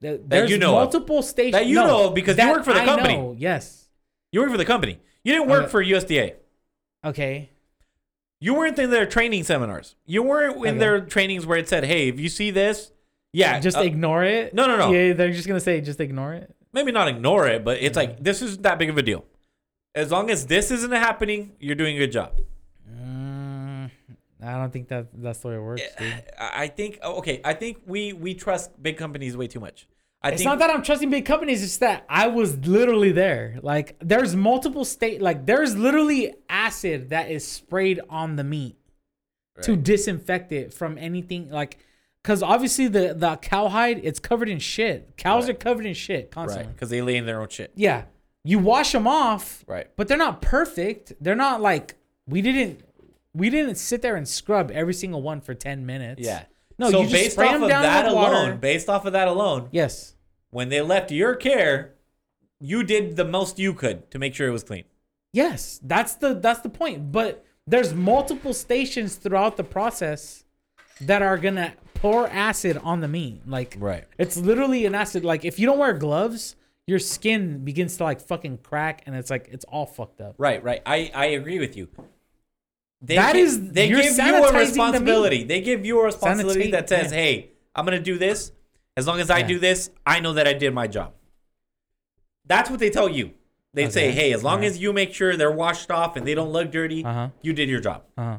There- There's you know of. multiple stations That you no, know of because you that work for the I company. know, yes. You work for the company. You didn't work Okay. for USDA. Okay. You weren't in their training seminars. You weren't in Okay. their trainings where it said, "Hey, if you see this, yeah, just uh, ignore it. no, no, no. Yeah, they're just gonna say just ignore it. maybe not ignore it, but it's like this isn't that big of a deal. As long as this isn't happening, you're doing a good job." Mm, I don't think that that's the way it works. Dude. I I think oh, okay. I think we we trust big companies way too much. I It's think not that I'm trusting big companies. It's that I was literally there. Like, there's multiple state. Like, there's literally acid that is sprayed on the meat to disinfect it from anything. Like, because obviously the the cowhide it's covered in shit. Cows Right. are covered in shit constantly. right because they lay in their own shit. Yeah, you wash them off, Right. but they're not perfect. They're not like we didn't we didn't sit there and scrub every single one for ten minutes. Yeah. No, you just spray 'em down that with alone, water. based off of that alone, Yes. when they left your care, you did the most you could to make sure it was clean. Yes, that's the that's the point. But there's multiple stations throughout the process that are gonna pour acid on the meat. Like Right. it's literally an acid. Like if you don't wear gloves, your skin begins to like fucking crack, and it's like it's all fucked up. Right, right. I, I agree with you. They That that is- is they you're give you sanitizing the a meat. responsibility. They give you a responsibility Sanitate, that says, yeah. "Hey, I'm gonna do this. As long as I Yeah. do this, I know that I did my job." That's what they tell you. They say, Okay. "Hey, as long Alright. as you make sure they're washed off and they don't look dirty, Uh-huh. you did your job." Uh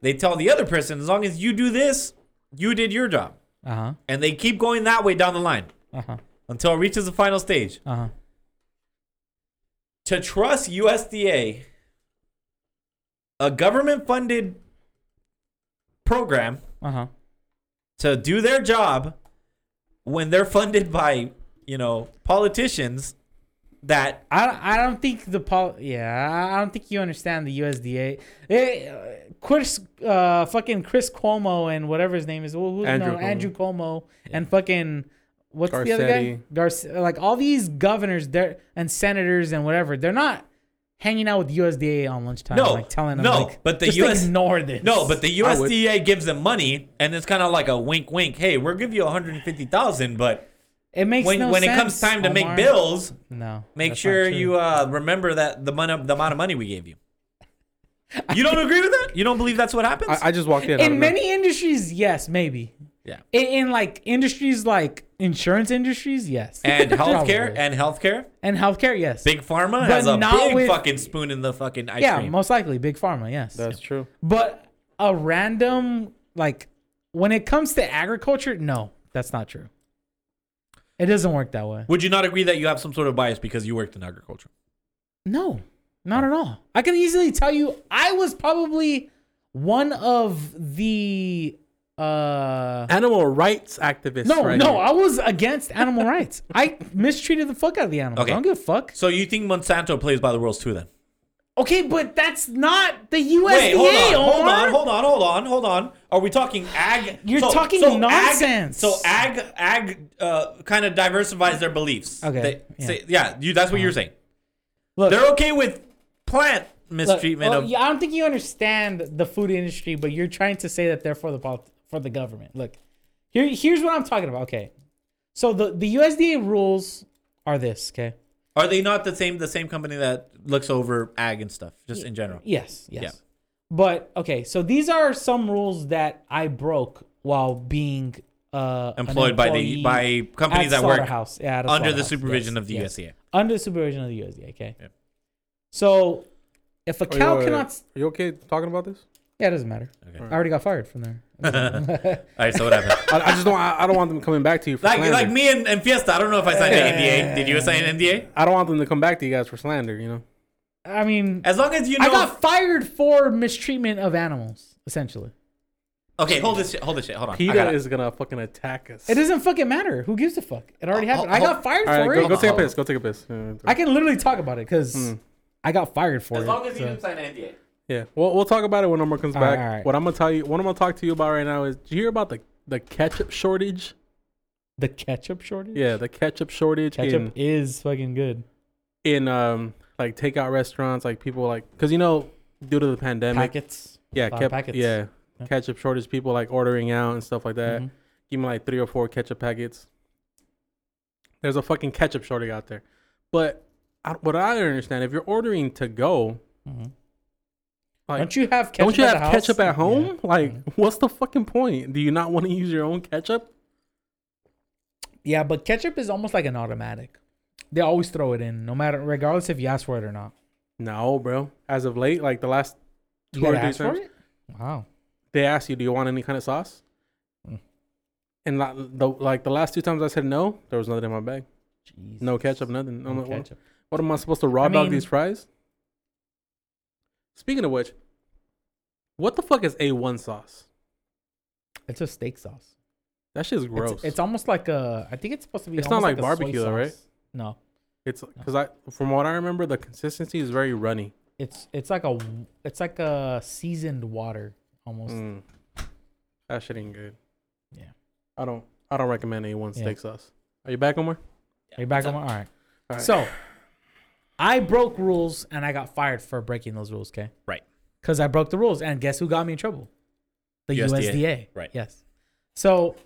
They tell the other person, "As long as you do this, you did your job," huh. Uh huh. and they keep going that way down the line Uh huh. until it reaches the final stage. Uh huh. to trust USDA, a government funded program Uh huh. to do their job when they're funded by, you know, politicians that I, I don't think the pol yeah I don't think you understand the USDA. Eh, uh, Chris uh fucking Chris Cuomo and whatever his name is who, who, Andrew no, Cuomo. Andrew Cuomo and fucking what's the other guy Garcetti. Garcia like all these governors there and senators and whatever they're not hanging out with USDA on lunchtime No, like telling them no, like, but the just US ignore this no, but the I would- USDA gives them money and it's kind of like a wink wink, hey, we'll give you 150,000 but it makes when no when it sense, comes time to make Omar. bills, no make that's not sure true. you uh, remember that the money the amount of money we gave you. You don't agree with that? You don't believe that's what happens? I, I just walked in. I in don't know. many industries yes maybe yeah. in, in like industries like insurance industries yes and healthcare Probably. and healthcare. And healthcare, yes. Big pharma But has a not big with- fucking spoon in the fucking ice yeah, cream. most likely big pharma, yes. That's true. but a random like when it comes to agriculture, no, that's not true. It doesn't work that way. Would you not agree that you have some sort of bias because you worked in agriculture? No, not at all. I can easily tell you I was probably one of the uh Animal rights activists. no, right no, uh, here. I was against animal rights. I mistreated the fuck out of the animals. Okay. I don't give a fuck. So you think Monsanto plays by the rules too? Then Okay, but that's not the USDA. wait, hold on, hold Omar. on, hold on, hold on, hold on. Are we talking ag? You're talking ag- nonsense. so ag, ag, uh, kind of diversifies their beliefs. Okay, They, yeah. Uh-huh. yeah, say, yeah you, that's what you're saying. Look, They're okay with plant Look, mistreatment well, of. yeah, I don't think you understand the food industry, but you're trying to say that they're for the polit- for the government. Look, here here's what I'm talking about. Okay, so the the USDA rules are this. Okay, Are they not the same? The same company that looks over ag and stuff, just in general. yes, yes. Yeah. But okay, so these are some rules that I broke while being uh, an employed by the employee by companies at that work slaughterhouse. Yeah, at a under the slaughterhouse. supervision Yes, of the yes. USDA. Under the supervision of the USDA. Okay. Yeah. So if a Are cow you, uh, cannot, s- Are you okay talking about this? yeah, it doesn't matter. Okay. I already got fired from there. All right, so what happened? I, I just don't. I, I don't want them coming back to you for like slander. like me and, and Fiesta, I don't know if I signed an NDA. Did you sign an NDA? I don't want them to come back to you guys for slander. You know. I mean, As long as you know. I got fired for mistreatment of animals, essentially. okay, hold this shit. Hold this shit. Hold on. I PETA got is gonna fucking attack us. It doesn't fucking matter. Who gives a fuck? It already Oh, happened. oh, I got oh. fired All right, for go, it. go Hmm. take a Oh. piss. Go take a piss. Yeah, I can literally talk about it because I got fired for As it. long as you so- didn't sign an NDA. yeah. We'll, we'll talk about it when Omar comes All right, back. all right. What I'm gonna tell you, what I'm gonna talk to you about right now is, do you hear about the the ketchup shortage? the ketchup shortage. Yeah, the ketchup shortage ketchup in is fucking good. in um like takeout restaurants, like people like because you know due to the pandemic, Packets. yeah, lot of kept, packets. yeah, Yeah. ketchup shortage, people like ordering out and stuff like that. Mhm. Give me like three or four ketchup packets. There's a fucking ketchup shortage out there, but I, what I don't understand if you're ordering to go, Mhm. Like, Mm-hmm. don't you have ketchup? don't you at the have house? ketchup at home? Yeah. Mm-hmm. Like, what's the fucking point? Do you not want to use your own ketchup? Yeah, but ketchup is almost like an automatic. They always throw it in, no matter regardless if you ask for it or not. No, bro. As of late, like the last You Two or gotta three ask for times. it. Wow. they asked you, "Do you want any kind of sauce?" Mm. And la- the, like the last two times I said no, there was nothing in my bag. No ketchup, nothing. I'm No like, what- ketchup. What am I supposed to raw I dog mean- these fries? Speaking of which, what the fuck is A1 sauce? It's a steak sauce. That shit's gross. It's, it's almost like a. I think it's supposed to be. It's not almost like a soy barbecue though, right? sauce. No, It's because I, from what I remember, the consistency is very runny. it's it's like a it's like a seasoned water almost. Mm. That shit ain't good. Yeah. I don't. I don't recommend A1 Yeah. steak sauce. Are you back, Omar? Are you back What's on? All right. All right. So, I broke rules and I got fired for breaking those rules. Okay. Right. Because I broke the rules, and guess who got me in trouble? The USDA. USDA. Right. Yes. So,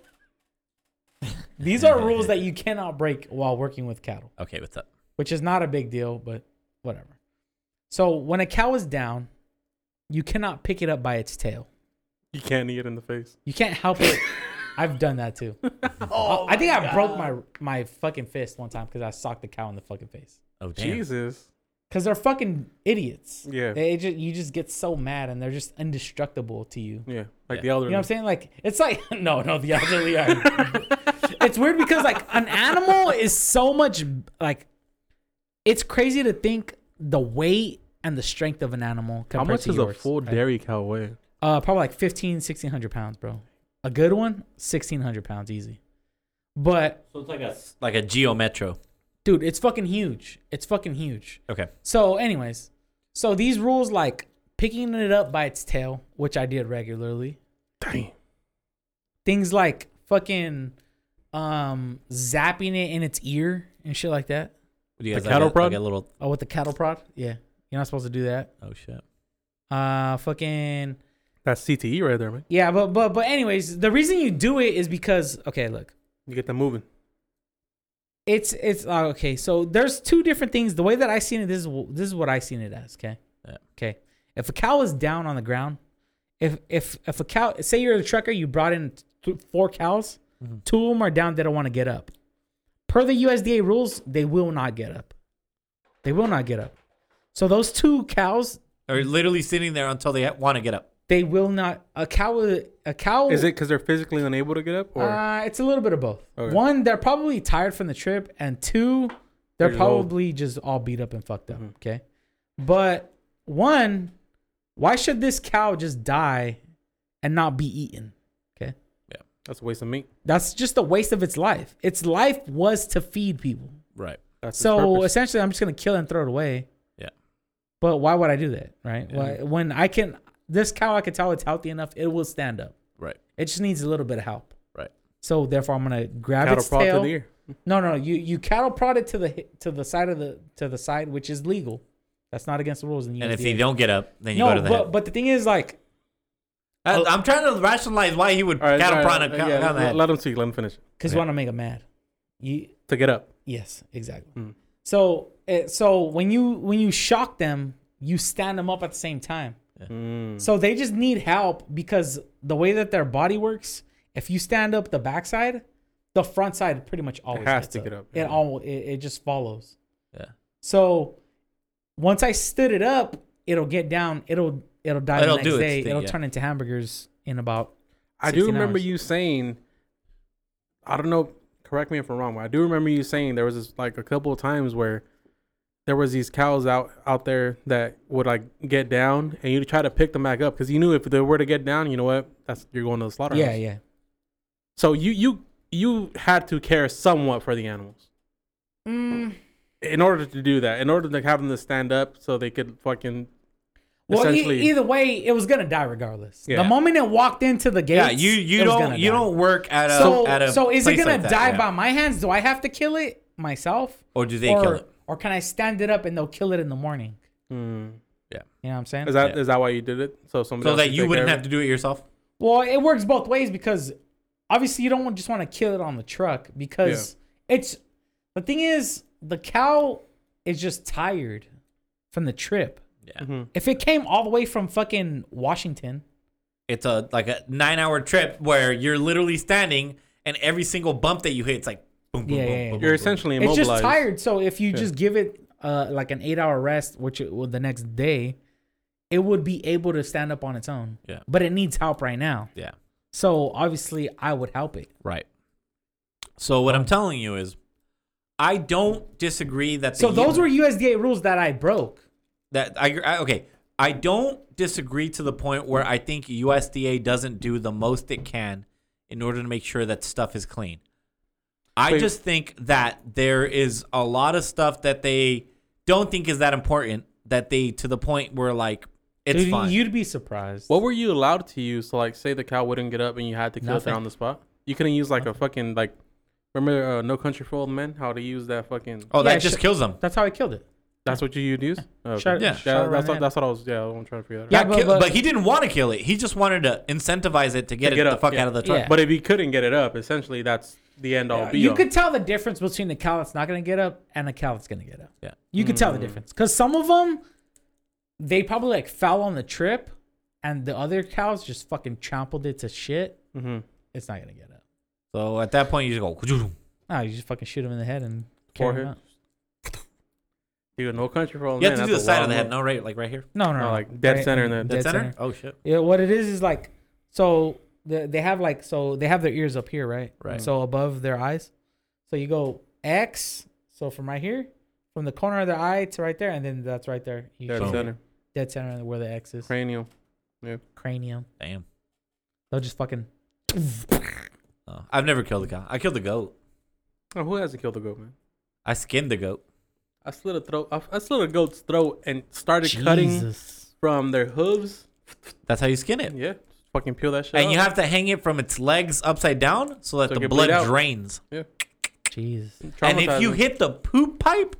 these are rules that you cannot break while working with cattle. Okay, what's up? which is not a big deal, but whatever. So when a cow is down, you cannot pick it up by its tail. you can't eat it in the face. You can't help it. I've done that too. Oh, I think I broke my my fucking fist one time because I socked the cow in the fucking face. Oh, damn. Jesus. Because they're fucking idiots. Yeah. They just, you just get so mad and they're just indestructible to you. Yeah. Like Yeah. the You elderly. know what I'm saying? Like it's like no, no, the elderly are. it's weird because like an animal is so much like it's crazy to think the weight and the strength of an animal How compared much to does yours, a full right? dairy cow weigh? Uh, probably like 15, 1600 pounds, bro. A good one, 1600 pounds easy. But So it's like a like a Geo Metro. dude, it's fucking huge. It's fucking huge. Okay. So, anyways, so these rules like picking it up by its tail, which I did regularly. Dang. things like fucking um zapping it in its ear and shit like that. Do you The guys cattle like a, prod? like a little. Oh, with the cattle prod? Yeah. You're not supposed to do that. Oh shit. Uh fucking That's CTE right there, man. Yeah, but but but anyways, the reason you do it is because okay, look. You get that moving. It's it's uh, okay. So there's two different things. The way that I seen it, this is wh- this is what I seen it as. Okay. Yeah. Okay. If a cow is down on the ground, if if if a cow, say you're a trucker, you brought in th- four cows, Mm-hmm. Mhm. two of them are down. They don't want to get up. Per the USDA rules, they will not get up. They will not get up. So those two cows, Or literally sitting there until they want to get up. they will not. A cow, a cow Is it because they're physically unable to get up, or Oh. Uh, it's a little bit of both. Okay. One, they're probably tired from the trip, and two, They're are just old. probably just all beat up and fucked up. Mhm. Okay, but one, why should this cow just die and not be eaten? Okay, that's a waste of meat? that's just a waste of its life. Its life was to feed people. Right. That's its So purpose. essentially, I'm just gonna kill and throw it away. Yeah. But why would I do that, right? Yeah. Why, when I can, this cow, I can tell it's healthy enough. It will stand up. Right. It just needs a little bit of help. Right. So therefore, I'm gonna grab cattle its prod tail. to the ear. No, no, you you cattle prod it to the hi- to the side of the to the side, which is legal. That's not against the rules. In the And if USDA. they don't get up, then you no, go to the but head. but the thing is, like, I, I'm trying to rationalize why he would All right, cattle all right, prod a uh, cow yeah, down the let, head. let him see. Let him finish. because you Yeah. want to make them mad. You To get up. yes, exactly. Mm. So it, so when you when you shock them, you stand them up at the same time. Mm. So they just need help because the way that their body works, if you stand up the backside, the front side pretty much always has gets to get up, It yeah. all it, it just follows. Yeah. So once I stood it up, it'll get down. It'll it'll die It'll the next do its day. thing, it'll yeah. turn into hamburgers in about. I do 16 remember hours. you saying. I don't know. Correct me if I'm wrong, but I do remember you saying there was this, like a couple of times where there was these cows out out there that would like get down, and you try to pick them back up because you knew if they were to get down, you know what? That's you're going to the slaughterhouse. Yeah, yeah. So you you you had to care somewhat for the animals Mm. in order to do that. In order to have them to stand up so they could fucking Well, e- essentially. either way, it was gonna die regardless. Yeah. The moment it walked into the gate, Yeah, you you don't you don't work at a So, at a so is it place gonna like that, die yeah. by my hands? Do I have to kill it myself? or do they or, kill it? Or can I stand it up and they'll kill it in the morning? Mm. You know what I'm saying? Is that is Yeah. that why you did it? So somebody So else that could you take wouldn't care of have to do it yourself. well, it works both ways because obviously you don't want- just want to kill it on the truck because it's the thing is the cow is just tired from the trip. Yeah. Mhm. If it came all the way from fucking Washington, It's a like a nine hour trip where you're literally standing, and every single bump that you hit, it's like boom, boom, Yeah, boom, yeah, yeah. boom. You're boom, boom. essentially it's immobilized. just tired. So if you Yeah. just give it uh, like an eight hour rest, which it, well, the next day, it would be able to stand up on its own. Yeah. But it needs help right now. Yeah. So obviously, I would help it. Right. So what Oh. I'm telling you is, I don't disagree that. The So those U- were USDA rules that I broke. that I, I okay. I don't disagree to the point where I think USDA doesn't do the most it can in order to make sure that stuff is clean. I Wait. just think that there is a lot of stuff that they don't think is that important that they to the point where like it's Dude, fine. You'd be surprised. What were you allowed to use to like say the cow wouldn't get up and you had to kill it there Nothing. on the spot? You couldn't use like a fucking like remember uh, No Country for Old Men? How to use that fucking? oh, Yeah, that just sh- kills them. That's how I killed it. That's what you would use. Oh, Shut- okay. yeah, shut yeah, around that's what, it. that's what I was. Yeah, I'm trying to figure that out. Yeah, That but- kill- but- but he didn't want to kill it. He just wanted to incentivize it to get, To it get the up, fuck yeah. out of the truck. Yeah. But if you couldn't get it up, essentially that's the end all Oh, be you all. could tell the difference between the cow that's not going to get up and the cow that's going to get up. Yeah. You could tell the difference because some of them, they probably like fell on the trip, and the other cows just fucking trampled it to shit. hmm It's not going to get up. So at that point, you just go. No, you just fucking shoot him in the head and carry him Forehead? out. Dude, No Country for Old You Men. have to do the that's a side wild of the head, move. no, right? Like right here. No, No, no, no, like dead center and then- Dead, center? Oh shit. Yeah, what it is is like, so the, they have like, so they have their ears up here, right? Right. So above their eyes. So you go X, so from right here, from the corner of their eye to right there, and then that's right there. You Dead shoot it. center, Dead center where the X is. cranial. Cranium. Damn. They'll just fucking. Oh, I've never killed a cow. I killed a goat. Oh, who hasn't killed a goat, man? I skinned the goat. I slit a throat. I, I slit a goat's throat and started cutting from their hooves. That's how you skin it. Yeah, fucking peel that shit. And off. you have to hang it from its legs upside down so So that it the can bleed blood out. drains. Jeez. And if you Traumatizing. hit the poop pipe,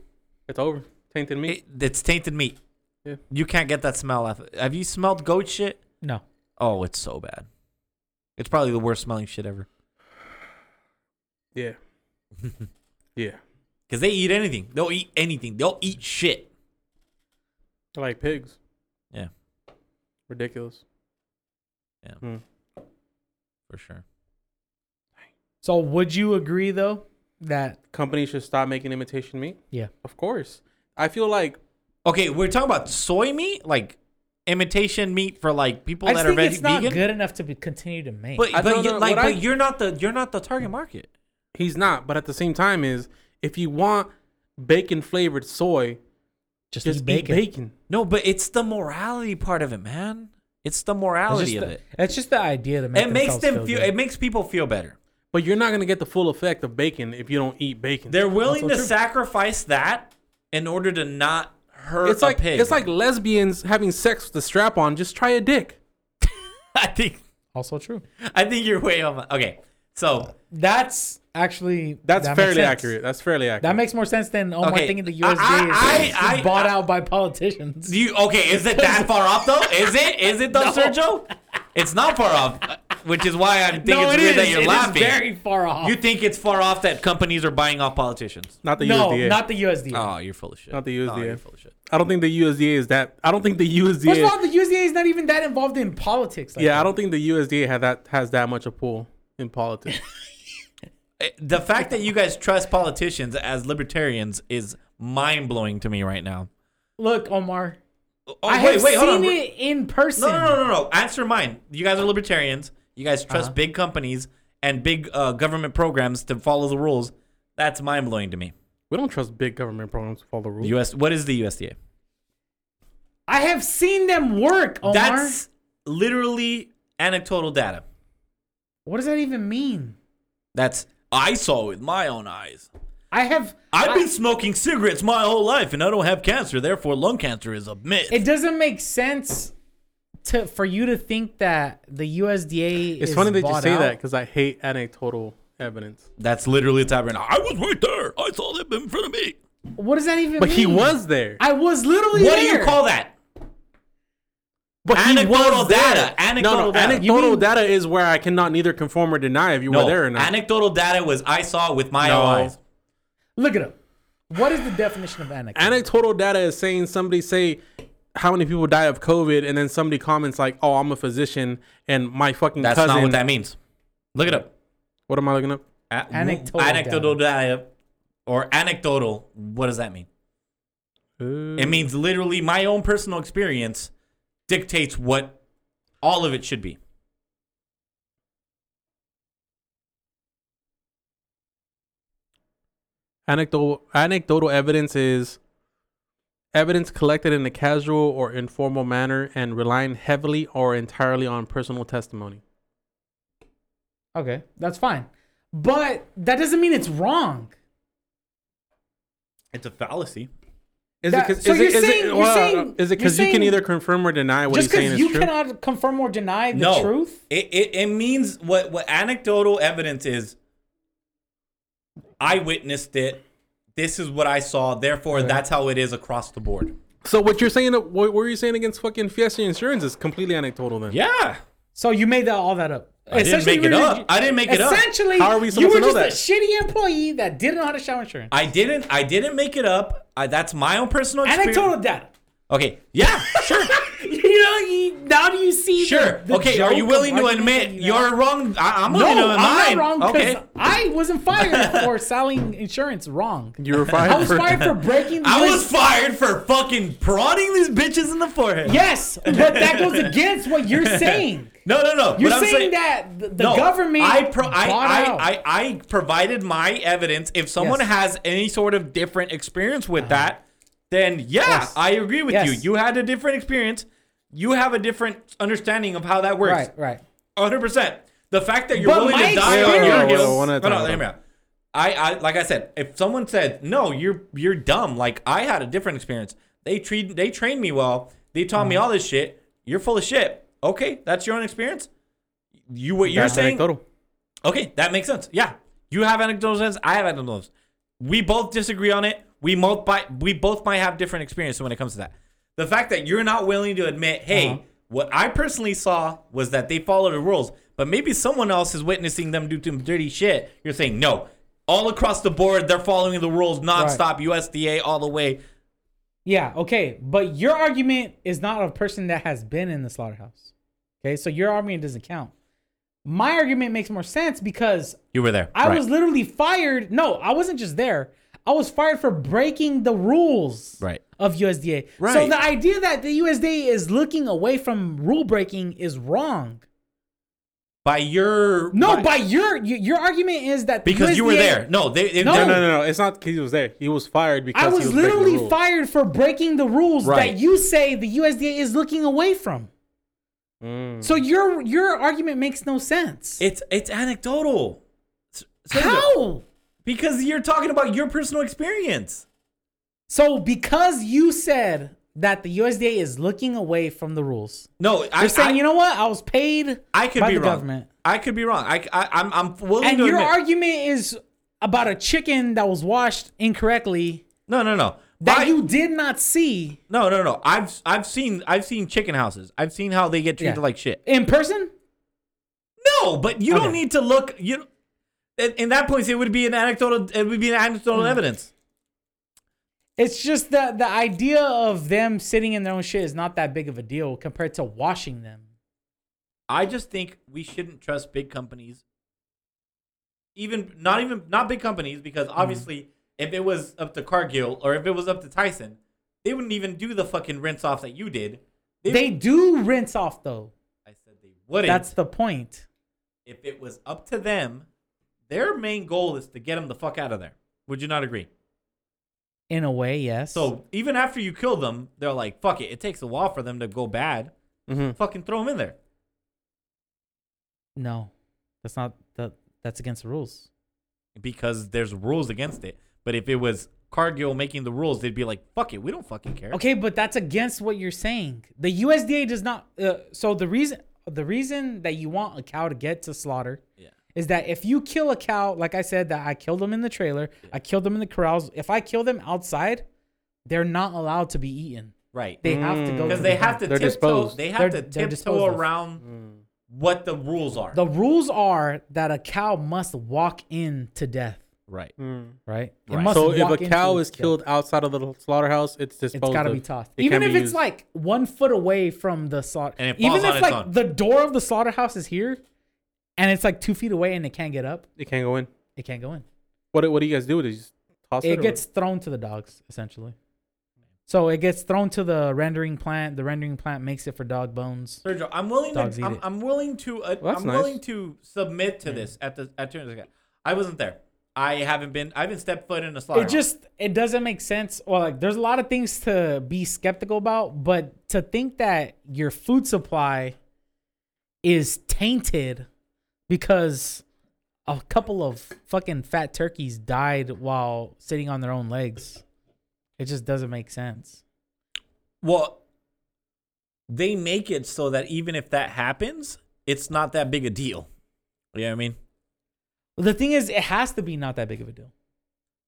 it's over. Tainted meat. it, it's tainted meat. Yeah. You can't get that smell. Off. it. Have you smelled goat shit? No. Oh, it's so bad. It's probably the worst smelling shit ever. Yeah, yeah. Because they eat anything. They'll eat anything. They'll eat shit. Like pigs. Yeah. Ridiculous. Hmm. For sure. So would you agree though that Companies should stop making imitation meat. Yeah. Of course. I feel like Okay, we're talking about soy meat, like imitation meat for like people I that just are think veg- it's not vegan. good enough to be, continue to make? But, I but, don't you, know like, what but I- you're not the you're not the target market. he's not, but at the same time is if you want bacon flavored soy, just, just eat eat bacon. bacon. No, but it's the morality part of it, man. It's the morality of the, it. It's just the idea that It makes them themselves feel. good. It makes people feel better. But you're not gonna get the full effect of bacon if you don't eat bacon. They're willing Also to true. sacrifice that in order to not hurt it's like a pig. it's like lesbians having sex with a strap on. Just try a dick. I think also true. I think you're way off. Okay, so That's actually That's that makes fairly sense. accurate. That's fairly accurate. That makes more sense than oh my Okay, thing the I- USDA I- is I- bought I- out by politicians. do you okay? Is it that far off though? Is it? Is it though, No. Sergio? It's not far off, which is why I think it's it weird that is. you're It is laughing. very far off. you think it's far off that companies are buying off politicians? not the no, USDA. not the USDA. Oh, you're full of shit. Not the Oh, USDA. you're full of shit. I don't think the USDA is that. I don't think the USDA. First of all, the USDA is not even that involved in politics. Like yeah, I that. don't think the USDA had that has that much a pull in politics. the fact that you guys trust politicians as libertarians is mind blowing to me right now. Look, Omar, Oh, I have seen it in person. No, no, no, no, no. Answer mine. You guys are libertarians. You guys Uh-huh. trust big companies and big uh, government programs to follow the rules. That's mind blowing to me. we don't trust big government programs to follow the rules. The US. What is the USDA? I have seen them work, Omar. That's literally anecdotal data. what does that even mean? That's I saw with my own eyes. I have. I've been smoking cigarettes my whole life, and I don't have cancer. Therefore, lung cancer is a myth. It doesn't make sense to for you to think that the USDA. it's is funny that you bought say out. that because I hate anecdotal evidence. That's literally what's happening. I was right there. I saw them in front of me. What does that even? But he mean? was there. I was literally. What do there. you call that? But he Anecdotal was there. data. Anecdotal no, no, data. You Anecdotal mean- data is where I cannot neither confirm or deny if you No, were there or not. anecdotal data was I saw with my No. own eyes. Look it up. What is the definition of anecdote? anecdotal data is saying somebody say how many people died of COVID, and then somebody comments like, "Oh, I'm a physician," and my fucking That's cousin. not what What, that means. Look it up. am I looking up? A- Anecdotal anecdotal data. Or anecdotal. What does that mean? Uh, Hmm. It means literally my own personal experience dictates what all of it should be. anecdotal anecdotal evidence is evidence collected in a casual or informal manner and relying heavily or entirely on personal testimony. Okay, that's fine. But that doesn't mean it's wrong. It's a fallacy. Is That- it? 'cause- so is you're it- is it- saying- you're well, saying- is it because you're you can saying- either confirm or deny what Just he's saying because is you true? cannot confirm or deny the no. truth. It, it it means what what anecdotal evidence is. I witnessed it. This is what I saw. Therefore, that's how it is across the board. so what you're saying? What were you saying against fucking Fiesta Insurance is completely anecdotal then. Yeah. So you made that all that up. I didn't Essentially, make it you were- up. I didn't make it up. Essentially, How are we you supposed were to know just a shitty employee that didn't know how to show insurance. I didn't. I didn't make it up. I, that's my own personal experience. Anecdotal data. Okay. Yeah. Sure. You know, you, now do you see? the- sure. the okay. joke Are you of willing to argument admit that- you're wrong? I, I'm No, I'm willing to admit not mine. wrong because Okay. I wasn't fired for selling insurance wrong. You were I fired was for. fired for breaking. The I was fired for fucking prodding these bitches in the forehead. Yes, but that goes against what you're saying. No, no, no. You're What I'm saying, that the, the No, government. I, pro- I, bought out. I, I, I provided my evidence. If someone Yes. Uh-huh. has any sort of different experience with that, then yeah, Yes. I agree with you. Yes. You had a different experience. You have a different understanding of how that works. right, right. 100%. The fact that you're But willing my to die experience- on Wait, wait, your wait, heels. one at a Hold time, on, hold hear me on. out. I, I, like I said, if someone said no, you're you're dumb. Like I had a different experience. They treat they trained me well. They taught Uh-huh. me all this shit. You're full of shit. Okay, that's your own experience. You what you're That's saying? anecdotal. Okay, that makes sense. Yeah, you have anecdotal evidence. I have anecdotal evidence. We both disagree on it. We both by, we both might have different experiences when it comes to that. The fact that you're not willing to admit, hey, Uh-huh. what I personally saw was that they followed the rules, but maybe someone else is witnessing them do some dirty shit. You're saying no. All across the board, they're following the rules nonstop, USDA all the way. Yeah, okay. But your argument is not a person that has been in the slaughterhouse. Okay, so your argument doesn't count. My argument makes more sense because You were there. I Right. was literally fired. No, I wasn't just there. I was fired for breaking the rules Right. of USDA. So Right. the idea that the USDA is looking away from rule breaking is wrong. by your No, by your y- your argument is that the because you were USDA there. No, they, they No. No, no, no, no. It's not because he was there. He was fired because Oh. I he was, was breaking the literally rules. fired for breaking the rules Right. that you say the USDA is looking away from. Mm. So your your argument makes no sense. It's it's anecdotal. S- Sergio. How? Because you're talking about your personal experience. So because you said that the USDA is looking away from the rules, No, you're I'm saying saying I, you know what? I was paid I could by be the wrong. government, I could be wrong. I, I I'm I'm willing and to your admit. argument is about a chicken that was washed incorrectly no, no, no. that I- you did not see No, no, no. I've I've seen I've seen chicken houses. I've seen how they get treated Yeah. like shit. in person. No, but you Okay. don't need to look. You in, in that point, it would be an anecdotal. It would be an anecdotal evidence. It's just that the idea of them sitting in their own shit is not that big of a deal compared to washing them. I just think we shouldn't trust big companies. Even not even not big companies because Mm-hmm. obviously if it was up to Cargill or if it was up to Tyson, they wouldn't even do the fucking rinse off that you did. They, They do rinse off though. I said they wouldn't. That's the point. if it was up to them, their main goal is to get them the fuck out of there. Would you not agree? In a way, yes. So even after you kill them, they're like, "Fuck it." It takes a while for them to go bad. Mm-hmm. Mhm. Fucking throw them in there. No, that's not that. That's against the rules. because there's rules against it. But if it was Cargill making the rules, they'd be like, "Fuck it, we don't fucking care." Okay, but that's against what you're saying. The USDA does not. Uh, so the reason the reason that you want a cow to get to slaughter Yeah. is that if you kill a cow, like I said, that I killed them in the trailer, I killed them in the corrals. If I kill them outside, they're not allowed to be eaten. Right. They have to go to Because Mm. they the have to They're tiptoe. disposed. They They're- have they're to tiptoe disposed of. around what the rules are. The rules are that a cow must walk in to death. Right. right? It Right. must Mm-hmm. So if walk a into cow the is skin. killed outside of the slaughterhouse, it's disposed. it's got to of. be tossed. It Even can if be it's used. like one foot away from the slaughter, And it even falls if on its like own. the door of the slaughterhouse is here, and it's like two feet away, and it can't get up, It can't go in. it can't go in. What What do you guys do with it? You just toss it. it or- gets thrown to the dogs essentially. So it gets thrown to the rendering plant. The rendering plant makes it for dog bones. Sergio, I'm willing Dogs eat to. I'm, it. I'm willing to. Uh, Well, that's I'm nice. willing to submit to this at the at Turner's. Account. I wasn't there. I haven't been. I haven't stepped foot in a slaughter. It just it doesn't make sense. Well, like there's a lot of things to be skeptical about, but to think that your food supply is tainted because a couple of fucking fat turkeys died while sitting on their own legs. It just doesn't make sense. well, they make it so that even if that happens, it's not that big a deal. You know what I mean? Well, the thing is, it has to be not that big of a deal.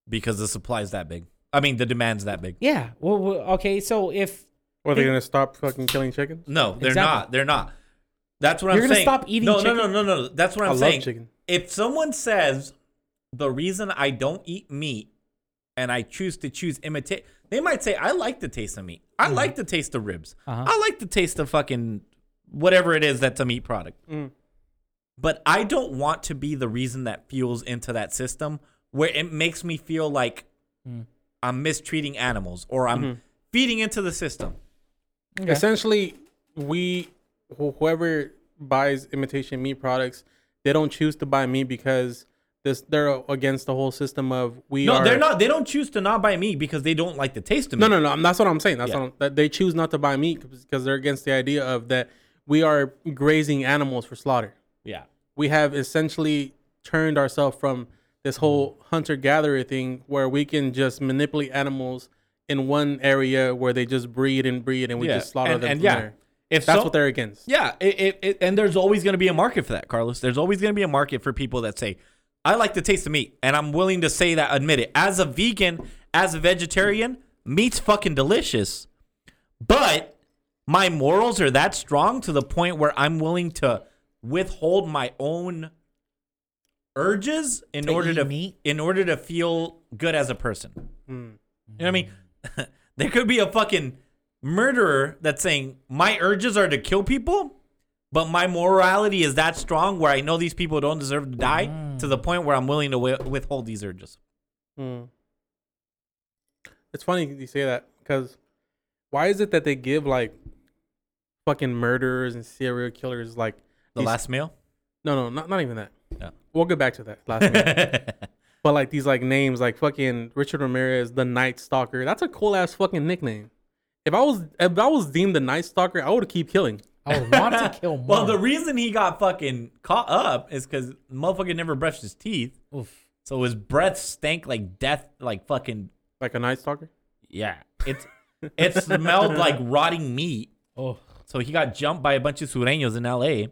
Because the supply's that big. I mean, the demand's that big. Yeah. Well, well okay. So if Or they're gonna stop fucking killing chickens. No, they're Exactly. not. They're not. That's what You're I'm gonna saying. stop eating no, No, chicken? no, no, no, no. That's what I I'm love saying. chicken. If someone says the reason I don't eat meat and I choose to choose imitate, they might say I like the taste of meat. I Mm-hmm. like the taste of ribs. Uh-huh. I like the taste of fucking whatever it is that's a meat product. Mm. But I don't want to be the reason that fuels into that system where it makes me feel like Mm. I'm mistreating animals or I'm Mm-hmm. feeding into the system. Okay. Essentially, we wh- whoever buys imitation meat products, they don't choose to buy meat because this they're against the whole system of we No, are. they're not. They don't choose to not buy meat because they don't like the taste of meat. No, no, no. I'm- That's what I'm saying. That's Yeah. what I'm, that they choose not to buy meat because they're against the idea of that we are grazing animals for slaughter. Yeah. we have essentially turned ourselves from this whole hunter gatherer thing where we can just manipulate animals in one area where they just breed and breed and we just slaughter and, them and from yeah. there. If That's so- what they're against. Yeah, it, it, it, and there's always going to be a market for that, Carlos. There's always going to be a market for people that say, "I like the taste of meat," and I'm willing to say that, admit it. As a vegan, as a vegetarian, meat's fucking delicious, but my morals are that strong to the point where I'm willing to withhold my own urges in To order eat to meat? Hmm. in order to feel good as a person. You know what I mean? there could be a fucking murderer that's saying my urges are to kill people, but my morality is that strong where I know these people don't deserve to die Hmm. to the point where I'm willing to wi- withhold these urges. Mm. It's funny you say that because why is it that they give like fucking murderers and serial killers like The these- last meal. no no not not even that Yeah. we'll get back to that last minute. but like these like names like fucking Richard Ramirez, the Night Stalker. That's a cool ass fucking nickname. If I was if I was deemed the Night Stalker, I would keep killing. I would want to kill more. well, the reason he got fucking caught up is because motherfucker never brushed his teeth, Oof. so his breath stank like death, like fucking Like a Night Stalker. yeah. It's it smelled like rotting meat. Oh, So he got jumped by a bunch of sureños in L.A.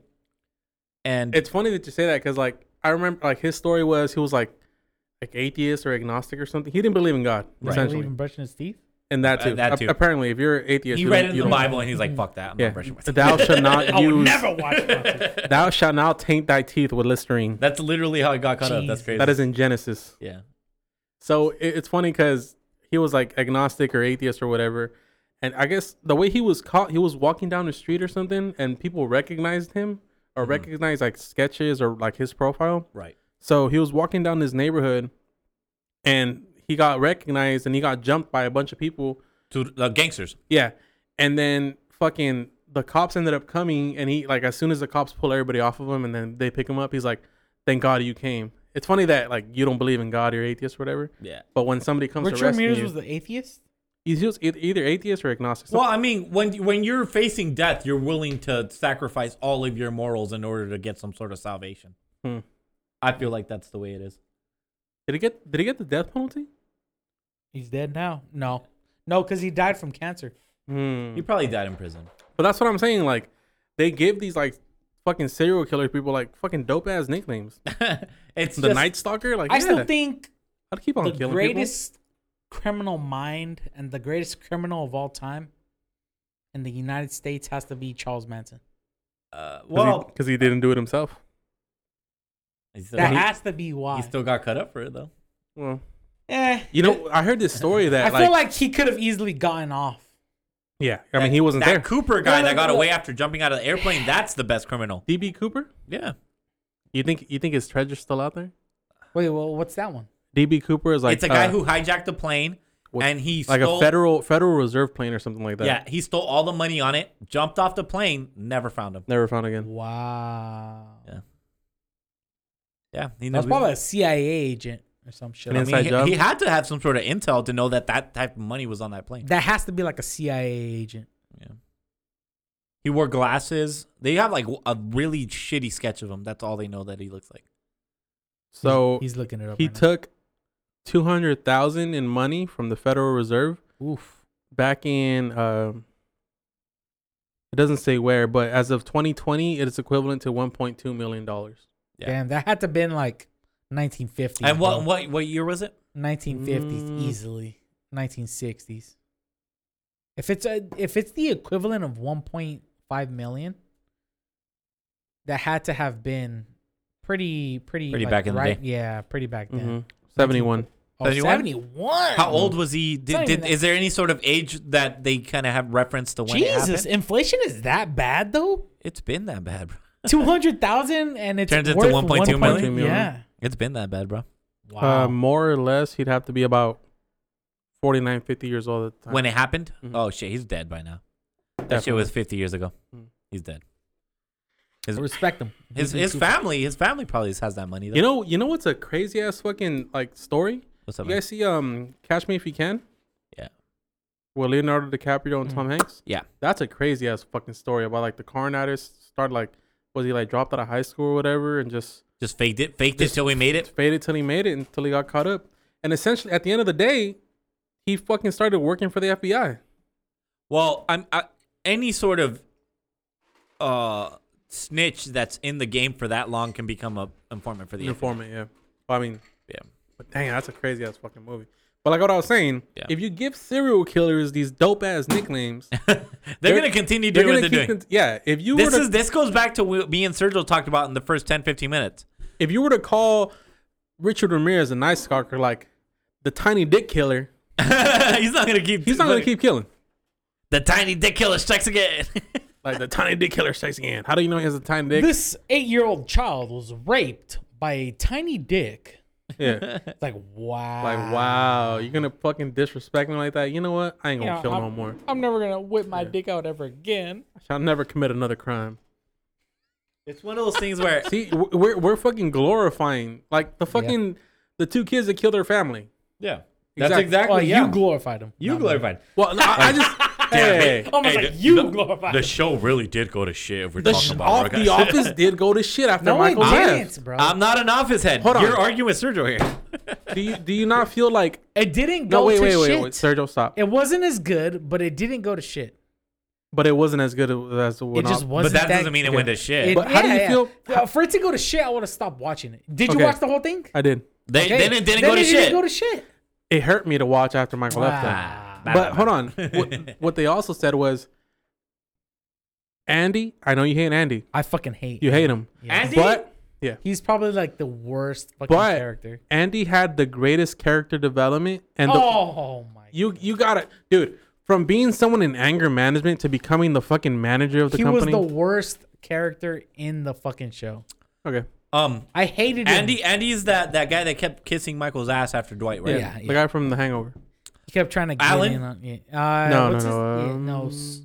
And It's funny that you say that because like I remember like his story was he was like like atheist or agnostic or something. He didn't believe in God essentially Right. essentially, even brushing his teeth. and that Uh, too. that Ap- too. apparently, if you're atheist, he you read don't- it you in the don't- Bible and he's like, "Fuck that, I'm Yeah. not brushing my teeth." Thou shalt not I would use. never watch. my teeth. Thou shalt not taint thy teeth with listerine. That's literally how he got caught up. That's Jeez. crazy. That is in Genesis. yeah. So it, it's funny because he was like agnostic or atheist or whatever, and I guess the way he was caught, he was walking down the street or something, and people recognized him or recognized like sketches or like his profile. Right. So he was walking down this neighborhood, and he got recognized and he got jumped by a bunch of people. To uh, gangsters. Yeah, and then fucking the cops ended up coming, and he like as soon as the cops pull everybody off of him, and then they pick him up, he's like, "Thank God you came." It's funny that like you don't believe in God, you're atheist, or whatever. Yeah. But when somebody comes Richard to rescue Ramirez you, was the atheist. he's just eith- either atheist or agnostic. So- Well, I mean, when when you're facing death, you're willing to sacrifice all of your morals in order to get some sort of salvation. Hmm. I feel like that's the way it is. did he get did he get the death penalty? He's dead now. No, no, because he died from cancer. Hmm. He probably died in prison. But that's what I'm saying. Like they give these like fucking serial killer people like fucking dope ass nicknames. it's The just- Night Stalker. Like I yeah, still think I'd keep on the killing greatest criminal mind and the greatest criminal of all time in the United States has to be Charles Manson. Uh, people. well, because he, didn't do it himself. he, still That got, has to be why. he still got cut up for it though. Well, Eh, you know, I heard this story I that like, feel like he could have easily gotten off. yeah, I mean he wasn't that there. Cooper guy no, that got no. away after jumping out of the airplane. That's the best criminal. DB Cooper? Yeah. You think you think his treasure's still out there? Wait, well, what's that one? DB Cooper is like it's a guy uh, who hijacked the plane what- and he like stole, a federal Federal Reserve plane or something like that. Yeah, he stole all the money on it, jumped off the plane, never found him. never found again. Wow. Yeah. Yeah, he That was probably a CIA agent or some shit. an I inside mean, job. he, he had to have some sort of intel to know that that type of money was on that plane. That has to be like a CIA agent. He wore glasses. They have like a really shitty sketch of him. That's all they know that he looks like. So he's, he's looking it up. he right now. took two hundred thousand in money from the Federal Reserve Oof. back in. um it doesn't say where, but as of 2020, it is equivalent to 1.2 million dollars. Yeah. Damn, that had to been like 1950s. and what bro. what what year was it? 1950s Mm. easily. 1960s. If it's a, if it's the equivalent of 1.5 million, that had to have been pretty pretty Pretty back in the right, Yeah, pretty back then. Mm-hmm. Mhm. 71. Oh, 71? 71? How old was he? not Did, even did that- is there any sort of age that they kind of have reference to when it Jesus, happened? inflation is that bad though? It's been that bad, bro. Two hundred thousand and it's Turns into worth 1.2 million? Yeah. It's been that bad, bro. Wow. Uh, Um, more or less, he'd have to be about 49, 50 years old at the time. When it happened? Mhm. Oh shit, he's dead by now. That Definitely. shit was 50 years ago. Mm. He's dead. I respect him. His He's- his he's- family, his family probably has that money. Though. You know, you know what's a crazy ass fucking like story? What's up? You man? guys see um Catch Me If You Can? Yeah. With Leonardo DiCaprio and Mm. Tom Hanks? Yeah. That's a crazy ass fucking story about like the con artist started like was he like dropped out of high school or whatever and just Just faked it, faked Just- it till we made it. faded till he made it until he got caught up. And essentially at the end of the day, he fucking started working for the FBI. Well, I'm I, any sort of uh snitch that's in the game for that long can become a informant for the Informant, yeah. Well, I mean, Yeah. But dang, that's a crazy ass fucking movie. But like what I was saying, Yeah. if you give serial killers these dope ass nicknames, They're, They're- gonna continue they're doing gonna what they're keep. doing. cont- yeah, if you this were to, is this goes back to what me and Sergio talked about in the first 10, 15 minutes. if you were to call Richard Ramirez a nice stalker, like the tiny dick killer, he's not gonna keep. he's not gonna keep killing. the tiny dick killer strikes again. Like the tiny dick killer strikes again. How do you know he has a tiny dick? This eight-year-old child was raped by a tiny dick. yeah. It's like wow. Like wow, you're gonna fucking disrespect me like that? You know what? I ain't gonna Yeah, kill I'm, no more. I'm never gonna whip my dick out ever again. I'll never commit another crime. it's one of those things where See, w- we're we're fucking glorifying like the fucking the two kids that killed their family. yeah, Exact- Well, Oh, you glorified him. Not me. Well, no, I, I just Damn hey, it. Almost Hey, like you the- glorified The him. show really did go to shit. If we're the talking sh- about off Rogan. the office did go to shit after No, it Michael left. didn't, bro. I'm not an office head. Hold on. You're arguing with Sergio here. Do you do you not feel like it didn't go no? Wait, to wait, shit. wait, wait, Sergio, stop. It wasn't as good, but it didn't go to shit. But it wasn't as good as the one. it just off- wasn't. but that, doesn't mean it went to shit. It- But how do you feel- Yeah, Uh, for it to go to shit, I would have stopped watching it. Did you Okay. watch the whole thing? I did. they, Okay. Then it didn't Then go to it shit. go to shit. It hurt me to watch after Michael left. Wow. That. Ah, Nah, But nah, hold nah. on, what, what they also said was, Andy. I know you hate Andy. I fucking hate. You hate him. Yeah. Andy? But yeah, He's probably like the worst fucking But- character. Andy had the greatest character development, and the, Oh my! you you got it, dude. From being someone in anger management to becoming the fucking manager of the he company. was the worst character in the fucking show. okay, Um, I hated him. Andy, Andy's that that guy that kept kissing Michael's ass after Dwight, right? Yeah, the yeah. guy from The Hangover. he kept trying to get Alan? in on. Yeah. Uh, No, what's no, his- no, yeah, no. um, S-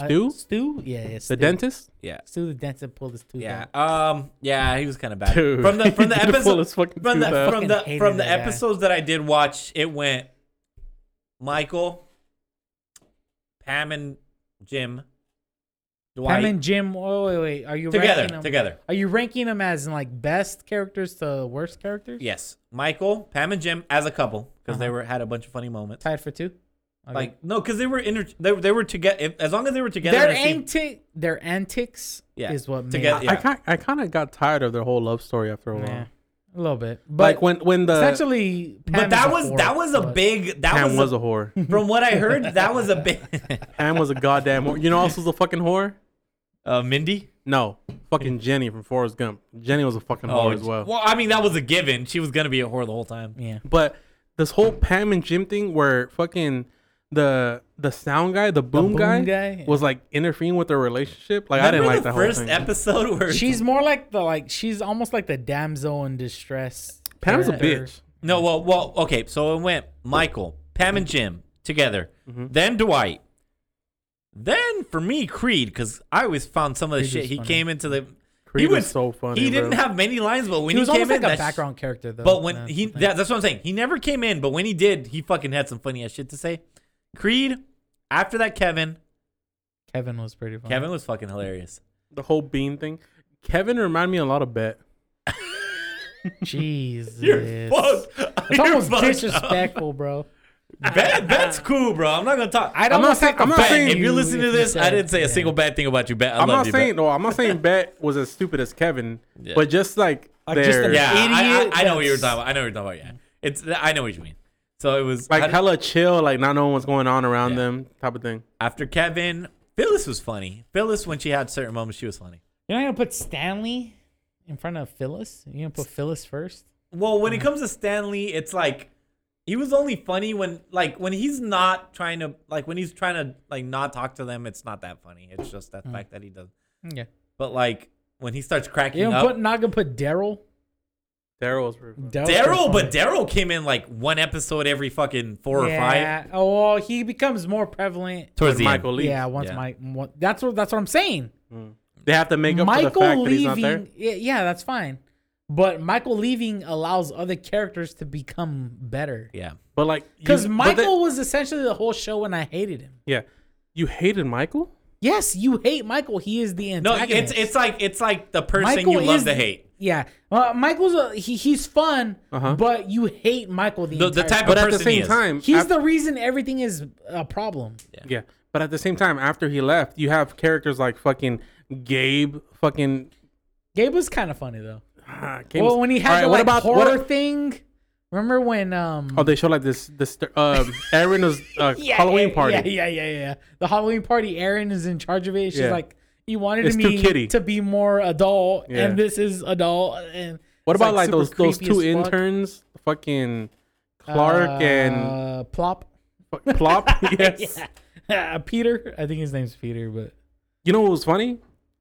uh, Stu, Stu. Yeah, yeah the Stu. dentist. Yeah. Stu the dentist pulled his tooth Yeah. out. Um. Yeah, he was kind of bad. Dude, from the from he the did pull episode his fucking from the tooth out. from Fucking the hated from the that guy. episodes that I did watch, it went Michael, Pam and Jim, Dwight Pam and Jim. Oh wait, wait. Are you together ranking them? together. Are you ranking them as in like best characters to worst characters? Yes, Michael, Pam and Jim as a couple because Uh-huh. they were had a bunch of funny moments. Tied for two. Okay. Like no, because they were inter- they, they were together as long as they were together. their in a scene- antic, their antics Yeah. is what made Together- I yeah. kind I kind of got tired of their whole love story after a while. Yeah, a little bit. But Like uh, when when the essentially, Pam but is that a was whore, that was a but- big that Pam was was, a whore. a, from what I heard that was a big Pam was a goddamn whore. You know, who else was a fucking whore. Uh, Mindy. No, fucking Jenny from Forrest Gump. Jenny was a fucking Oh, whore Oh, as well. Well, I mean that was a given. She was gonna be a whore the whole time. Yeah. But this whole Pam and Jim thing, where fucking the the sound guy, the boom, boom guy, guy? was like interfering with their relationship. Like I didn't Remember like the that first whole thing. episode where She's more like the like she's almost like the damsel in distress. Pam's a character. bitch. No, well, well, okay. So it went Michael, Pam, and Jim together. Mm-hmm. Then Dwight. Then for me, Creed, because I always found some of the Creed shit was he funny. came into the. Creed he was so funny, He didn't bro. have many lines, but when He he, was came almost in, like a that's- background character though. But when That's he, the thing. that, that's what I'm saying. He never came in, but when he did, he fucking had some funny ass shit to say. Creed. After that, Kevin. Kevin was pretty funny. Kevin was fucking hilarious. The whole bean thing. Kevin reminded me a lot of Bet. Jesus. fucked. It's You're almost fucked up. disrespectful, bro. Bad, that's cool, bro. I'm not gonna talk. I don't I'm not saying- I'm not bet. saying- if you're listening to this, I didn't say a Yeah. single bad thing about you, bet. I I'm love not you, saying no. I'm not saying Bet was as stupid as Kevin, Yeah. but just like Like, just their the- bet. Yeah, I- Idiot, I, I, know what you were that's- talking about. I know what you're talking about. Yeah, it's. I know what you mean. So it was like I- hella chill, like not knowing what's going on around Yeah. them type of thing. after Kevin, Phyllis was funny. Phyllis, when she had certain moments, she was funny. You're not gonna put Stanley in front of Phyllis. You're gonna put Phyllis first. Well, Mm. when it comes to Stanley, it's like he was only funny when like when he's not trying to like when he's trying to like not talk to them. It's not that funny. It's just Mm. that fact that he does. Yeah. But like when he starts cracking You're up, gonna put, not gonna put Daryl. Daryl was pretty funny. Daryl's Daryl, pretty but funny. Daryl came in like one episode every fucking four or five Yeah. Oh, well, he becomes more prevalent. towards When the Michael end. leaves. Yeah. Once Yeah. Mike. One, that's what. That's what I'm saying. They have to make up Michael for the fact leaving. that he's not there. Yeah, yeah, that's fine. But Michael leaving allows other characters to become better. Yeah, But like, you- Because but they- Michael was essentially the whole show, and I hated him. yeah, you hated Michael. Yes, you hate Michael. He is the no, antagonist. it's it's like it's like the person you love is- to hate. Yeah, well, Michael's a, he, he's fun, Uh-huh. but you hate Michael the, The, the entire type But at of person the he same is. time, He's af- the reason everything is a problem. yeah. But at the same time, after he left, you have characters like fucking Gabe, fucking. Gabe was kind of funny though. Ah, Gabe's- Well, when he had All right, the what like, about horror what- thing, remember when um oh, they showed like this. This um, Aaron was uh, Halloween yeah, party. Yeah, yeah, yeah, yeah. The Halloween party. Erin is in charge of it. She's Yeah. like, you wanted It's too me kiddie." to be more adult, Yeah. and this is adult. And What it's, about like, super those those creepy two as fuck. interns, fucking Clark and uh, Plop. fu- Plop? yes. Yeah. Peter. I think his name's Peter, but You know what was funny?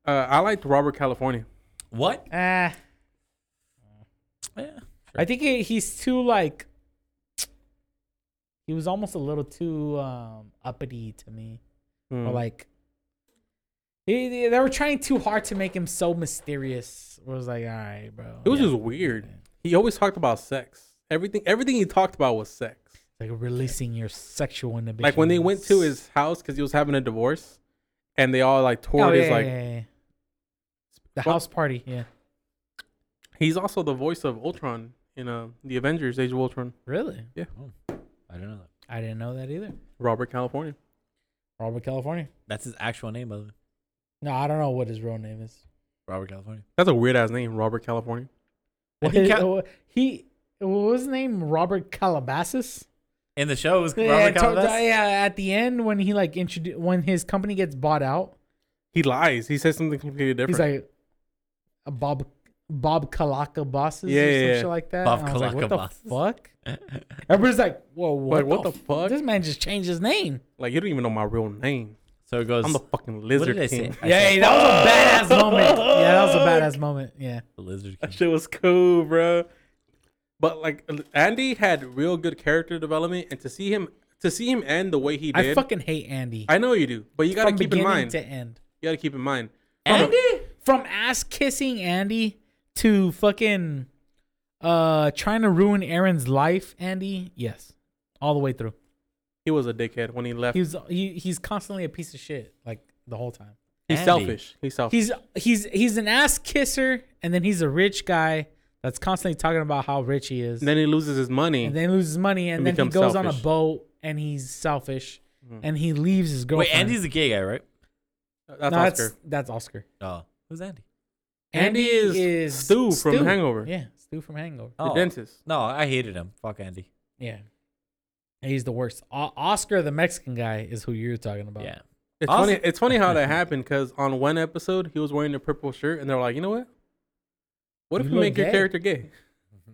Uh, I liked Robert California. What? ah, Yeah. I think he, he's too like. He was almost a little too um, uppity to me, Hmm. or like. He, they- they were trying too hard to make him so mysterious. I was like, all right, bro. it was just weird. He always talked about sex. Everything everything he talked about was sex. like releasing your sexual inhibition. like when they went to his house because he was having a divorce, and they all like oh, toured yeah, his like. yeah, yeah, yeah. the What? house party. Yeah, He's also the voice of Ultron in uh, the Avengers: Age of Ultron. really? I don't know. I didn't know that either. Robert California. Robert California. That's his actual name, by the way. No, I don't know what his real name is. Robert California. That's a weird ass name, Robert California. I What, think Cal- what- he what was his name? Robert Calabasas. In the show, it was Robert yeah, to- Calabasas. yeah, at the end when he like introduced when his company gets bought out, He lies. He says something completely different. he's like a Bob Bob Kalaka bosses Yeah, or yeah, some yeah. shit like that. Bob And I was like, Kalaka what the bosses." fuck? Everybody's like, whoa, what, Like, what the f- fuck? This man just changed his name. like you don't even know my real name. so it goes. I'm the fucking what did lizard I say? king. I Yeah, said, yeah, that was a "Fuck!" badass moment. Yeah, that was a badass moment. Yeah. The lizard That king. shit was cool, bro. But like Andy had real good character development, and to see him to see him end the way he did, I fucking hate Andy. I know you do, but you gotta From keep in beginning mind. to end. you gotta keep in mind. Andy. From ass kissing Andy to fucking uh trying to ruin Aaron's life, Andy. Yes. All the way through. He was a dickhead when he left. He He's, was he, he's constantly a piece of shit, like the whole time. Andy. selfish. He's selfish. He's he's he's an ass kisser and then he's a rich guy that's constantly talking about how rich he is. and then he loses his money. and then he loses money and, And then he becomes goes on a selfish. Mm-hmm. boat and he's selfish and he leaves his girlfriend. Wait, Andy's a gay guy, right? that's No, Oscar. That's, that's Oscar. Oh, who's Andy? Andy is Stu from Hangover. Yeah, Stu from Hangover. the Oh, dentist. No, I hated him. Fuck Andy. Yeah. He's the worst. O- Oscar, the Mexican guy, is who you're talking about. Yeah. It's Also- funny. It's funny how that happened because on one episode he was wearing a purple shirt, and they're like, you know what? What if You we look make your gay." character gay?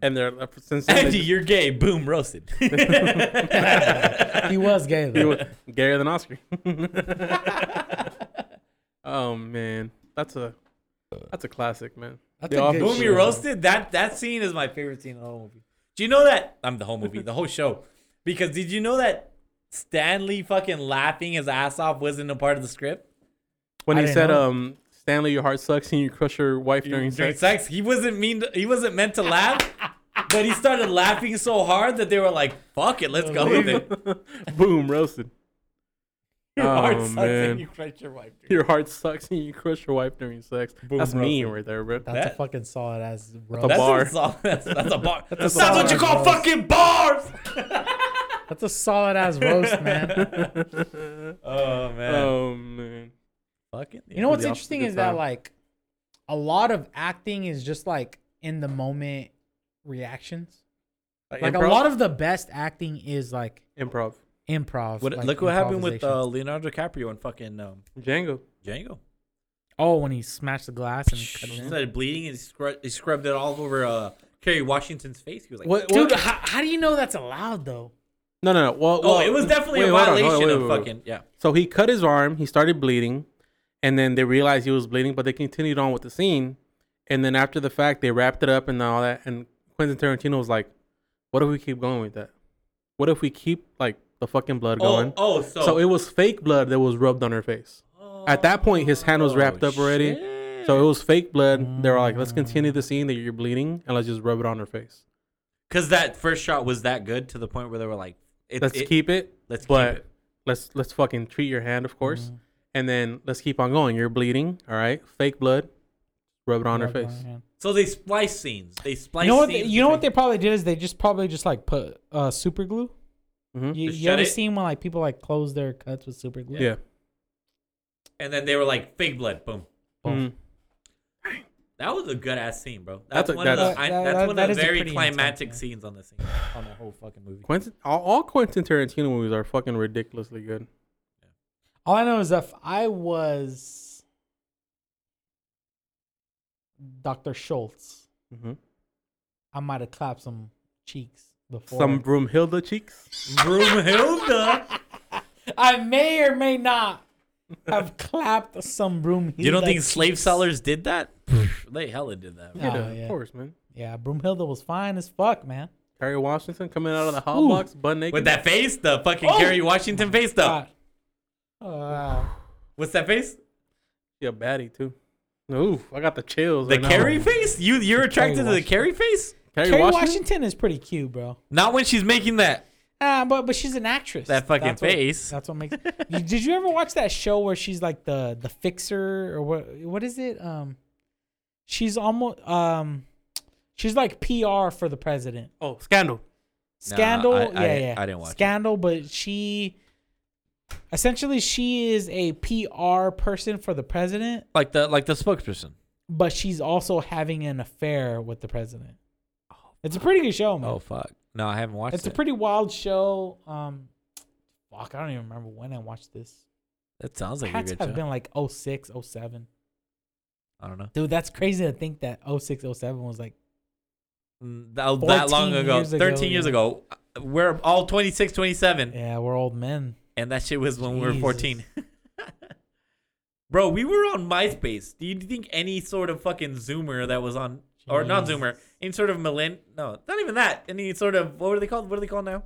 And they're uh, since then Andy, they- you're gay. Boom, roasted. He was gay though. he was gayer than Oscar. oh man, that's a that's a classic, man. That's The a good Office. Boom, show. you roasted. That that scene is my favorite scene in the whole movie. Do you know that? I'm the whole movie, the whole show. Because did you know that Stanley fucking laughing his ass off wasn't a part of the script When I he didn't said, know. um, "Stanley, your heart sucks, and you crush your wife during during sex." sex? He wasn't mean. To, he wasn't meant to laugh, but he started laughing so hard that they were like, "Fuck it, let's go Oh, with it." Boom, roasted. Your heart Oh, sucks man. and you crushed your wife. dude. Your heart sucks, and you crush your wife during sex. that's mean roasted. right there, bro. That's a That- fucking solid as a roast. That's, bar. A sol- that's, that's a bar. That's, a what solid you call roast. fucking bars. That's a solid as roast, man. oh man. oh man. Fucking. You know what's the interesting opposite is that time. like a lot of acting is just like in the moment reactions. Like a lot of the best acting is like improv. improv. What, like look what happened with uh, improvisation. Leonardo DiCaprio and fucking um, Django. Django. oh when he smashed the glass and cut He it in. started bleeding and he, scrub- he scrubbed it all over uh, Kerry Washington's face. He was like, What, dude, what? how, how do you know that's allowed though? No, no, no. Well, "Oh, well, it was definitely wait, a hold on, hold violation on, wait, of wait, wait. fucking yeah." So he cut his arm. He started bleeding, and then they realized he was bleeding, but they continued on with the scene. And then after the fact, they wrapped it up and all that. And Quentin Tarantino was like, "What if we keep going with that? What if we keep like the fucking blood Oh, going?" oh, so, So it was fake blood that was rubbed on her face. At that point, his hand Oh, was wrapped up already. So it was fake blood. They were like, "Let's continue Mm. the scene that you're bleeding, and let's just rub it on her face. because that first shot was that good to the point where they were like, it, Let's it- keep it. let's keep but it." Mm-hmm. let's let's fucking treat your hand, of course, and then let's keep on going. You're bleeding, all right? Fake blood, rub it on her face. So they splice scenes. They splice. You know what? They, Scenes you know what they between- probably did is they just probably just like put uh, super glue. Mhm. You, Mm-hmm. Just you shut ever it. seen when like people like close their cuts with super glue? Yeah. And then they were like, "Fake blood." Boom. Mm-hmm. Mhm. That was a good ass scene, bro. That's That's, a- one that's- of the I, That- that's that- one that of is a the very pretty climactic intense, scenes on the scene on the whole fucking movie. Quentin, all, all Quentin Tarantino movies are fucking ridiculously good. All I know is if I was Dr. Schultz, Mm-hmm. hmm I might have clapped some cheeks before. Some Broomhilda cheeks. Broomhilda. I may or may not have clapped some broom. You don't think slave sellers did that? they hella did that. No. Yeah, Oh, yeah. of course, man. Yeah, Broomhilda was fine as fuck, man. Kerry Washington coming out of the hot Ooh. box, butt naked. With that face, the fucking Oh! Kerry Washington face, though. God. Uh, What's that face? Oh, yeah, baddie too. Ooh, I got the chills. The right now. Kerry face? You you're attracted to the Washington. Kerry face? Kerry Kerry Washington. Washington is pretty cute, bro. Not when she's making that. Ah, but but she's an actress. That fucking That's what- face. that's what makes. You- Did you ever watch that show where she's like the the fixer or what? What is it? Um, she's almost um, she's like PR for the president. Oh, Scandal. Nah, Scandal. I- yeah, I- yeah. I didn't watch it. Scandal, but she essentially she is a PR person for the president, Like the like the spokesperson. but she's also having an affair with the president. It's a pretty good show, man. Oh fuck. No, I haven't watched it's a it. pretty wild show. Um, fuck, I don't even remember when I watched this. that sounds like a had to good show. have been like 06, 07. I don't know. Dude, that's crazy to think that 06, 07 was like. Mm, That, that long 14 ago. years ago, 13 years yeah. ago. We're all 26, 27. Yeah, we're old men. And that shit was when we were Jesus. 14. Bro, we were on MySpace. Do you think any sort of fucking Zoomer that was on, or not Jesus. Zoomer, any sort of millenn, no, not even that. Any sort of, what are they called? What are they called now?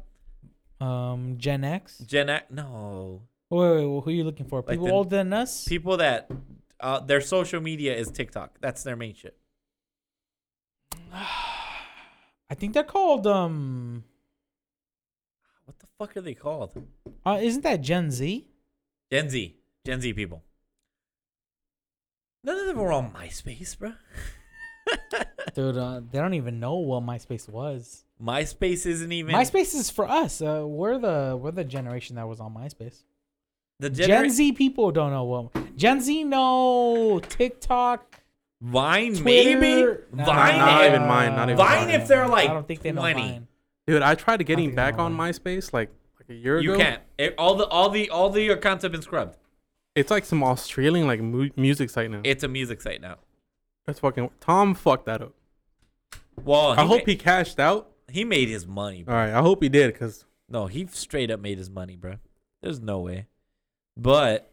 Um, Gen X. Gen X? No. Wait, wait, wait, who are you looking for? Like People the- older than us? People that, uh, their social media is TikTok. That's their main shit. I think they're called. Um, What the fuck are they called? uh, isn't that Gen Z? Gen Z. Gen Z people. None of them were on MySpace, bro. Dude, uh, they don't even know what MySpace was. MySpace isn't even. MySpace is for us. Uh, we're the we're the generation that was on MySpace. the Gen Z people don't know what Gen Z know TikTok. Vine, Twitter- maybe. Nah, Vine, Not eh? even mine, not even Vine if they're, like, I don't think they know 20. Vine. Dude, I tried to think getting I back know on one. MySpace like like a year You ago. can't. It- all the all the all the accounts have been scrubbed. It's like some Australian like mu- music site now. It's a music site now. That's fucking Tom fucked that up. Well, I hope ma- he cashed out. he made his money. All right, I hope he did because No, he straight up made his money, bro. There's no way. But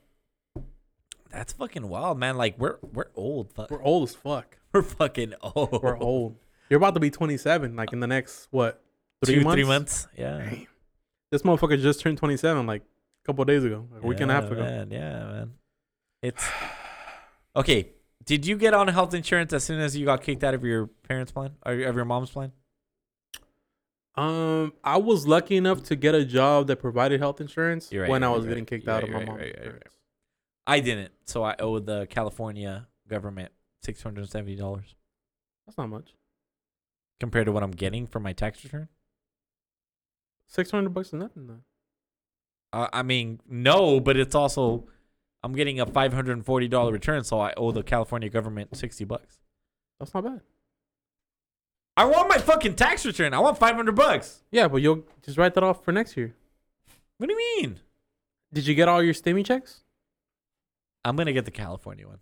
that's fucking wild, man. Like we're we're old. Fuck. we're old as fuck. We're fucking old. We're old. You're about to be 27, like in the next what three Two, months? Three months. Yeah. Damn. This motherfucker just turned 27, like a couple days ago, like a week and a Yeah, half ago. Man, yeah, man. It's okay. Did you get on health insurance as soon as you got kicked out of your parents' plan or of your mom's plan? Um, I was lucky enough to get a job that provided health insurance You're right, when I you're was right, getting kicked you're out right, of my you're right, mom's you're right, you're insurance. I didn't, so I owe the California government six hundred and seventy dollars That's not much. compared to what I'm getting for my tax return. Six hundred bucks is nothing though. Uh, I mean, no, but it's also I'm getting a five hundred and forty dollar return, so I owe the California government sixty bucks. That's not bad. I want my fucking tax return. I want five hundred bucks. Yeah, but you'll just write that off for next year. What do you mean? Did you get all your stimmy checks? I'm gonna get the California one.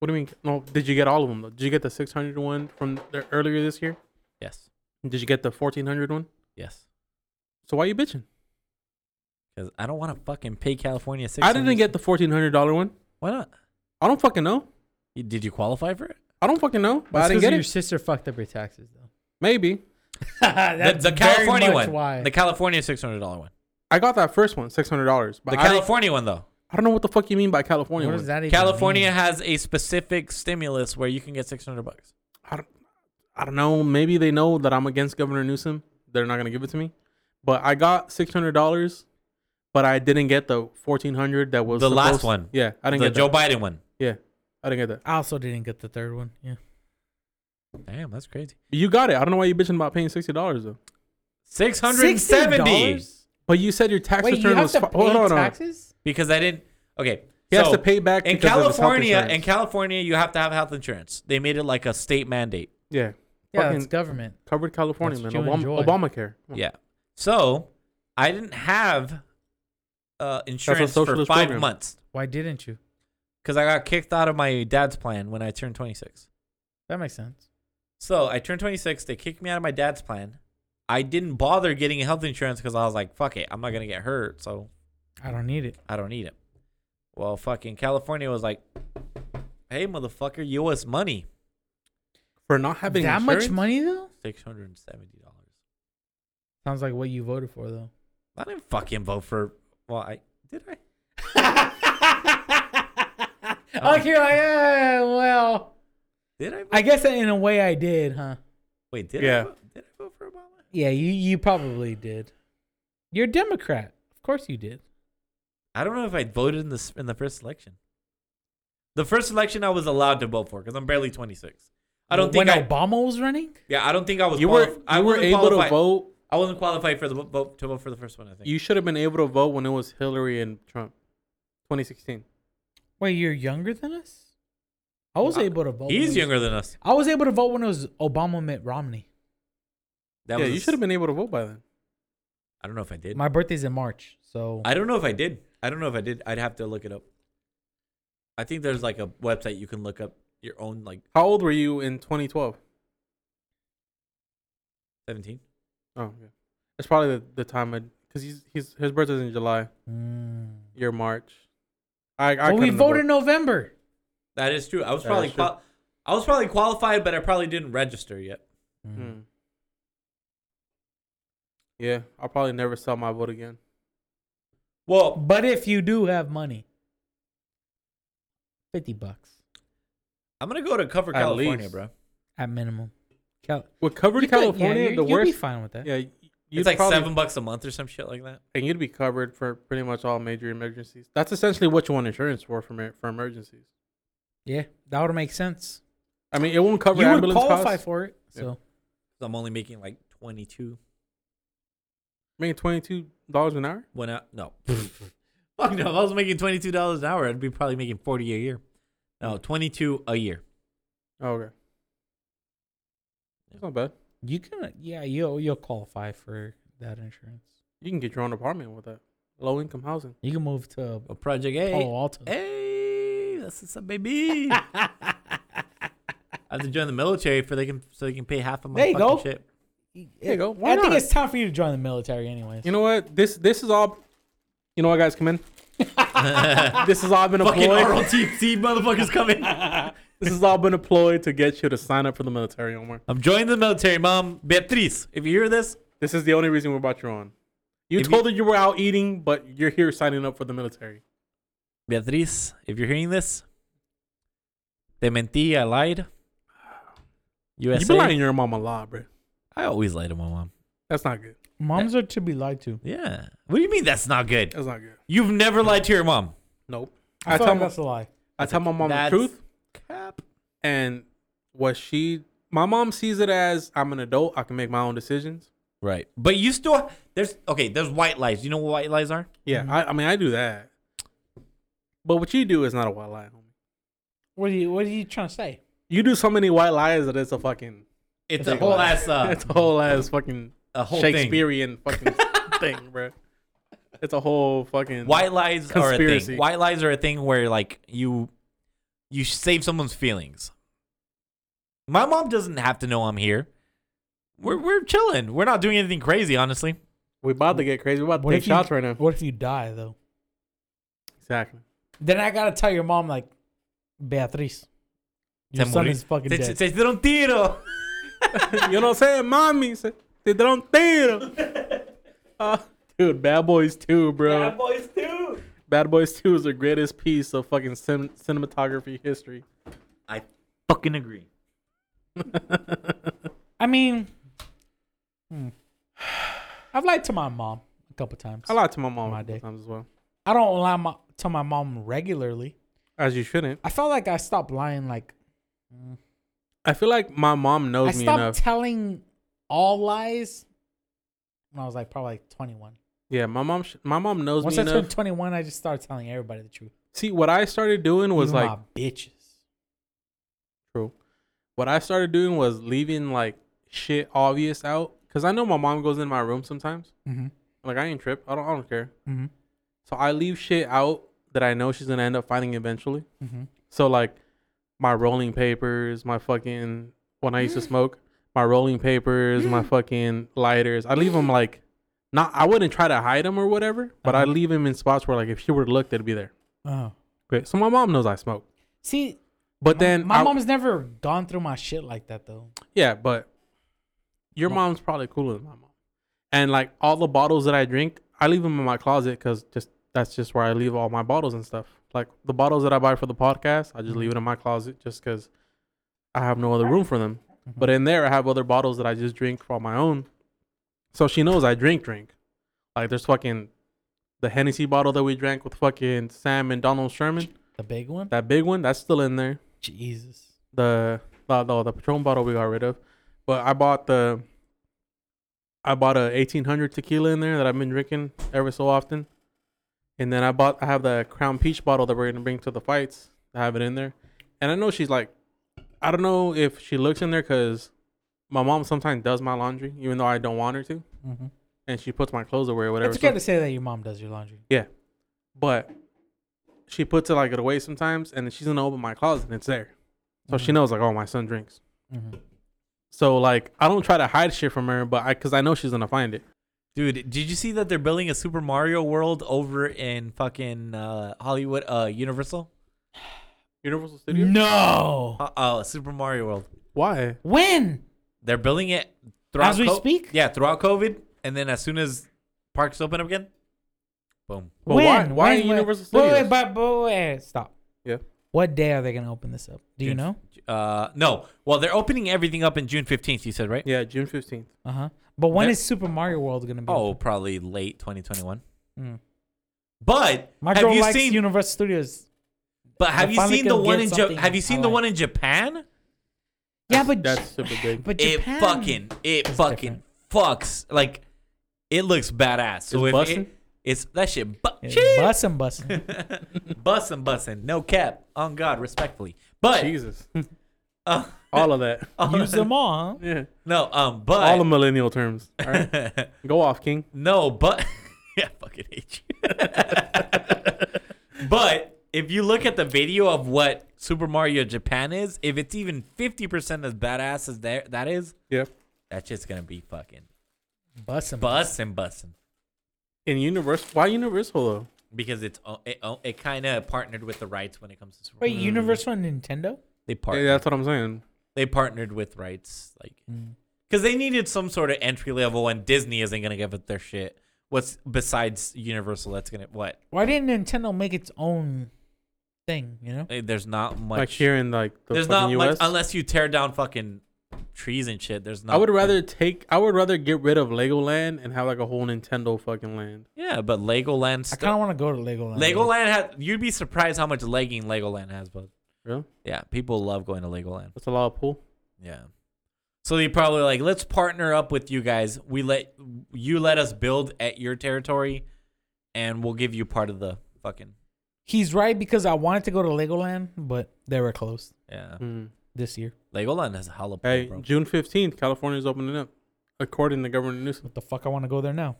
What do you mean? No, did you get all of them though? Did you get the six hundred one from the, earlier this year? Yes, Did you get the fourteen hundred one? yes, So why you bitching? because I don't want to fucking pay California six. I didn't get the fourteen hundred dollar one. Why not? I don't fucking know. You- Did you qualify for it? I don't fucking know. But That's I didn't 'cause get your it. sister fucked up your taxes though. Maybe That's the, the very California much one. Why? The California six hundred dollar one. I got that first one, six hundred dollars. But The I, California one though. I don't know what the fuck you mean by California. what What does that even California mean? has a specific stimulus where you can get six hundred bucks. I don't know. Maybe they know that I'm against Governor Newsom. They're not gonna give it to me. But I got six hundred dollars, but I didn't get the fourteen hundred that was The last supposed- one. Yeah, I The didn't get Joe that. Biden one. I didn't get that. I also didn't get the third one. Yeah. Damn, that's crazy. You got it. I don't know why you bitching about paying sixty dollars though. Six hundred and seventy. $60? But you said your tax Wait, you return have was to fi- pay hold on, hold on. taxes? Because I didn't. Okay. He so has to pay back in because of his health California. In insurance. California, you have to have health insurance. They made it like a state mandate. yeah, Yeah, Fucking- it's government. covered California, man. That's what you Obama, enjoy. Obamacare. Come on. Yeah. So I didn't have uh, insurance for socialist five program. months Why didn't you? because I got kicked out of my dad's plan when I turned twenty six. That makes sense. So I turned 26. They kicked me out of my dad's plan. I didn't bother getting health insurance because I was like, fuck it. I'm not going to get hurt. So I don't need it. I don't need it. Well, fucking California was like, hey, motherfucker, you owe us money. For not having that insurance? much money though? $670. Sounds like what you voted for though. I didn't fucking vote for. Well, I did I? Oh, you're like, eh, well, Did I? Vote? I guess in a way I did, huh? Wait, did, Yeah. I vote? did I vote for Obama? Yeah, you you probably did. You're a Democrat, of course you did. I don't know if I voted in the, s- in the first election. The first election I was allowed to vote for because I'm barely 26. I don't think when I. Obama was running. yeah, I don't think I was. You were qualif- you I were wasn't able to qualified. vote. I wasn't qualified for the vo- vote to vote for the first one. I think. You should have been able to vote when it was Hillary and Trump, 2016. Wait, you're younger than us. I was Well, able to vote. when it He's was- younger than us. I was able to vote when it was Obama Mitt Romney. That yeah, was you should have been able to vote by then. I don't know if I did. My birthday's in March, so I don't know if I did. I don't know if I did. I'd have to look it up. I think there's like a website you can look up your own like How old were you in 2012? 17. Oh, yeah. That's probably the, the time I because he's he's his birthday's in July. Mm. Your March. I, I Well, we couldn't have voted in voted. November. That is true. I was That probably is true. qual- I was probably qualified, but I probably didn't register yet. Mm. Hmm. Yeah, I'll probably never sell my vote again. Well, But if you do have money, fifty bucks I'm gonna go to cover At California, least. bro. at minimum. Cal- With covered You could- yeah, California, you- the you'll worst. be fine with that. Yeah, you it's like seven bucks a month or some shit like that. and you'd be covered for pretty much all major emergencies. That's essentially what you want insurance for for, mer- for emergencies. Yeah, that would make sense. I mean, it won't cover you would ambulance qualify costs. for it. Yeah. So I'm only making like 22 Making twenty two dollars an hour. when I no. Fuck no! If I was making twenty two dollars an hour, I'd be probably making forty a year. No, twenty two a year. Oh, okay, that's not bad. you can, yeah, you'll you'll qualify for that insurance. You can get your own apartment with that. low income housing. You can move to Well, Project A. Palo Alto. Hey, that's what's up, baby. I have to join the military for they can so they can pay half of my There you fucking go. shit. There you go. Why I think not? it's time for you to join the military, anyways. You know what? This this is all. You know what, guys? Come in. this has all been a ploy. ROTC motherfuckers coming. This has all been a ploy to get you to sign up for the military, Omar. I'm joining the military, mom. Beatriz, if you hear this, This is the only reason we brought you on. You If you- told her you were out eating, but you're here signing up for the military. Beatriz, if you're hearing this, they mentí, I lied. You've been USA, lying to your mom a lot, bro. I always lie to my mom. That's not good. Moms are to be lied to. Yeah. What do you mean that's not good? That's not good. You've never lied to your mom. Nope. I, I, feel tell like my, that's a lie. I tell my mom the That's truth, Cap. and what she, my mom sees it as I'm an adult. I can make my own decisions. Right. But you still there's okay, there's white lies. You know what white lies are? Yeah, Mm-hmm. I, I mean, I do that. But what you do is not a white lie, homie. What are you What are you trying to say? You do so many white lies that it's a fucking, It's, a a whole lie. ass uh, it's a whole ass fucking a whole thing. Shakespearean fucking thing, bro. It's a whole fucking White lies are a Conspiracy. thing. White lies are a thing where like you you save someone's feelings. My mom doesn't have to know I'm here. We're we're chilling. We're not doing anything crazy, honestly. We about to get crazy. We about to What take if you- shots right now. What if you die though? Exactly. Then I gotta tell your mom like, Beatriz, your Te son morí- is fucking te- dead. te- te dieron tiro. you know what I'm saying, mommy? Se, te dieron tiro. Uh, dude, Bad Boys 2, bro. Bad Boys 2. Bad Boys 2 is the greatest piece of fucking cin- cinematography history. I fucking agree. I mean, hmm. I've lied to my mom a couple times. I lied to my mom My a couple dick. times as well. I don't lie my, to my mom regularly. As you shouldn't. I felt like I stopped lying. Like I feel like my mom knows I me stopped enough. telling all lies when I was like probably like 21. yeah, my mom. Sh- my mom knows Once me I enough. turned 21, I just started telling everybody the truth. See, what I started doing was Even like my bitches. True. What I started doing was leaving like shit obvious out because I know my mom goes in my room sometimes. Mm-hmm. Like I ain't trip. I don't. I don't care. Mm-hmm. So I leave shit out that I know she's gonna end up finding eventually. Mm-hmm. So like my rolling papers, my fucking when I used to smoke, my rolling papers, my fucking lighters. I leave them like not. I wouldn't try to hide them or whatever, but I Uh-huh. leave them in spots where like if she were to look, they'd be there. Oh. Okay. So my mom knows I smoke. See, But my- then my I- mom's never gone through my shit like that though. Yeah, but your Mom. mom's probably cooler than my mom. And like all the bottles that I drink, I leave them in my closet because just that's just where I leave all my bottles and stuff. Like the bottles that I buy for the podcast, Mm-hmm. I just leave it in my closet just because I have no other room for them. Mm-hmm. But in there, I have other bottles that I just drink for my own. So she knows I drink, drink. Like there's fucking the Hennessy bottle that we drank with fucking Sam and Donald Sherman, The big one. that big one, that's still in there Jesus. the the the, the Patron bottle we got rid of, but I bought the I bought a eighteen hundred tequila in there that I've been drinking ever so often, and then I bought I have the Crown Peach bottle that we're gonna bring to the fights. I have it in there, and I know she's like, I don't know if she looks in there because my mom sometimes does my laundry even though I don't want her to, Mm-hmm. and she puts my clothes away or whatever. It's so- good to say that your mom does your laundry. but she puts it like it away sometimes, and then she's gonna open my closet and it's there, so she Mhm. knows like oh my son drinks. Mm-hmm. So like I don't try to hide shit from her, but I because I know she's gonna find it. Dude, did you see that they're building a Super Mario World over in fucking uh, Hollywood, uh, Universal? Universal Studios. No. Uh, uh, Super Mario World. Why? When? They're building it throughout As we speak? Yeah, throughout COVID, and then as soon as parks open up again, boom. But when? why? Why When? Universal Wait, Studios? Wait, but, but wait, stop. Yeah. What day are they gonna open this up? Do you June- know? Uh, no. Well, they're opening everything up in June fifteenth. You said right? yeah, June fifteenth. Uh huh. But when They're- is Super Mario World gonna be? Oh, open? probably late twenty twenty one. Mm. But my have girl you likes seen? Universal Studios. but have I you finally seen the can one get in? Ja- something have you seen I the like. one in Japan? Yeah, but that's super big. But it Japan, fucking it It's fucking fucks like it looks badass. So It's if bussin'? it, it's that shit, but Yeah, bussin' bussin' bussin'. bussin', bussin', no cap, on God, respectfully. But Jesus, uh, all of that. Use them all. Huh? Yeah, no, um, but all the millennial terms. All right, go off, King. no, but yeah, I fucking hate you. But if you look at the video of what Super Mario Japan is, if it's even 50% as badass as there, that is, Yeah. that shit's gonna be fucking Bus and bussin' bussin'. In Universal, why Universal though? Because it's o- it, o- it kind of partnered with the rights when it comes to Super Wait, Mario. Universal and Nintendo? They Yeah, partnered. that's what I'm saying. They partnered with rights, like, because they needed some sort of entry level, and Disney isn't gonna give it their shit. What's besides Universal that's gonna what? Why didn't Nintendo make its own thing? You know, Eh, There's not much. Like here in like the there's not fucking much US. unless you tear down fucking trees and shit. There's not. I would rather take. I would rather get rid of Legoland and have like a whole Nintendo fucking land. Yeah, but Legoland. I Still, kind of want to go to Legoland. Legoland has. You'd be surprised how much legging Legoland has, but Really? yeah, people love going to Legoland. That's a lot of pool. Yeah. So they probably like, let's partner up with you guys. We let you let us build at your territory, and we'll give you part of the fucking He's right because I wanted to go to Legoland, but they were closed yeah. Mm. this year. Legoland has a hella pool, Hey, bro. June fifteenth, California's opening up, according to Governor Newsom. What the fuck? I want to go there now.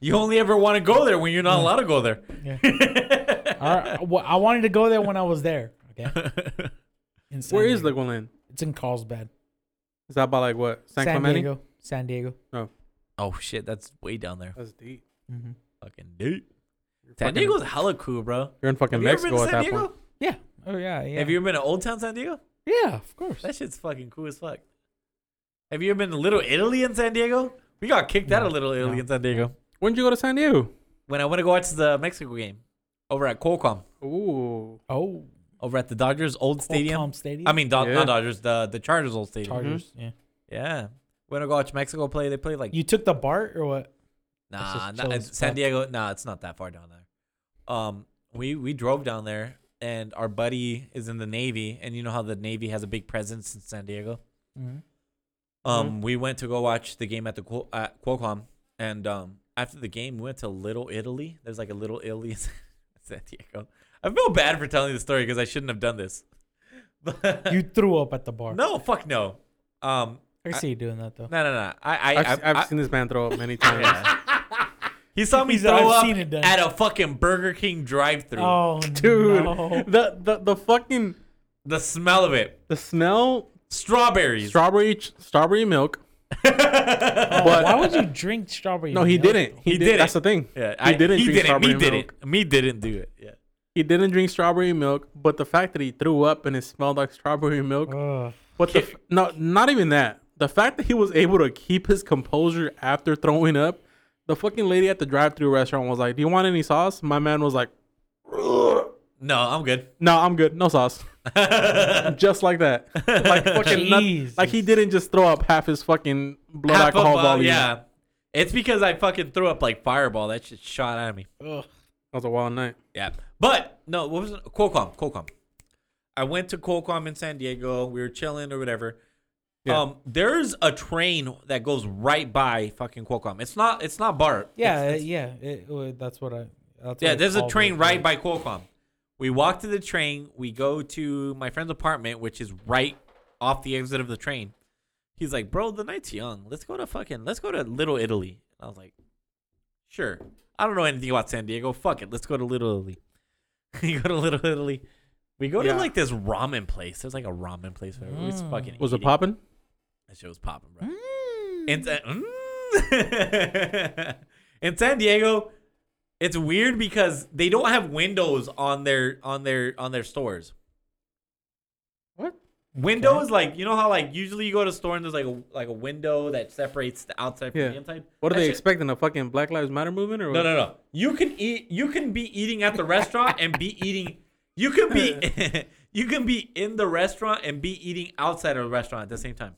you only ever want to go there when you're not allowed to go there. Yeah. All right. Well, I wanted to go there when I was there. Okay. In San Where is Diego. Legoland? It's in Carlsbad, Is that by like what San, San Clemente? Diego. San Diego. oh shit, that's way down there. That's deep. hmm Fucking dude. You're San fucking- Diego's hella cool, bro. You're in fucking Have you ever been Mexico to at San that Diego? point. Yeah. Oh yeah. Yeah. Have you ever been to Old Town San Diego? Yeah. Of course. That shit's fucking cool as fuck. Have you ever been to Little Italy in San Diego? We got kicked out of Little Italy no. in San Diego. When did you go to San Diego? When I went to go watch the Mexico game over at Qualcomm, Ooh, oh. over at the Dodgers old stadium. Qualcomm Stadium. I Mhm. mean, Do- Yeah. not Dodgers, the the Chargers old stadium. Chargers. Yeah. yeah. Went to go watch Mexico play. They played like You took the BART or what? That's Nah, just nah, chill uh, as San fuck. Diego. Nah, it's not that far down there. Um, we we drove down there, and our buddy is in the Navy, and you know how the Navy has a big presence in San Diego. Mm-hmm. Mhm. Um, we went to go watch the game at the Qual- at Qualcomm, and um, after the game, we went to Little Italy. There's like a Little Italy in San Diego. I feel bad for telling the story because I shouldn't have done this. You threw up at the bar. no, fuck no. Um, I see you doing that though. no, no, no. I, I, I've, I, I've, I- seen this man throw up many times. he saw me He's like, throw "I've up seen it done." at a fucking Burger King drive-through. Oh, Dude, no. the, the the fucking The smell of it. the smell Strawberries. strawberry ch- strawberry milk. but Why would you drink strawberry? no, he milk? didn't. He, He did. did That's it. the thing. yeah, he didn't He drink didn't. Me strawberry didn't. milk. Me didn't do it. Yeah. He didn't drink strawberry milk, but the fact that he threw up and it smelled like strawberry milk. Ugh. But the f- no, not even that. The fact that he was able to keep his composure after throwing up, the fucking lady at the drive-through restaurant was like, "Do you want any sauce?" My man was like, No, I'm good. "No, I'm good. No sauce." just like that, like fucking, not, Jesus. like he didn't just throw up half his fucking blood Half alcohol up, uh, volume. yeah. It's because I fucking threw up like fireball. That shit shot at me. Ugh. that was a wild night. Yeah. But no, what was it? Qualcomm. Qualcomm. I went to Qualcomm in San Diego. We were chilling or whatever. Yeah. Um, there's a train that goes right by fucking Qualcomm. It's not. It's not BART. Yeah, It's- uh, yeah. It, uh, that's what I. That's Yeah, there's a train right by Qualcomm. We walk to the train. We go to my friend's apartment, which is right off the exit of the train. He's like, "Bro, the night's young. Let's go to fucking. Let's go to Little Italy." And I was like, "Sure. I don't know anything about San Diego. Fuck it. Let's go to Little Italy." you go to Little Italy. We go Yeah. to like this ramen place. There's like a ramen place. Where we was Mm. fucking. Was it eating. popping? That shit was popping, bro. In, Mm. Sa- Mm. in San Diego, it's weird because they don't have windows on their on their on their stores. What? Windows like you know how like usually you go to a store and there's like a like a window that separates the outside from Yeah. the inside. What are That they shit- expecting? A fucking Black Lives Matter movement or No, what? no, no. You can eat. You can be eating at the restaurant and be eating. You can be. you can be in the restaurant and be eating outside of the restaurant at the same time.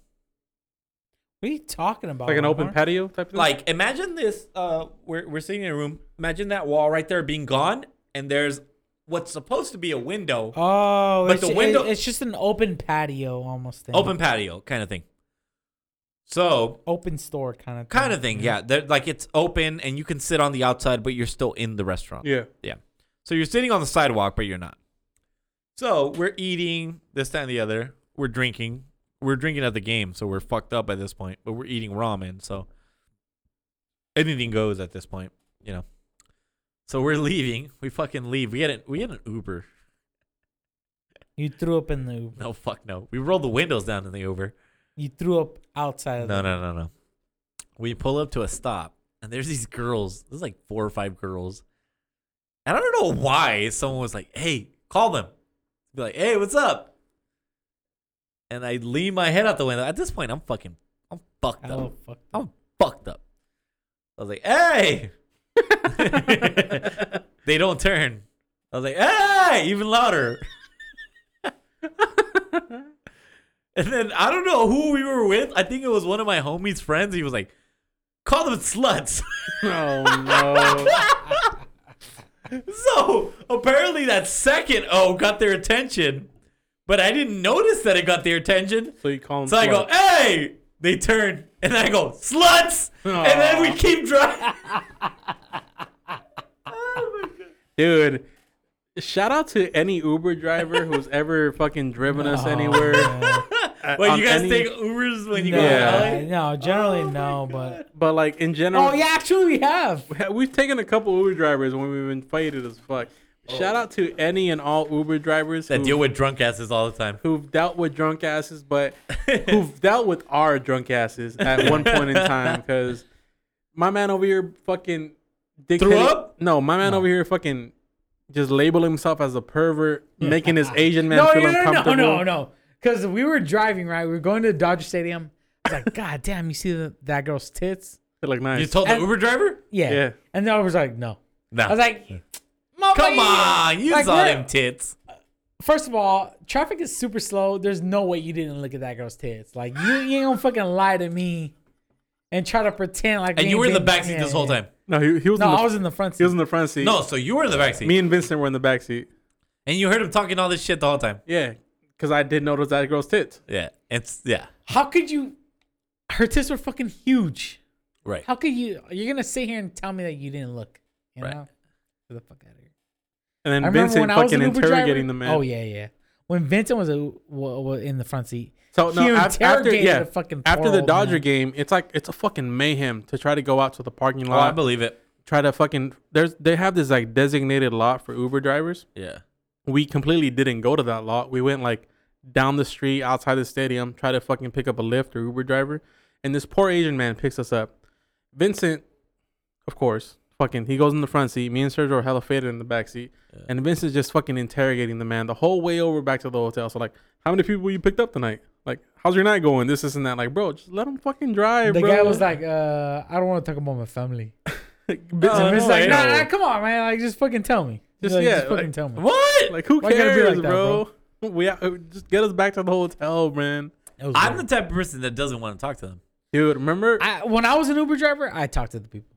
What are you talking about? like an open Omar? patio type thing. Like imagine this. Uh, we're we're sitting in a room. Imagine that wall right there being gone, and there's what's supposed to be a window, Oh, But it's, the the window- window. it's just an open patio almost. Thing. open patio kind of thing. So Open store kind of. kind of thing, yeah. They're, like it's open and you can sit on the outside, but you're still in the restaurant. yeah, Yeah. So you're sitting on the sidewalk, but you're not. So we're eating this, that, and the other. We're drinking. We're drinking at the game, so we're fucked up at this point. But we're eating ramen, so anything goes at this point. you know. So we're leaving. We fucking leave. We get an we get an Uber. You threw up in the Uber. No fuck no. We rolled the windows down in the Uber. You threw up outside No of no the no no. We pull up to a stop and there's these girls. There's like four or five girls. And I don't know why someone was like, "Hey, call them." Be like, "Hey, what's up?" And I lean my head out the window. At this point, I'm fucking, I'm fucked up. Oh, fuck. I'm fucked up. I was like, hey. they don't turn. I was like, hey, even louder. and then I don't know who we were with. I think it was one of my homies' friends. He was like, call them sluts. Oh no. so apparently that second O got their attention, but I didn't notice that it got their attention. so you call him. So I go, slut. hey! They turn, and I go, sluts! And then we keep driving. dude. Shout out to any Uber driver who's ever fucking driven us Oh, anywhere. man. uh, Wait, on you guys any- take Ubers when you no, go Yeah. to LA? no, generally Oh no, but But like in general, oh yeah, actually we have. yeah. we've taken a couple Uber drivers when we've been fighted as fuck. Oh. Shout out to any and all Uber drivers That who- deal with drunk asses all the time. who've dealt with drunk asses, but who've dealt with our drunk asses at one point in time. Because my man over here fucking dictated- up? No, my man over here fucking just labeled himself as a pervert, making his Asian man No, feel no, no, no, uncomfortable. no, no. Because we were driving, right? We were going to Dodger Stadium. I was like, God damn, you see the, that girl's tits? Feel like nice. You told the And- Uber driver? Yeah. Yeah. And then I was like, no. No. I was like, "Mama, come you-" on, you Like, saw we're- them tits. First of all, traffic is super slow. There's no way you didn't look at that girl's tits. Like, you, you ain't gonna fucking lie to me and try to pretend like. And we you ain't were in the been- backseat yeah, this whole yeah. time. No, he, he was No, in the, I was in the front seat. he was in the front seat. No, so you were in the backseat. me and Vincent were in the back seat. and you heard him talking all this shit the whole time. Yeah, because I did notice that girl's tits. Yeah. It's, yeah. How could you? Her tits were fucking huge. Right. How could you? You're gonna sit here and tell me that you didn't look? You Right. know? Get the fuck out of here. And I then remember Vincent when I was fucking an Uber interrogating driver. the man. Oh yeah, yeah. When Vincent was, a, wa- wa- in the front seat, So no, He af- after interrogated yeah, a fucking after poor the old Dodger man. game, it's like it's a fucking mayhem to try to go out to the parking Oh, I lot. believe it. try to fucking there's they have this like designated lot for Uber drivers. Yeah. We completely didn't go to that lot. We went like down the street outside the stadium, try to fucking pick up a Lyft or Uber driver, and this poor Asian man picks us up. Vincent, of course, fucking he goes in the front seat. Me and Sergio are hella faded in the back seat, and Vincent's just fucking interrogating the man the whole way over back to the hotel. So like, how many people you picked up tonight? Like, how's your night going? This, this, and that. Like, bro, just let him fucking drive. the bro. guy was like, uh, "I don't want to talk about my family." Vincent and was it's like, nah, nah, come on, man. Like, just fucking tell me. Just- like, yeah, just fucking like- tell me. What? Like who Why you gotta be cares, like that, bro? We uh, just get us back to the hotel, man. That was I'm the weird. type of person that doesn't want to talk to them. Dude, remember I, I, when I was an Uber driver, I talked to the people.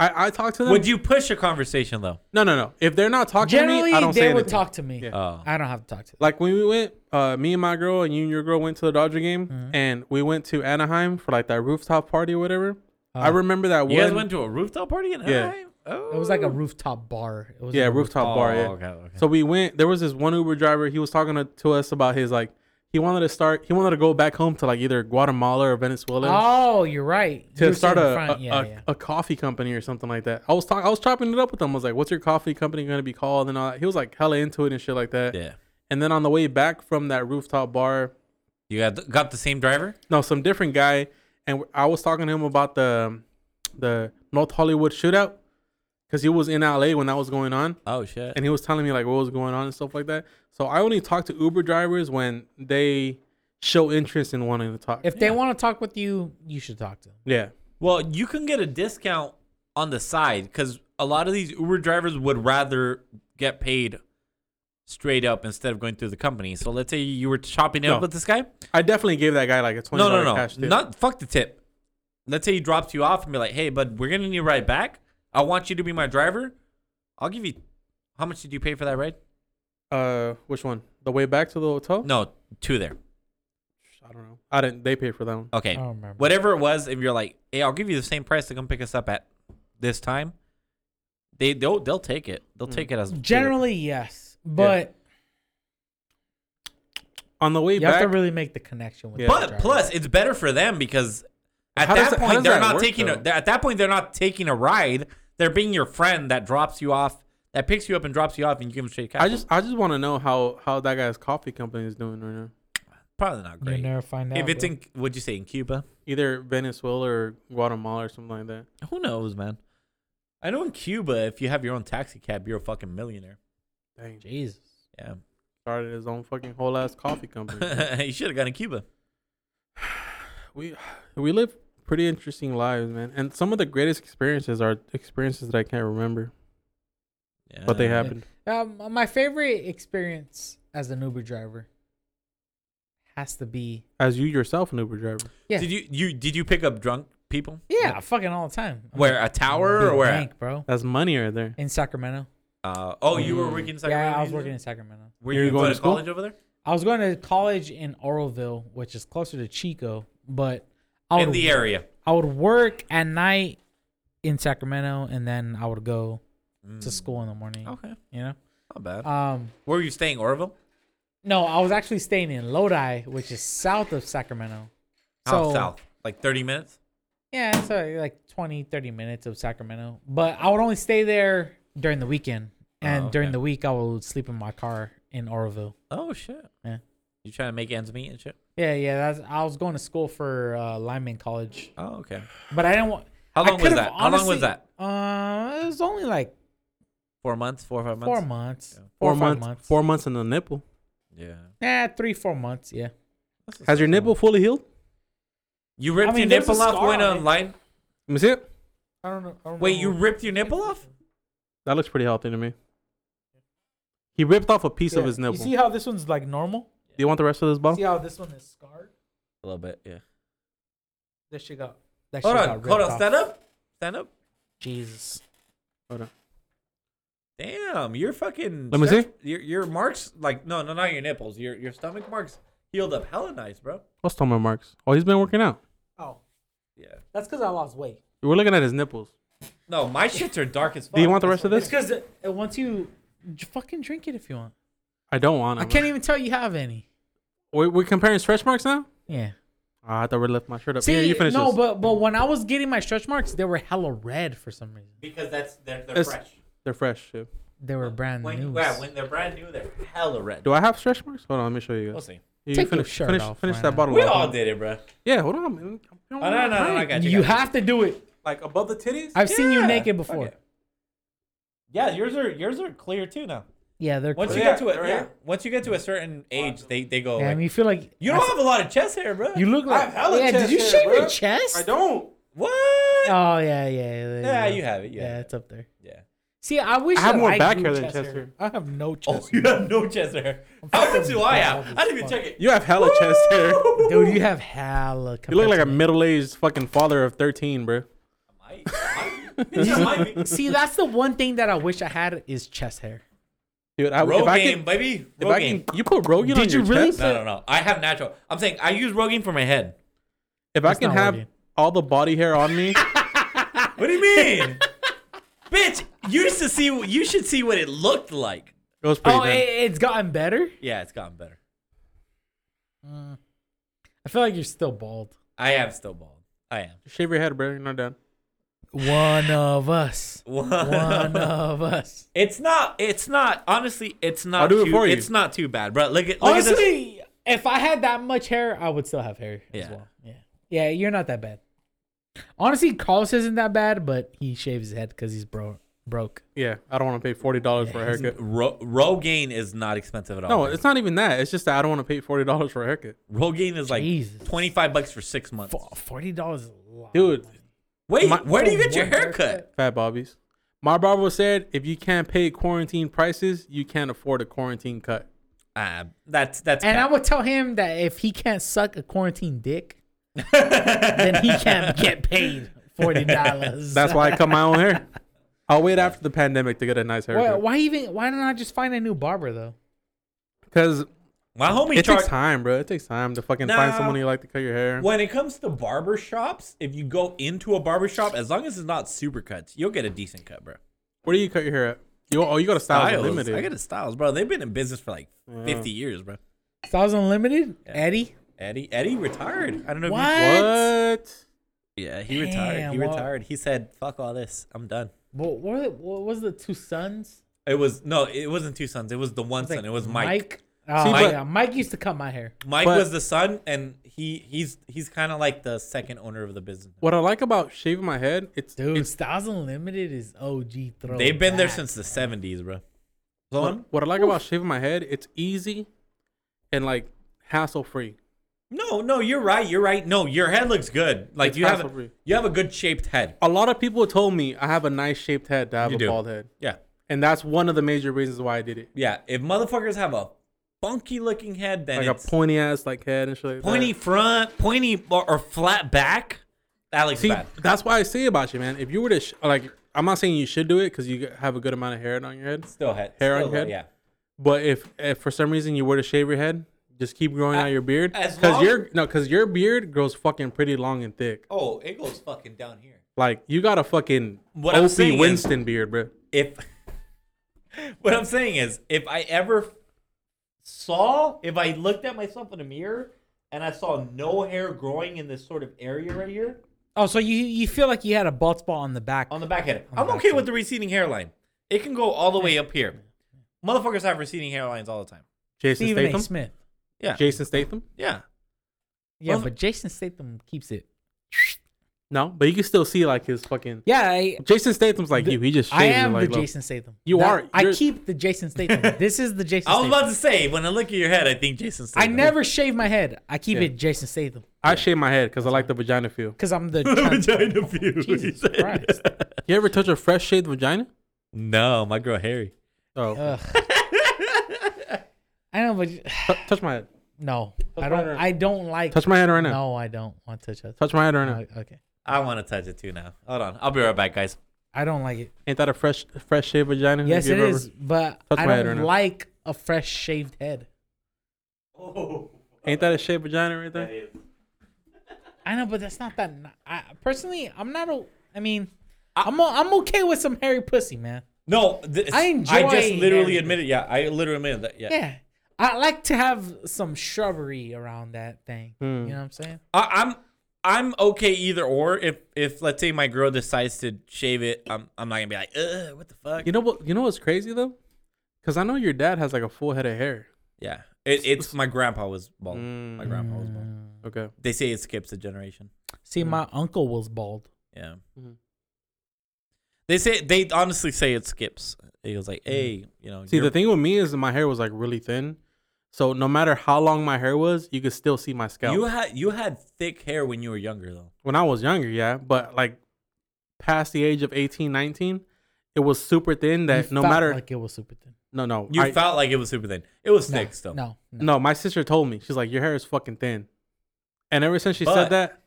I, talked to them. Would you push a conversation, though? no, no, no. If they're not talking to Generally, me, I don't say they would anything. talk to me. Yeah. Oh. I don't have to talk to them. Like when we went, uh, me and my girl and you and your girl went to the Dodger game, Mm-hmm. and we went to Anaheim for like that rooftop party or whatever. I Uh, remember that You one. guys went to a rooftop party in Yeah. Anaheim? Oh. It was like a rooftop bar. It was yeah, like a rooftop Oh, bar. Yeah. okay, okay. So we went. There was this one Uber driver. He was talking to, to us about his like. He wanted to start. He wanted to go back home to like either Guatemala or Venezuela. Oh, you're right. You to were start a, sitting in front. a, yeah, a, yeah. a coffee company or something like that. I was talking, I was chopping it up with him. I was like, "What's your coffee company going to be called?" And all that. He was like hella into it and shit like that. Yeah. And then on the way back from that rooftop bar, You got got the same driver? no, some different guy, and I was talking to him about the the North Hollywood shootout because he was in LA when that was going on, Oh shit. and he was telling me like what was going on and stuff like that. So I only talk to Uber drivers when they show interest in wanting to talk. If they want to talk with you, you should talk to them. yeah, Well, you can get a discount on the side because a lot of these Uber drivers would rather get paid straight up instead of going through the company. So let's say you were chopping it No. up with this guy. I definitely gave that guy like a twenty No, dollar no, no, cash tip. not fuck the tip. Let's say he drops you off and be like, "Hey, bud, we're gonna need a ride back. I want you to be my driver. I'll give you. How much did you pay for that ride? Uh, which one? The way back to the hotel? No, two there. I don't know. I didn't. They paid for that one. Okay, I don't remember. whatever it was, if you're like, hey, I'll give you the same price to come pick us up at this time, they they'll they'll take it. Hmm. They'll take it as Generally, yes, but On the way you have back, to really make the connection with. Yeah. the But driver. plus, it's better for them because at How does that that- how point does they're that not work, taking a, though? they're- at that point they're not taking a ride. They're being your friend that drops you off, that picks you up and drops you off, and you give them straight cash. I just I just want to know how how that guy's coffee company is doing right now. Probably not You'll great. never find out. if it's bro. in, would you say in Cuba? Either Venezuela or Guatemala or something like that. Who knows, man? I know in Cuba, if you have your own taxi cab, you're a fucking millionaire. Dang, Jesus, Yeah, started his own fucking whole ass coffee company. you should have gone to Cuba. we we live pretty interesting lives, man. And some of the greatest experiences are experiences that I can't remember, Yeah. but they happened. um, my favorite experience as an Uber driver has to be As you yourself, an Uber driver. Yeah. Did you you did you pick up drunk people? yeah, fucking all the time. I'm Where like, a tower big or where? bank, bro? That's money right there. In Sacramento. Uh, oh, you were Mm. working. in Sacramento, Yeah, I was you said? working in Sacramento. Were You you, were going going to to school? college over there? I was going to college in Oroville, which is closer to Chico, but I would, in the area. I would work at night in Sacramento, and then I would go to Mm. school in the morning. Okay, You not bad. know, um, Uh, Where were you staying, Orville? no, I was actually staying in Lodi, which is south of Sacramento. How Oh, south? Like thirty minutes. Yeah, it's uh, like 20, 30 minutes of Sacramento. But I would only stay there during the weekend. And Oh, during okay. the week, I would sleep in my car in Oroville. Oh shit. Yeah. You trying to make ends meet and shit? Yeah, yeah. That's, I was going to school for uh, Lyman College, Oh okay. but I didn't want. How I long was could've that? How long was honestly- that? Uh, it was only like Four months, four or five months. four months, Yeah. four, Four or five months, months, Four months in the nipple. Yeah. Yeah, three, four months. Yeah. That's a Has your six nipple month. fully healed? You ripped mean, your there's a nipple off scar going on it. online? Let me see it. I don't know. I don't Wait, know. you ripped your nipple off? That looks pretty healthy to me. He ripped off a piece of Yeah. his nipple. You see how this one's like normal? Do you want the rest of this ball? See how this one is scarred? A little bit, yeah. That shit got. That Hold shit on, got hold ripped on. off. Stand up, stand up. Jesus. Damn, your fucking. Let me see. Your your marks, like no, no, not your nipples. Your your stomach marks healed up hella nice, bro. What's Tommy Marks? Oh, he's been working out. Oh, Yeah. that's because I lost weight. We're looking at his nipples. No, my shits are dark as fuck. Do you want the rest of It's this? because once you j- fucking drink it if you want. I don't want it. I can't even tell you have any. We're, we're comparing stretch marks now? Yeah. Ah, I thought we left my shirt up. See, Here, you finish no, this. but but when I was getting my stretch marks, they were hella red for some reason. Because that's they're, they're It's- fresh. They're fresh. yeah. They were brand When, new. yeah, when they're brand new, they're hella red. Do I have stretch marks? Hold on, let me show you We'll guys. see. You- you Take your finish, shirt finish, off, finish why that not? bottle. We off. all did it, bro. Yeah, hold on. Man. Oh, no, no, no, no, I got you have to do it. Like above the titties? I've seen you Yeah, naked fuck before. it. Yeah, yours are yours are clear too now. Yeah, they're. Once Clear. you Yeah, get to they're a yeah, here. once you get to a certain age, they they go. Damn, like, you feel like you don't have a lot of chest hair, bro. You look I like. have hella yeah, chest did you hair, shave your bro. chest? I don't. what? Oh yeah, yeah, yeah. yeah, yeah. you have it. Yeah, Yeah, yeah. it's up there. Yeah. See, I wish I have more liked back your hair than chest hair. I have no Oh, chest. you have no chest hair. How much do I have? I didn't even check it. You have hella chest hair. Woo! Dude, you have hella. You look like a compared middle aged fucking father of 13, bro. Might- might be. Yeah, might be. to me. See, that's the one thing that I wish I had is chest hair. Dude, I, if I Rogaine, can. baby. If I Rogaine. can, you put Rogan on Did you your really? chest? No, no, no. I have natural. I'm saying I use Rogaine for my head. If I That's can not have Rogaine. all the body hair on me, What do you mean? Bitch, you used to see you should see what it looked like. it was pretty Oh, bad. it, it's gotten better. Yeah, it's gotten better. I feel like you're still bald. I am still bald. I am. Shave your head, bro. You're not done. One of us. One One. of us. It's not it's not honestly, it's not I'll do it too, for you. it's not too bad, bro. Look at look at this. Honestly, if I had that much hair, I would still have hair as Yeah. well. Yeah. Yeah, you're not that bad. Honestly, Carlos isn't that bad, but he shaves his head because he's bro- broke. Yeah, I don't want to pay forty dollars for a haircut. Ro- Rogaine is not expensive at all. No, bro. it's not even that. It's just that I don't want to pay forty dollars for a haircut, Rogaine is like Jesus. 25 bucks for 6 months. Fo- Forty dollars is a lot. dude. Wait, My- where do you for get your one haircut? haircut. Fat Bobby's. My barber said, if you can't pay quarantine prices, you can't afford a quarantine cut. Ah, that's that's And I cap. would tell him that if he can't suck a quarantine dick, then he can't get paid forty dollars. That's why I cut my own hair. I'll wait after the pandemic to get a nice Why, haircut. why even? Why don't I just find a new barber though? Because My homie it takes charged time, bro. It takes time to fucking find Nah. someone you like to cut your hair. When it comes to barber shops, if you go into a barber shop, as long as it's not super cuts, you'll get a decent cut, bro. Where do you cut your hair at? You, oh, you got a style limited. I get a Styles, bro. They've been in business for like 50 years, bro. Styles Unlimited, Eddie. Eddie, Eddie retired. I don't know. What? what? Yeah, he retired. He Damn, wow. retired. He said, "Fuck all this. I'm done." What were the- what was the two sons? It was no, it wasn't two sons. It was the one like son. It was Mike. Oh, See, but- yeah, Mike used to cut my hair. Mike, But- was the son, and he he's he's kind of like the second owner of the business. What I like about shaving my head, it's Dude, it's Styles Unlimited is OG throw. They've been there back. since the '70s, bro. what, Blowing? what I like about shaving my head, it's easy and like hassle free. No, no, you're right. You're right. No, your head looks good. Like It's you have a, hassle-free. you have a good shaped head. A lot of people told me I have a nice shaped head to have You a do. bald head. Yeah, And that's one of the major reasons why I did it. yeah. If motherfuckers have a funky looking head, then like a it's pointy ass like head and shit like that. pointy front, pointy or, or flat back. That looks See, bad. that's why I say about you, man. If you were to sh- like, I'm not saying you should do it because you have a good amount of hair on your head. Still head. Hair on still your head? Yeah. But if, if for some reason you were to shave your head, just keep growing out your beard as because long- your no, because your beard grows fucking pretty long and thick. Oh, it goes fucking down here. Like you got a fucking What I'm saying OP is- Winston beard, bro. if what I'm saying is, if I ever saw, if I looked at myself in a mirror and I saw no hair growing in this sort of area right here Oh, so you you feel like you had a bald spot on the back? on the back head, On the I'm back okay side. with the receding hairline. It can go all the way up here. Motherfuckers have receding hairlines all the time. Jason Stephen A. Statham. Smith. Yeah, Jason Statham. yeah. Yeah, Well, but Jason Statham keeps it. No, but you can still see like his fucking. Yeah, I, Jason Statham's like The- you. He just shaves I am it, like, the low. Jason Statham. You That- are- I you're- keep the Jason Statham. this is the Jason. I was Statham. about to say when I look at your head, I think Jason. I Statham. never shave my head. I keep Yeah. it Jason Statham I shave my head because I like the vagina feel. because I'm the. vagina view. Jesus he said. Christ. You ever touch a fresh shaved vagina? No, my girl Harry. Oh, Ugh. I know, but Tou- touch my head. no, I Touch don't. my head. I don't like. Touch my head right now. no, I don't want to touch. Touch my head right now. Uh, okay, I want to touch it too now. Hold on, I'll be right back, guys. I don't like it. Ain't that a fresh fresh shaved vagina? Yes, Have it you ever- is, but Touch I my head don't right now. like a fresh shaved head. Ain't that a shaved vagina right there? I know, but that's not that. n- I personally, I'm not. A, I mean, I'm o- I'm okay with some hairy pussy, man. No, this, I I enjoy just literally Harry. admitted. Yeah, I literally admitted that. Yeah, Yeah, I like to have some shrubbery around that thing. Hmm. You know what I'm saying? I, I'm I'm okay either or. If if let's say my girl decides to shave it, I'm I'm not gonna be like, Ugh, what the fuck? You know what? You know what's crazy though? Because I know your dad has like a full head of hair. yeah, it, it's my grandpa was bald. My Mm. grandpa was bald. Okay. They say it skips a generation. See, Hmm. my uncle was bald. Yeah. Mhm. They say they honestly say it skips. It was like, hey, you know, Mm-hmm. See, you're- the thing with me is that my hair was like really thin, so no matter how long my hair was, you could still see my scalp. you had you had thick hair when you were younger though. when I was younger, yeah, but like past the age of 18, 19, it was super thin. That He no felt matter like it was super thin. no no You I- felt like it was super thin. It was No, thick still. No, no. no. My sister told me she's like your hair is fucking thin, and ever since she But- said that,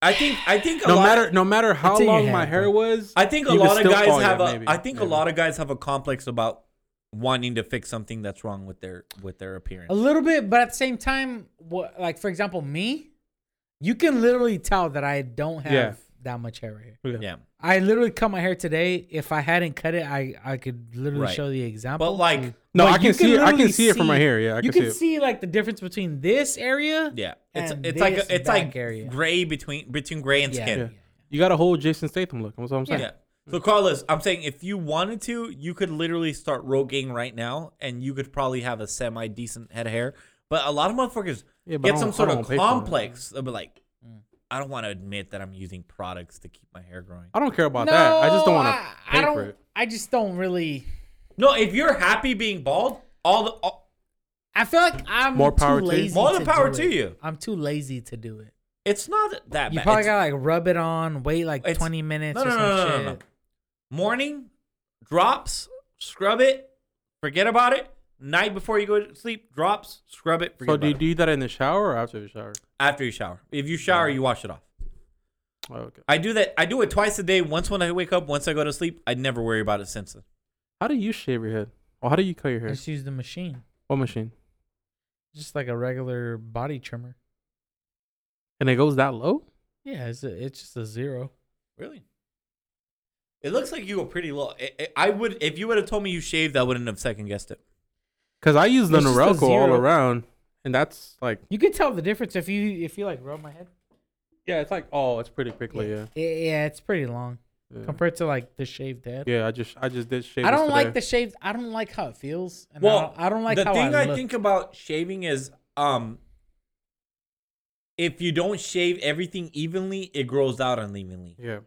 I think I think a no lot matter no matter how It's in your long my head, hair bro. was, I think a you could lot of still guys fall, have yeah, a. I maybe, think a maybe. lot of guys have a complex about wanting to fix something that's wrong with their with their appearance. A little bit, but at the same time, what like for example, me, you can literally tell that I don't have Yeah. that much hair right here. yeah. I literally cut my hair today. If I hadn't cut it, I I could literally Right. show the example. But like No, But I you can see it. I literally can see it from right here. Yeah, I you can see can it. see like the difference between this area. yeah, it's And it's like this a, it's like back area. gray between between gray and Yeah. skin. Yeah. Yeah. You got a whole Jason Statham look. That's what I'm saying. So Carlos, I'm saying if you wanted to, you could literally start roguing right now, and you could probably have a semi decent head of hair. But a lot of motherfuckers Yeah, but I get don't- some I sort don't of pay for it. complex. They'll be like, "Mm, I don't want to admit that I'm using products to keep my hair growing. I don't care about that. I just don't want I- to pay I don't. for it. I just don't really. No, if you're happy being bald, all the all, I feel like I'm More too power to you. lazy. More to the power do to it. you. I'm too lazy to do it. It's not that You bad. probably It's- gotta like rub it on, wait like It's- 20 minutes no, or no, some no, no, shit. no, no. Morning, drops, scrub it, forget about it. Night before you go to sleep, drops, scrub it, forget So about do you it. do that in the shower or after the shower? After you shower. If you shower, you wash it off. Oh, okay. I do that. I do it twice a day. Once when I wake up, once I go to sleep. I never worry about it since. then. How do you shave your head? Or how do you cut your hair? Just use the machine, What machine? just like a regular body trimmer. And it goes that low? Yeah, it's a, it's just a zero. Really? It looks like you go pretty low. I, I- I would if you would have told me you shaved, I wouldn't have second guessed it. Because I use the It's just a Norelco all zero. around, and that's like You can tell the difference if you if you like rub my head. Yeah, it's like oh, it's pretty quickly. Yeah, Yeah, yeah, it's pretty long yeah. compared to like the shaved head. Yeah, I just I just did shave. I this don't like today. the shaved. I don't like how it feels. And I, Well, don't, I don't like the how thing I, I, look. think about shaving is um if you don't shave everything evenly, it grows out unevenly. Yeah,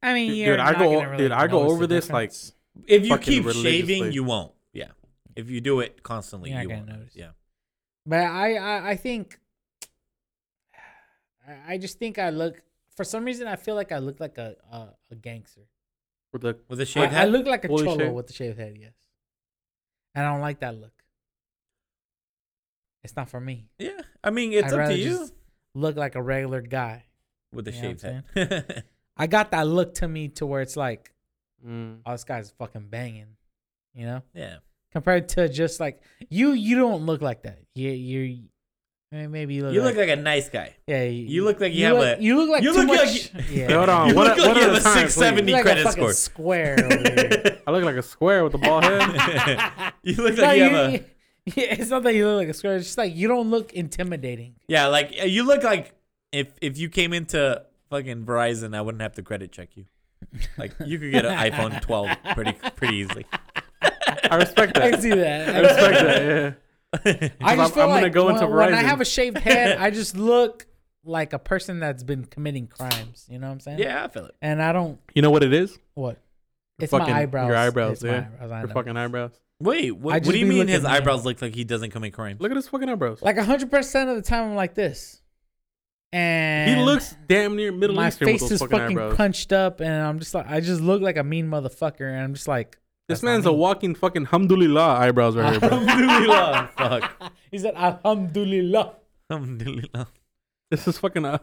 I mean, Dude, you're I not go- gonna really dude, I go notice over the this, like, difference. If you Fucking keep religiously. shaving, you won't. Yeah. If you do it constantly, You're not you gonna won't. notice. Yeah. But I, I, I think, I- I just think I look. For some reason, I feel like I look like a a, a gangster. with the With a I, shaved I head, look like a Fully cholo shaved? with the shaved head. Yes, and I don't like that look. It's not for me. yeah. I mean, it's I'd up rather to you. just look like a regular guy. With a You know shaved what I'm head. I got that look to me to where it's like, mm, oh, this guy's fucking banging, you know. yeah. Compared to just like you, you don't look like that. You, you, I mean, maybe you look. You like, look like a nice guy. yeah. you look like you have look, a- You look like you too look much. like yeah. Hold on, You one at- look like one you at have a a time, please. 670 You look like a credit fucking score. square. Over here. I look like a square with a bald head. you look like No, you you- have a yeah, it's not that you look like a square. It's just like you don't look intimidating. Yeah, like uh, you look like if if you came into fucking Verizon, I wouldn't have to credit check you. Like you could get an iPhone 12 pretty pretty easily. I respect I that. can see that. I respect that. Yeah. I just I'm- feel I'm like gonna go when, into when I Verizon. have a shaved head, I just look like a person that's been committing crimes. You know what I'm saying? Yeah, I feel it. And I don't You know what it is? what. It's fucking, my eyebrows. Your eyebrows. It's my yeah. eyebrows, I your know. fucking eyebrows. Wait, wh- I what just do you be mean his looking at- eyebrows look like he doesn't commit crime? Look at his fucking eyebrows. Like hundred percent of the time, I'm like this. And he looks damn near Middle my Eastern with face those is fucking fucking eyebrows. punched up, and I'm just like, I just look like a mean motherfucker, and I'm just like, This that's not man's a me. walking fucking hamdulillah eyebrows right here, bro. Alhamdulillah. Fuck. He said, Alhamdulillah. Alhamdulillah. this is fucking. Uh,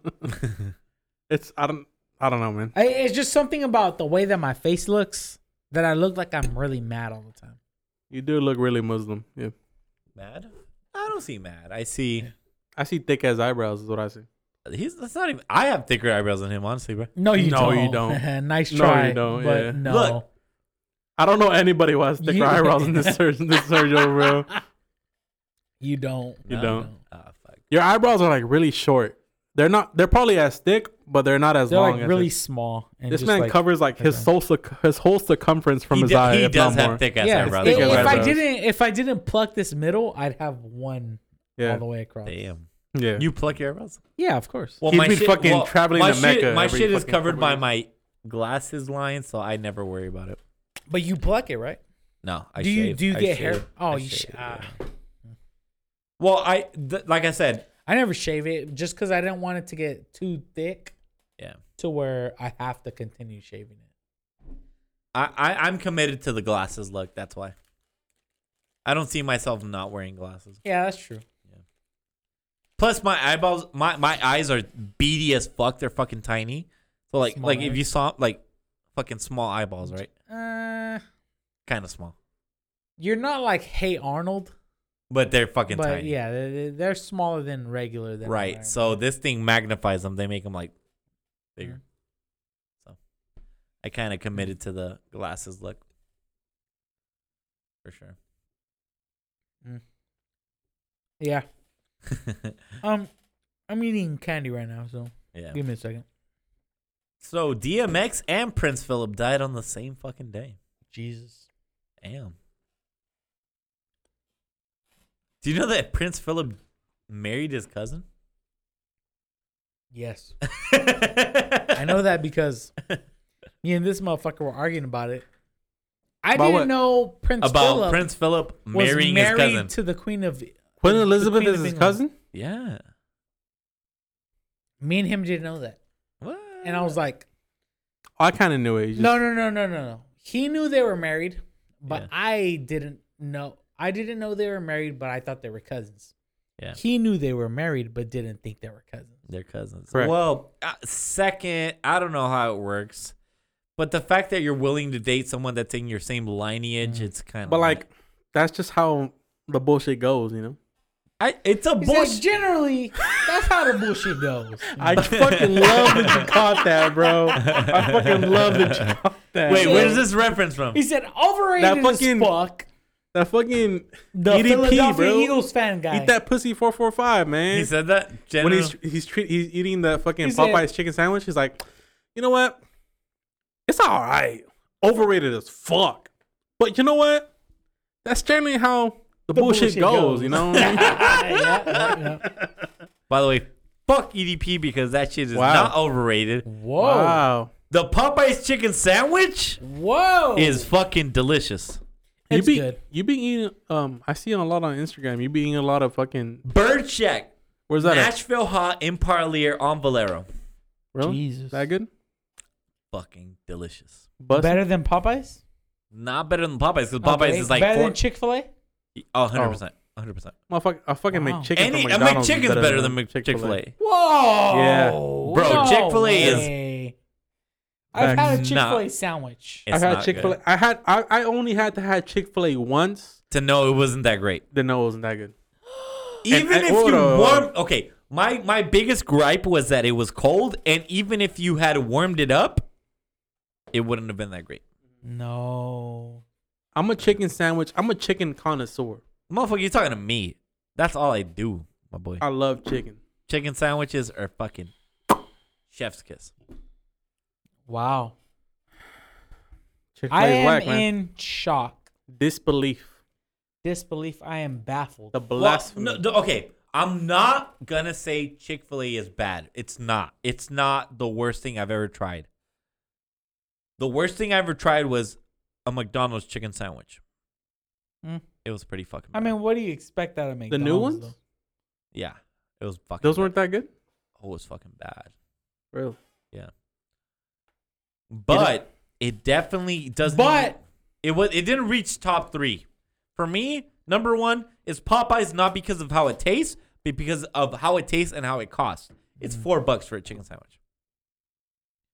it's I don't I don't know, man. I, it's just something about the way that my face looks that I look like I'm really mad all the time. You do look really Muslim. Yeah, Mad? I don't see mad. I see I see thick as eyebrows is what I see. he's that's not even I have thicker eyebrows than him, honestly, bro. No, you No, don't. you don't. nice No, you try. don't, But yeah. no. Look. I don't know anybody who has thicker You- eyebrows than this surgeon. This surgeon, bro. You don't. You No, don't. no. Ah, fuck. Your eyebrows are like really short. They're not. They're probably as thick, but they're not as They're long. like as really it- small. And This just man like, covers like his okay. whole circ- his whole circumference from He, his do- eye. he if does not have more. thick ass it's yeah, eyebrows. thick if, as if I eyebrows. didn't, if I didn't pluck this middle, I'd have one all Yeah, the way across. Damn. yeah. You pluck your eyebrows? Yeah, of course. Well, He's been fucking traveling my to shit- Mecca my every shit is fucking covered couple by years. my glasses line, so I never worry about it. But you pluck it, right? No, I do you shave. do you I get shave. hair? Oh, I you. Sh- shave, ah. yeah. Well, I th- like I said, I never shave it just because I didn't want it to get too thick yeah, to where I have to continue shaving it. I, I I'm committed to the glasses look. That's why. I don't see myself not wearing glasses. Yeah, that's true. Plus, my eyeballs, my my eyes are beady as fuck. They're fucking tiny. So like Small like if eyes. you saw like fucking small eyeballs, right? Uh, Kind of small, you're not like Hey Arnold, but they're fucking but tiny. yeah, they- they- they're smaller than regular. Than Right. Iron So Man. this thing magnifies them. They make them like bigger. Mm-hmm. So I kind of committed to the glasses look for sure. yeah. Um, I'm eating candy right now, so yeah. give me a second. So DMX and Prince Philip died on the same fucking day. Jesus. Damn. Do you know that Prince Philip married his cousin? Yes. I I know that because me and this motherfucker were arguing about it. I About didn't what? know Prince about Philip Prince Philip was marrying his married cousin. to the Queen of. Queen the Elizabeth Queen is of his England. cousin. yeah. Me and him didn't know that, What? and I was like, I kind of knew it. You just- No, no, no, no, no, no. He knew they were married, but Yeah. I didn't know. I didn't know they were married, but I thought they were cousins. Yeah. He knew they were married, but didn't think they were cousins. They're cousins. Correct. Well, uh, second, I don't know how it works, but the fact that you're willing to date someone that's in your same lineage, it's kind of. Mm. But like, that's just how the bullshit goes, you know. I, it's a He said, bullshit. generally, that's how the bullshit goes. I fucking love that you caught that, bro. I fucking love that you caught that. Wait, Yeah. where's this reference from? He said, overrated That fucking- as fuck. That fucking The EDP, Philadelphia bro. Eagles fan guy. eat that pussy four four five man. He said that. when General, he's he's treat, he's eating that fucking He said- Popeyes chicken sandwich, he's like, you know what? It's all right. Overrated as fuck. But you know what? That's generally how the, bullshit, bullshit goes, goes. You know. what I mean? Ah, yeah, yeah, yeah. by the way, fuck EDP because that shit is Wow. not overrated. Whoa. wow. The Popeyes chicken sandwich Whoa. Oh. is fucking delicious. You It's be good. you be eating. Um, I see a lot on Instagram. You be eating a lot of fucking. Bird Shack, Where's that? at? Nashville Hot Empire Lear on Valero. Really? Jesus. That good? Fucking delicious. Bus. better than Popeyes? Not better than Popeyes Oh, because Popeyes Okay. is like better four, than Chick Fil A. oh, 100%. 100%. Motherfucker, I fucking Wow. make chicken. Any, from I mean, McDonald's is chicken's better than Chick Chick-fil-A. fil A. Whoa. Yeah. Bro, No Chick-fil-A is- way. I've had a Back- Chick Fil Nah. A sandwich. I had Chick Fil A. I had I, I only had to have Chick Fil A once. To know it wasn't that great. Then no, it wasn't that good. Even and- if hold you on. warm, okay. My my biggest gripe was that it was cold, and even if you had warmed it up, it wouldn't have been that great. No. I'm a chicken sandwich. I'm a chicken connoisseur. Motherfucker, you're talking to me. That's all I do, my boy. I love chicken. Chicken sandwiches are fucking chef's kiss. Wow. Chick Fil I A's am whack, man. in shock, Disbelief. disbelief. I am baffled. The Well, blasphemy. no, th- okay, I'm not gonna say Chick Fil A is bad. It's not. It's not the worst thing I've ever tried. The worst thing I ever tried was a McDonald's chicken sandwich. Mm. It was pretty fucking. I bad. mean, what do you expect out of the McDonald's? new ones? though? yeah, it was fucking. Those bad. weren't that good. Oh, it was fucking bad. Really? But it, definitely doesn't. But- it was. It didn't reach top three. For me, number one is Popeyes, not because of how it tastes, but because of how it tastes and how it costs. It's four bucks for a chicken sandwich.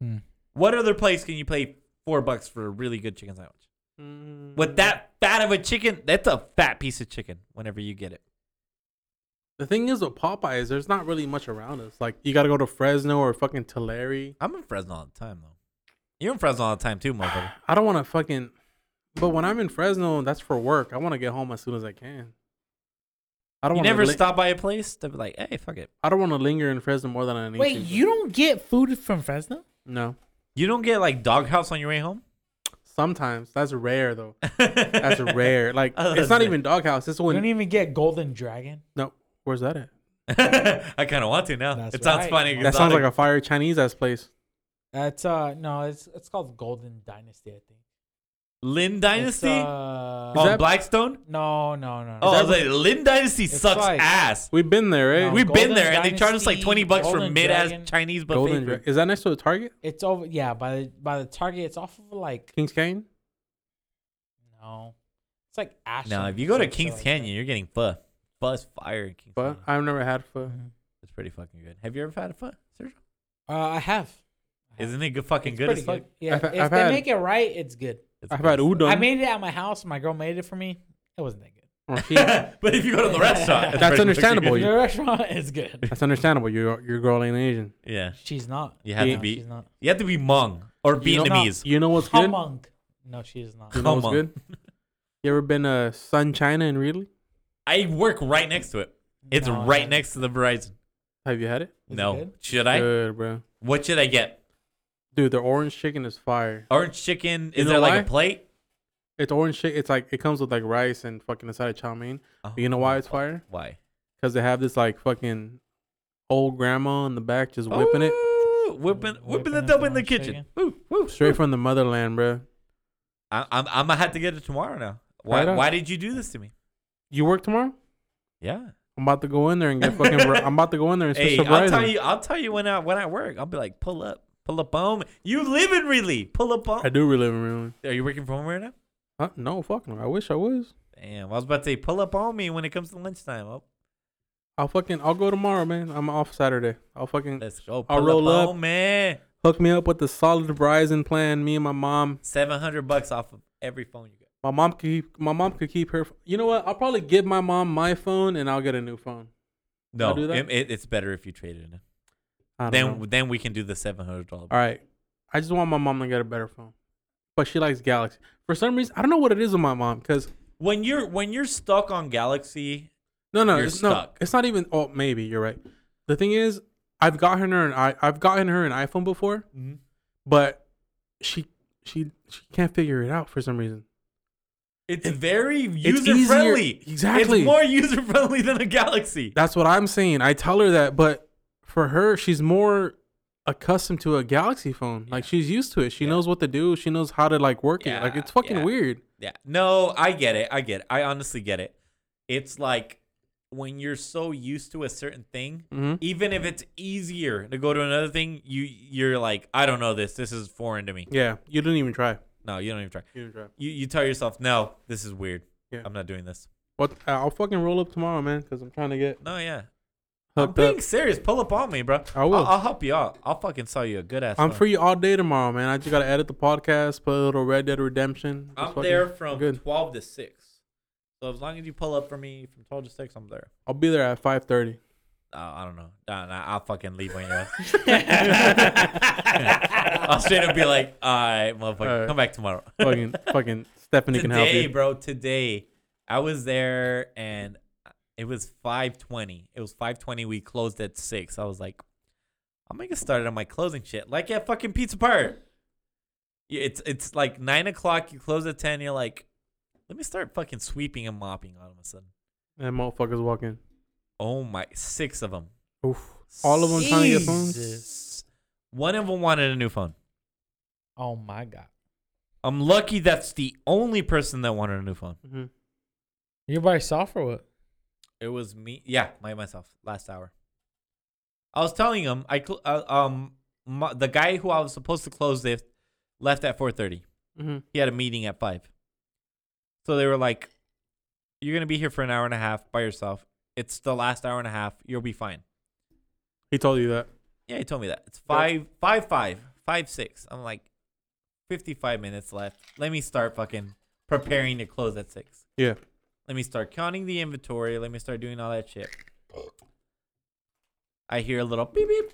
Hmm. What other place can you pay four bucks for a really good chicken sandwich? Mm. With that fat of a chicken, that's a fat piece of chicken. Whenever you get it, The thing is with Popeyes, there's not really much around us. Like you got to go to Fresno or fucking Tulare. I'm in Fresno all the time though. You're in Fresno all the time too, motherfucker. I don't want to fucking. But when I'm in Fresno, that's for work. I want to get home as soon as I can. I don't You want never to stop by a place to be like, hey, fuck it. I don't want to linger in Fresno more than I need Wait, to. you don't get food from Fresno? No. You don't get like doghouse on your way home. Sometimes that's rare though. That's That's rare. Like Oh, it's that's not rare. even doghouse. It's You when don't even get Golden Dragon. no. Where's that at? I kind of want to now. That's it sounds right. funny. That sounds like a fire Chinese ass place. That's uh no, it's it's called Golden Dynasty, I think. Lin It's, Dynasty uh, Is on that- Blackstone. no, no, no. Oh, I no. was like, Lin Dynasty It's sucks like- ass. We've been there, No. right? We've been Golden there, and they charge us like Dynasty, twenty bucks for Golden mid ass Dragon. Chinese buffet. Golden food. Dra- Is that next to the Target? it's over. Yeah, by the by the Target, it's off of like King's Cane? no, it's like Ashland. No, if you or go to some shit King's like Canyon, you're getting pho. Pho's fire in King's But Canyon. I've never had pho. that. Mhm. It's pretty fucking good. Have you ever had a pho, Sergio? Uh, I have. Isn't it good, fucking It's good? pretty as fuck- fuck? Yeah, I've- if I've they had- make it right, it's good. It's I've good had as fuck. udon. I made it at my house. My girl made it for me. It wasn't that good. Or she- but if you go to the restaurant, it's That's pretty fucking understandable. good. Well, you- Your restaurant is good. That's understandable. Your your girl ain't Asian. Yeah, She's not. you have Yeah. to No, be. She's not. You have to be Hmong or You know- Vietnamese. You know what's good? Humong. No, she is not. You know what's Humong. good? You ever been to Sun China in Ridley? I work right next to it. It's No, I right haven't. next to the Verizon. Have you had it? Is it no, good? should I? Good, bro. What should I get? Dude, the orange chicken is fire. Orange chicken? Is know there like why? a plate? It's orange chicken. It's like it comes with like rice and fucking a side of chow mein. But you know why Oh. it's fire? Uh-huh. Why? Because they have this like fucking old grandma in the back just whipping it Ooh, whipping, whipping, Whipping the up dough the in the orange kitchen. chicken. Woo, woo. straight from the motherland, bro. I, I'm, I'm gonna have to get it tomorrow now. Right Why? on. Why did you do this to me? You work tomorrow? Yeah. I'm about to go in there and get fucking. I'm about to go in there and switch Hey, to I'll Verizon. tell you. I'll tell you when I when I work. I'll be like, pull up, pull up home. You live in Ridley. Pull up I home. do relive in Maryland. Are you working from home right now? Huh? No, fuck no. I wish I was. Damn, I was about to say, pull up on me when it comes to lunchtime. Oh, I'll fucking. I'll go tomorrow, man. I'm off Saturday. I'll fucking let's go. I'll Pull roll up, up. on man. hook me up with the solid Verizon plan. Me and my mom. Seven hundred bucks off of every phone you got. My mom could. Keep, my mom could keep her. You know what? I'll probably give my mom my phone and I'll get a new phone. I'll No, do that? it, it- it's better if you trade it in. I don't Then know. then we can do the seven hundred dollar. All right. I just want my mom to get a better phone, but she likes Galaxy for some reason. I don't know what it is with my mom because when you're when you're stuck on Galaxy, No, no, You're it's, stuck. no. It's not even. Oh, maybe you're right. The thing is, I've gotten her an i I've gotten her an iPhone before, Mhm. but she she she can't figure it out for some reason. it's very easier- user friendly. Exactly. It's more user friendly than a Galaxy. That's what I'm saying. I tell her that, but for her, she's more accustomed to a Galaxy phone. Like she's used to it. She knows what to do. She knows how to like work it. Like Yeah, it's fucking yeah. weird. Yeah. No, I get it. I get it. I honestly get it. It's like when you're so used to a certain thing, hmm even if it's easier to go to another thing, you you're like, I don't know this. This is foreign to me. Yeah, you didn't even try. No, you don't even try. You didn't try. You you tell yourself, no, this is weird. Yeah. I'm not doing this. What? I'll fucking roll up tomorrow, man, because I'm trying to get No, yeah. I'm hooked up. being serious. Pull up on me, bro. I will. I'll, I'll help you out. I'll fucking sell you a good ass. I'm phone. free all day tomorrow, man. I just gotta edit the podcast, put a little Red Dead Redemption. Just I'm fucking- there from good. 12 to 6. So as long as you pull up for me from 12 to 6, I'm there. I'll be there at five thirty. Uh, I don't know. Nah, nah, I'll fucking leave when you're I'll straight up be like, all right, motherfucker, Alright. come back tomorrow. Fucking, fucking Stephanie can help today, you. bro, today, I was there and it was 520. It was 520. We closed at 6. I was like, I'm going to get started on my closing shit. Like at fucking Pizza Park. Yeah, It's, it's like 9 o'clock. You close at 10. You're like, let me start fucking sweeping and mopping all of a sudden. And motherfuckers walking. Oh my, six of them. Oof. All of them trying to get phones. Jesus. One of them wanted a new phone. Oh my god. I'm lucky that's the only person that wanted a new phone. Mhm. You're by yourself or what? It was me. Yeah, my myself last hour. I was telling him I cl- uh, um my, the guy who I was supposed to close with left at 4:30. Mhm. He had a meeting at 5. So they were like you're going to be here for an hour and a half by yourself. It's the last hour and a half. You'll be fine. He told you that. Yeah, he told me that. It's five, five, five, five, six. I'm like, fifty-five minutes left. Let me start fucking preparing to close at six. Yeah. Let me start counting the inventory. Let me start doing all that shit. I hear a little beep beep.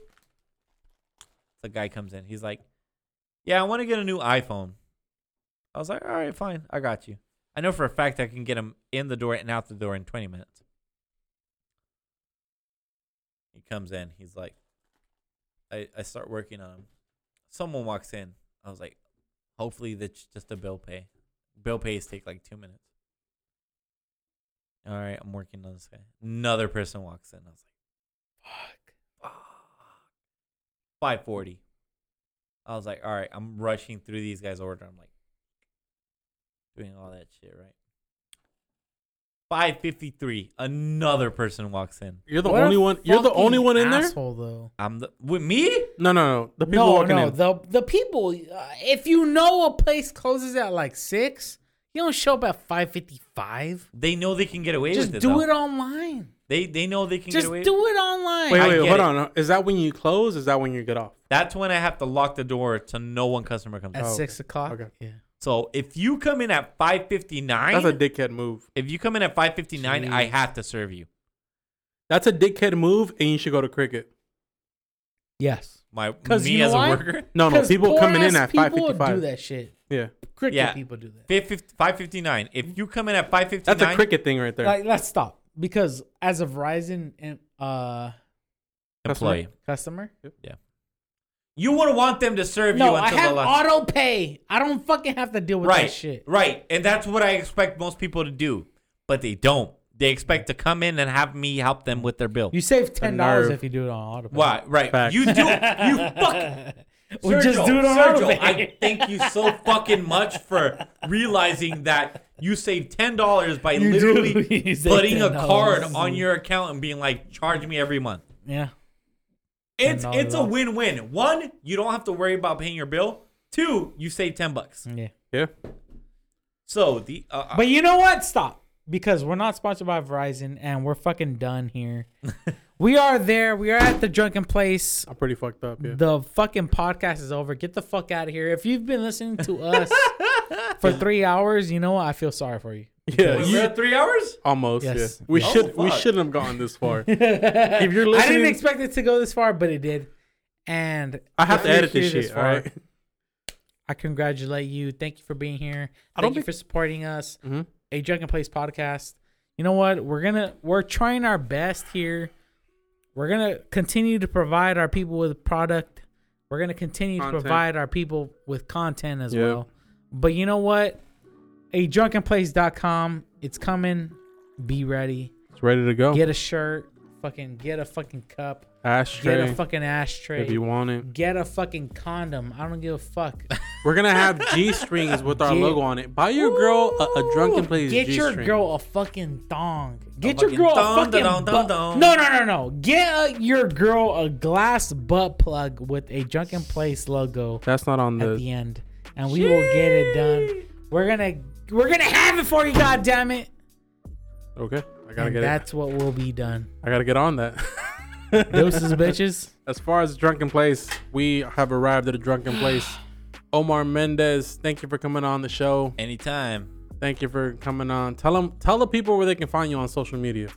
The guy comes in. He's like, "Yeah, I want to get a new iPhone." I was like, "All right, fine. I got you. I know for a fact I can get him in the door and out the door in twenty minutes." He comes in. He's like. I, I start working on 'em. Someone walks in. I was like, hopefully that's just a bill pay. Bill pays take like two minutes. All right, I'm working on this guy. Another person walks in. I was like, fuck. Five forty. I was like, all right, I'm rushing through these guys' order. I'm like, doing all that shit right. Five fifty three. Another person walks in. You're the What a only one. You're the fucking only one in there. asshole, Though. I'm the with me. No, no, no. The people no, walking no, in. the the people. Uh, if you know a place closes at like six, you don't show up at five fifty five. They know they can get away Just with it. do though. it online. They they know they can Just get away. do it online. wait, I wait, get hold it. on. Is that when you close? Is that when you get off? That's when I have to lock the door to no one customer comes. at in. Oh, six okay. o'clock. Okay. Yeah. So if you come in at five fifty That's a nine, dickhead move. if you come in at five fifty nine, I Jeez. have to serve you. That's a dickhead move, and you should go to cricket. Yes. My 'Cause me you know as a why? worker. No, no. 'Cause People poor coming in ass at five people do fifty-five. that shit. Yeah, Cricket Yeah. people do that. 559. If you come in at 559, that's a cricket thing right there. Like, let's stop because as a Verizon em- uh, employee. customer, You would want them to serve no, you I until have the last. auto pay. I don't fucking have to deal with right. that shit. Right. And that's what I expect most people to do, but they don't. They expect to come in and have me help them with their bill. You save ten dollars nerve. if you do it on auto pay. Why? Right. Facts. You do. You fuck. We just do it on Sergio, auto pay. I thank you so fucking much for realizing that you save ten dollars by You do. literally You save putting a card $10. on your account and being like, charge me every month. Yeah. It's $10 it's a off. win win. One, you don't have to worry about paying your bill. Two, you save ten bucks. Yeah. yeah. So the uh, But you know what? Stop. Because we're not sponsored by Verizon and we're fucking done here. we are there. We are at the drunken place. I'm pretty fucked up. Yeah. The fucking podcast is over. Get the fuck out of here. If you've been listening to us for three hours, you know what? I feel sorry for you. Yeah. was you- that three hours? almost. Yes. Yeah. We Oh, should. We fuck. shouldn't have gotten this far. if you're listening, I I, didn't expect it to go this far, but it did. And have if to you're edit this here shit. far, All right. I congratulate you. Thank you for being here. Thank I don't you think- for supporting us. Mhm. a drunken place podcast. You know what? We're gonna we're trying our best here. We're gonna continue to provide our people with product. We're gonna continue to Content. provide our people with content as Yep. well. But you know what? A drunkenplace.com. It's coming. Be ready. It's ready to go. Get a shirt. Fucking get a fucking cup. Ashtray, Get a fucking ashtray. if you want it. get a fucking condom. I don't give a fuck. We're gonna have G strings with our Get- logo on it. Buy your girl a, a drunken place Get G your string. girl a fucking thong. Get your fucking girl thong, a fucking da-dong, butt- dong-dong. No, no, no, no. Get uh, your girl a glass butt plug with a Drunken Place logo That's not on at the. the end, and we will get it done. We're gonna we're gonna have it for you. God damn it! Okay, I gotta And get it. that's what will be done. I gotta get on that. Doses, bitches. as far as drunken place, we have arrived at a drunken place. Omar Mendez, thank you for coming on the show. Anytime. Thank you for coming on. Tell them, tell the people where they can find you on social media.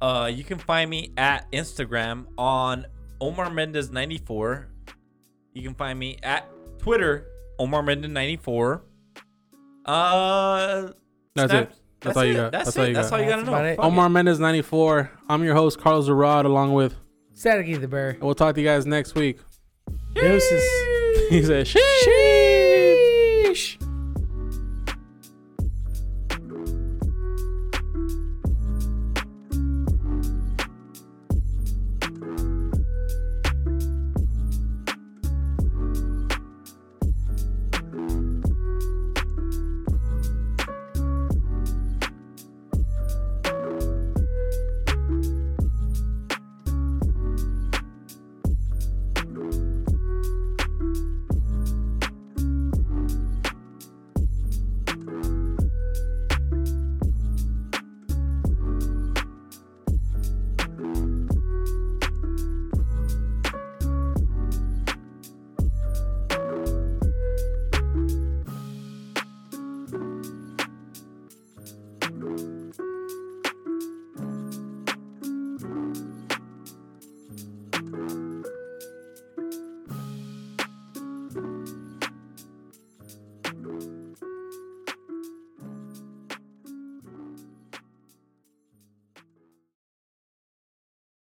Uh, you can find me at Instagram on Omar Mendez 94. You can find me at Twitter Omar Mendez 94. Uh, That's Snap- it. That's, all you got. That's, That's, it. all you that's got. all you gotta That's know. about it. Fuck Omar Mendez ninety four. I'm your host Carlos Arad, along with. Saturday the bear. And we'll talk to you guys next week. Doses. He said, "Sheesh." Sheesh.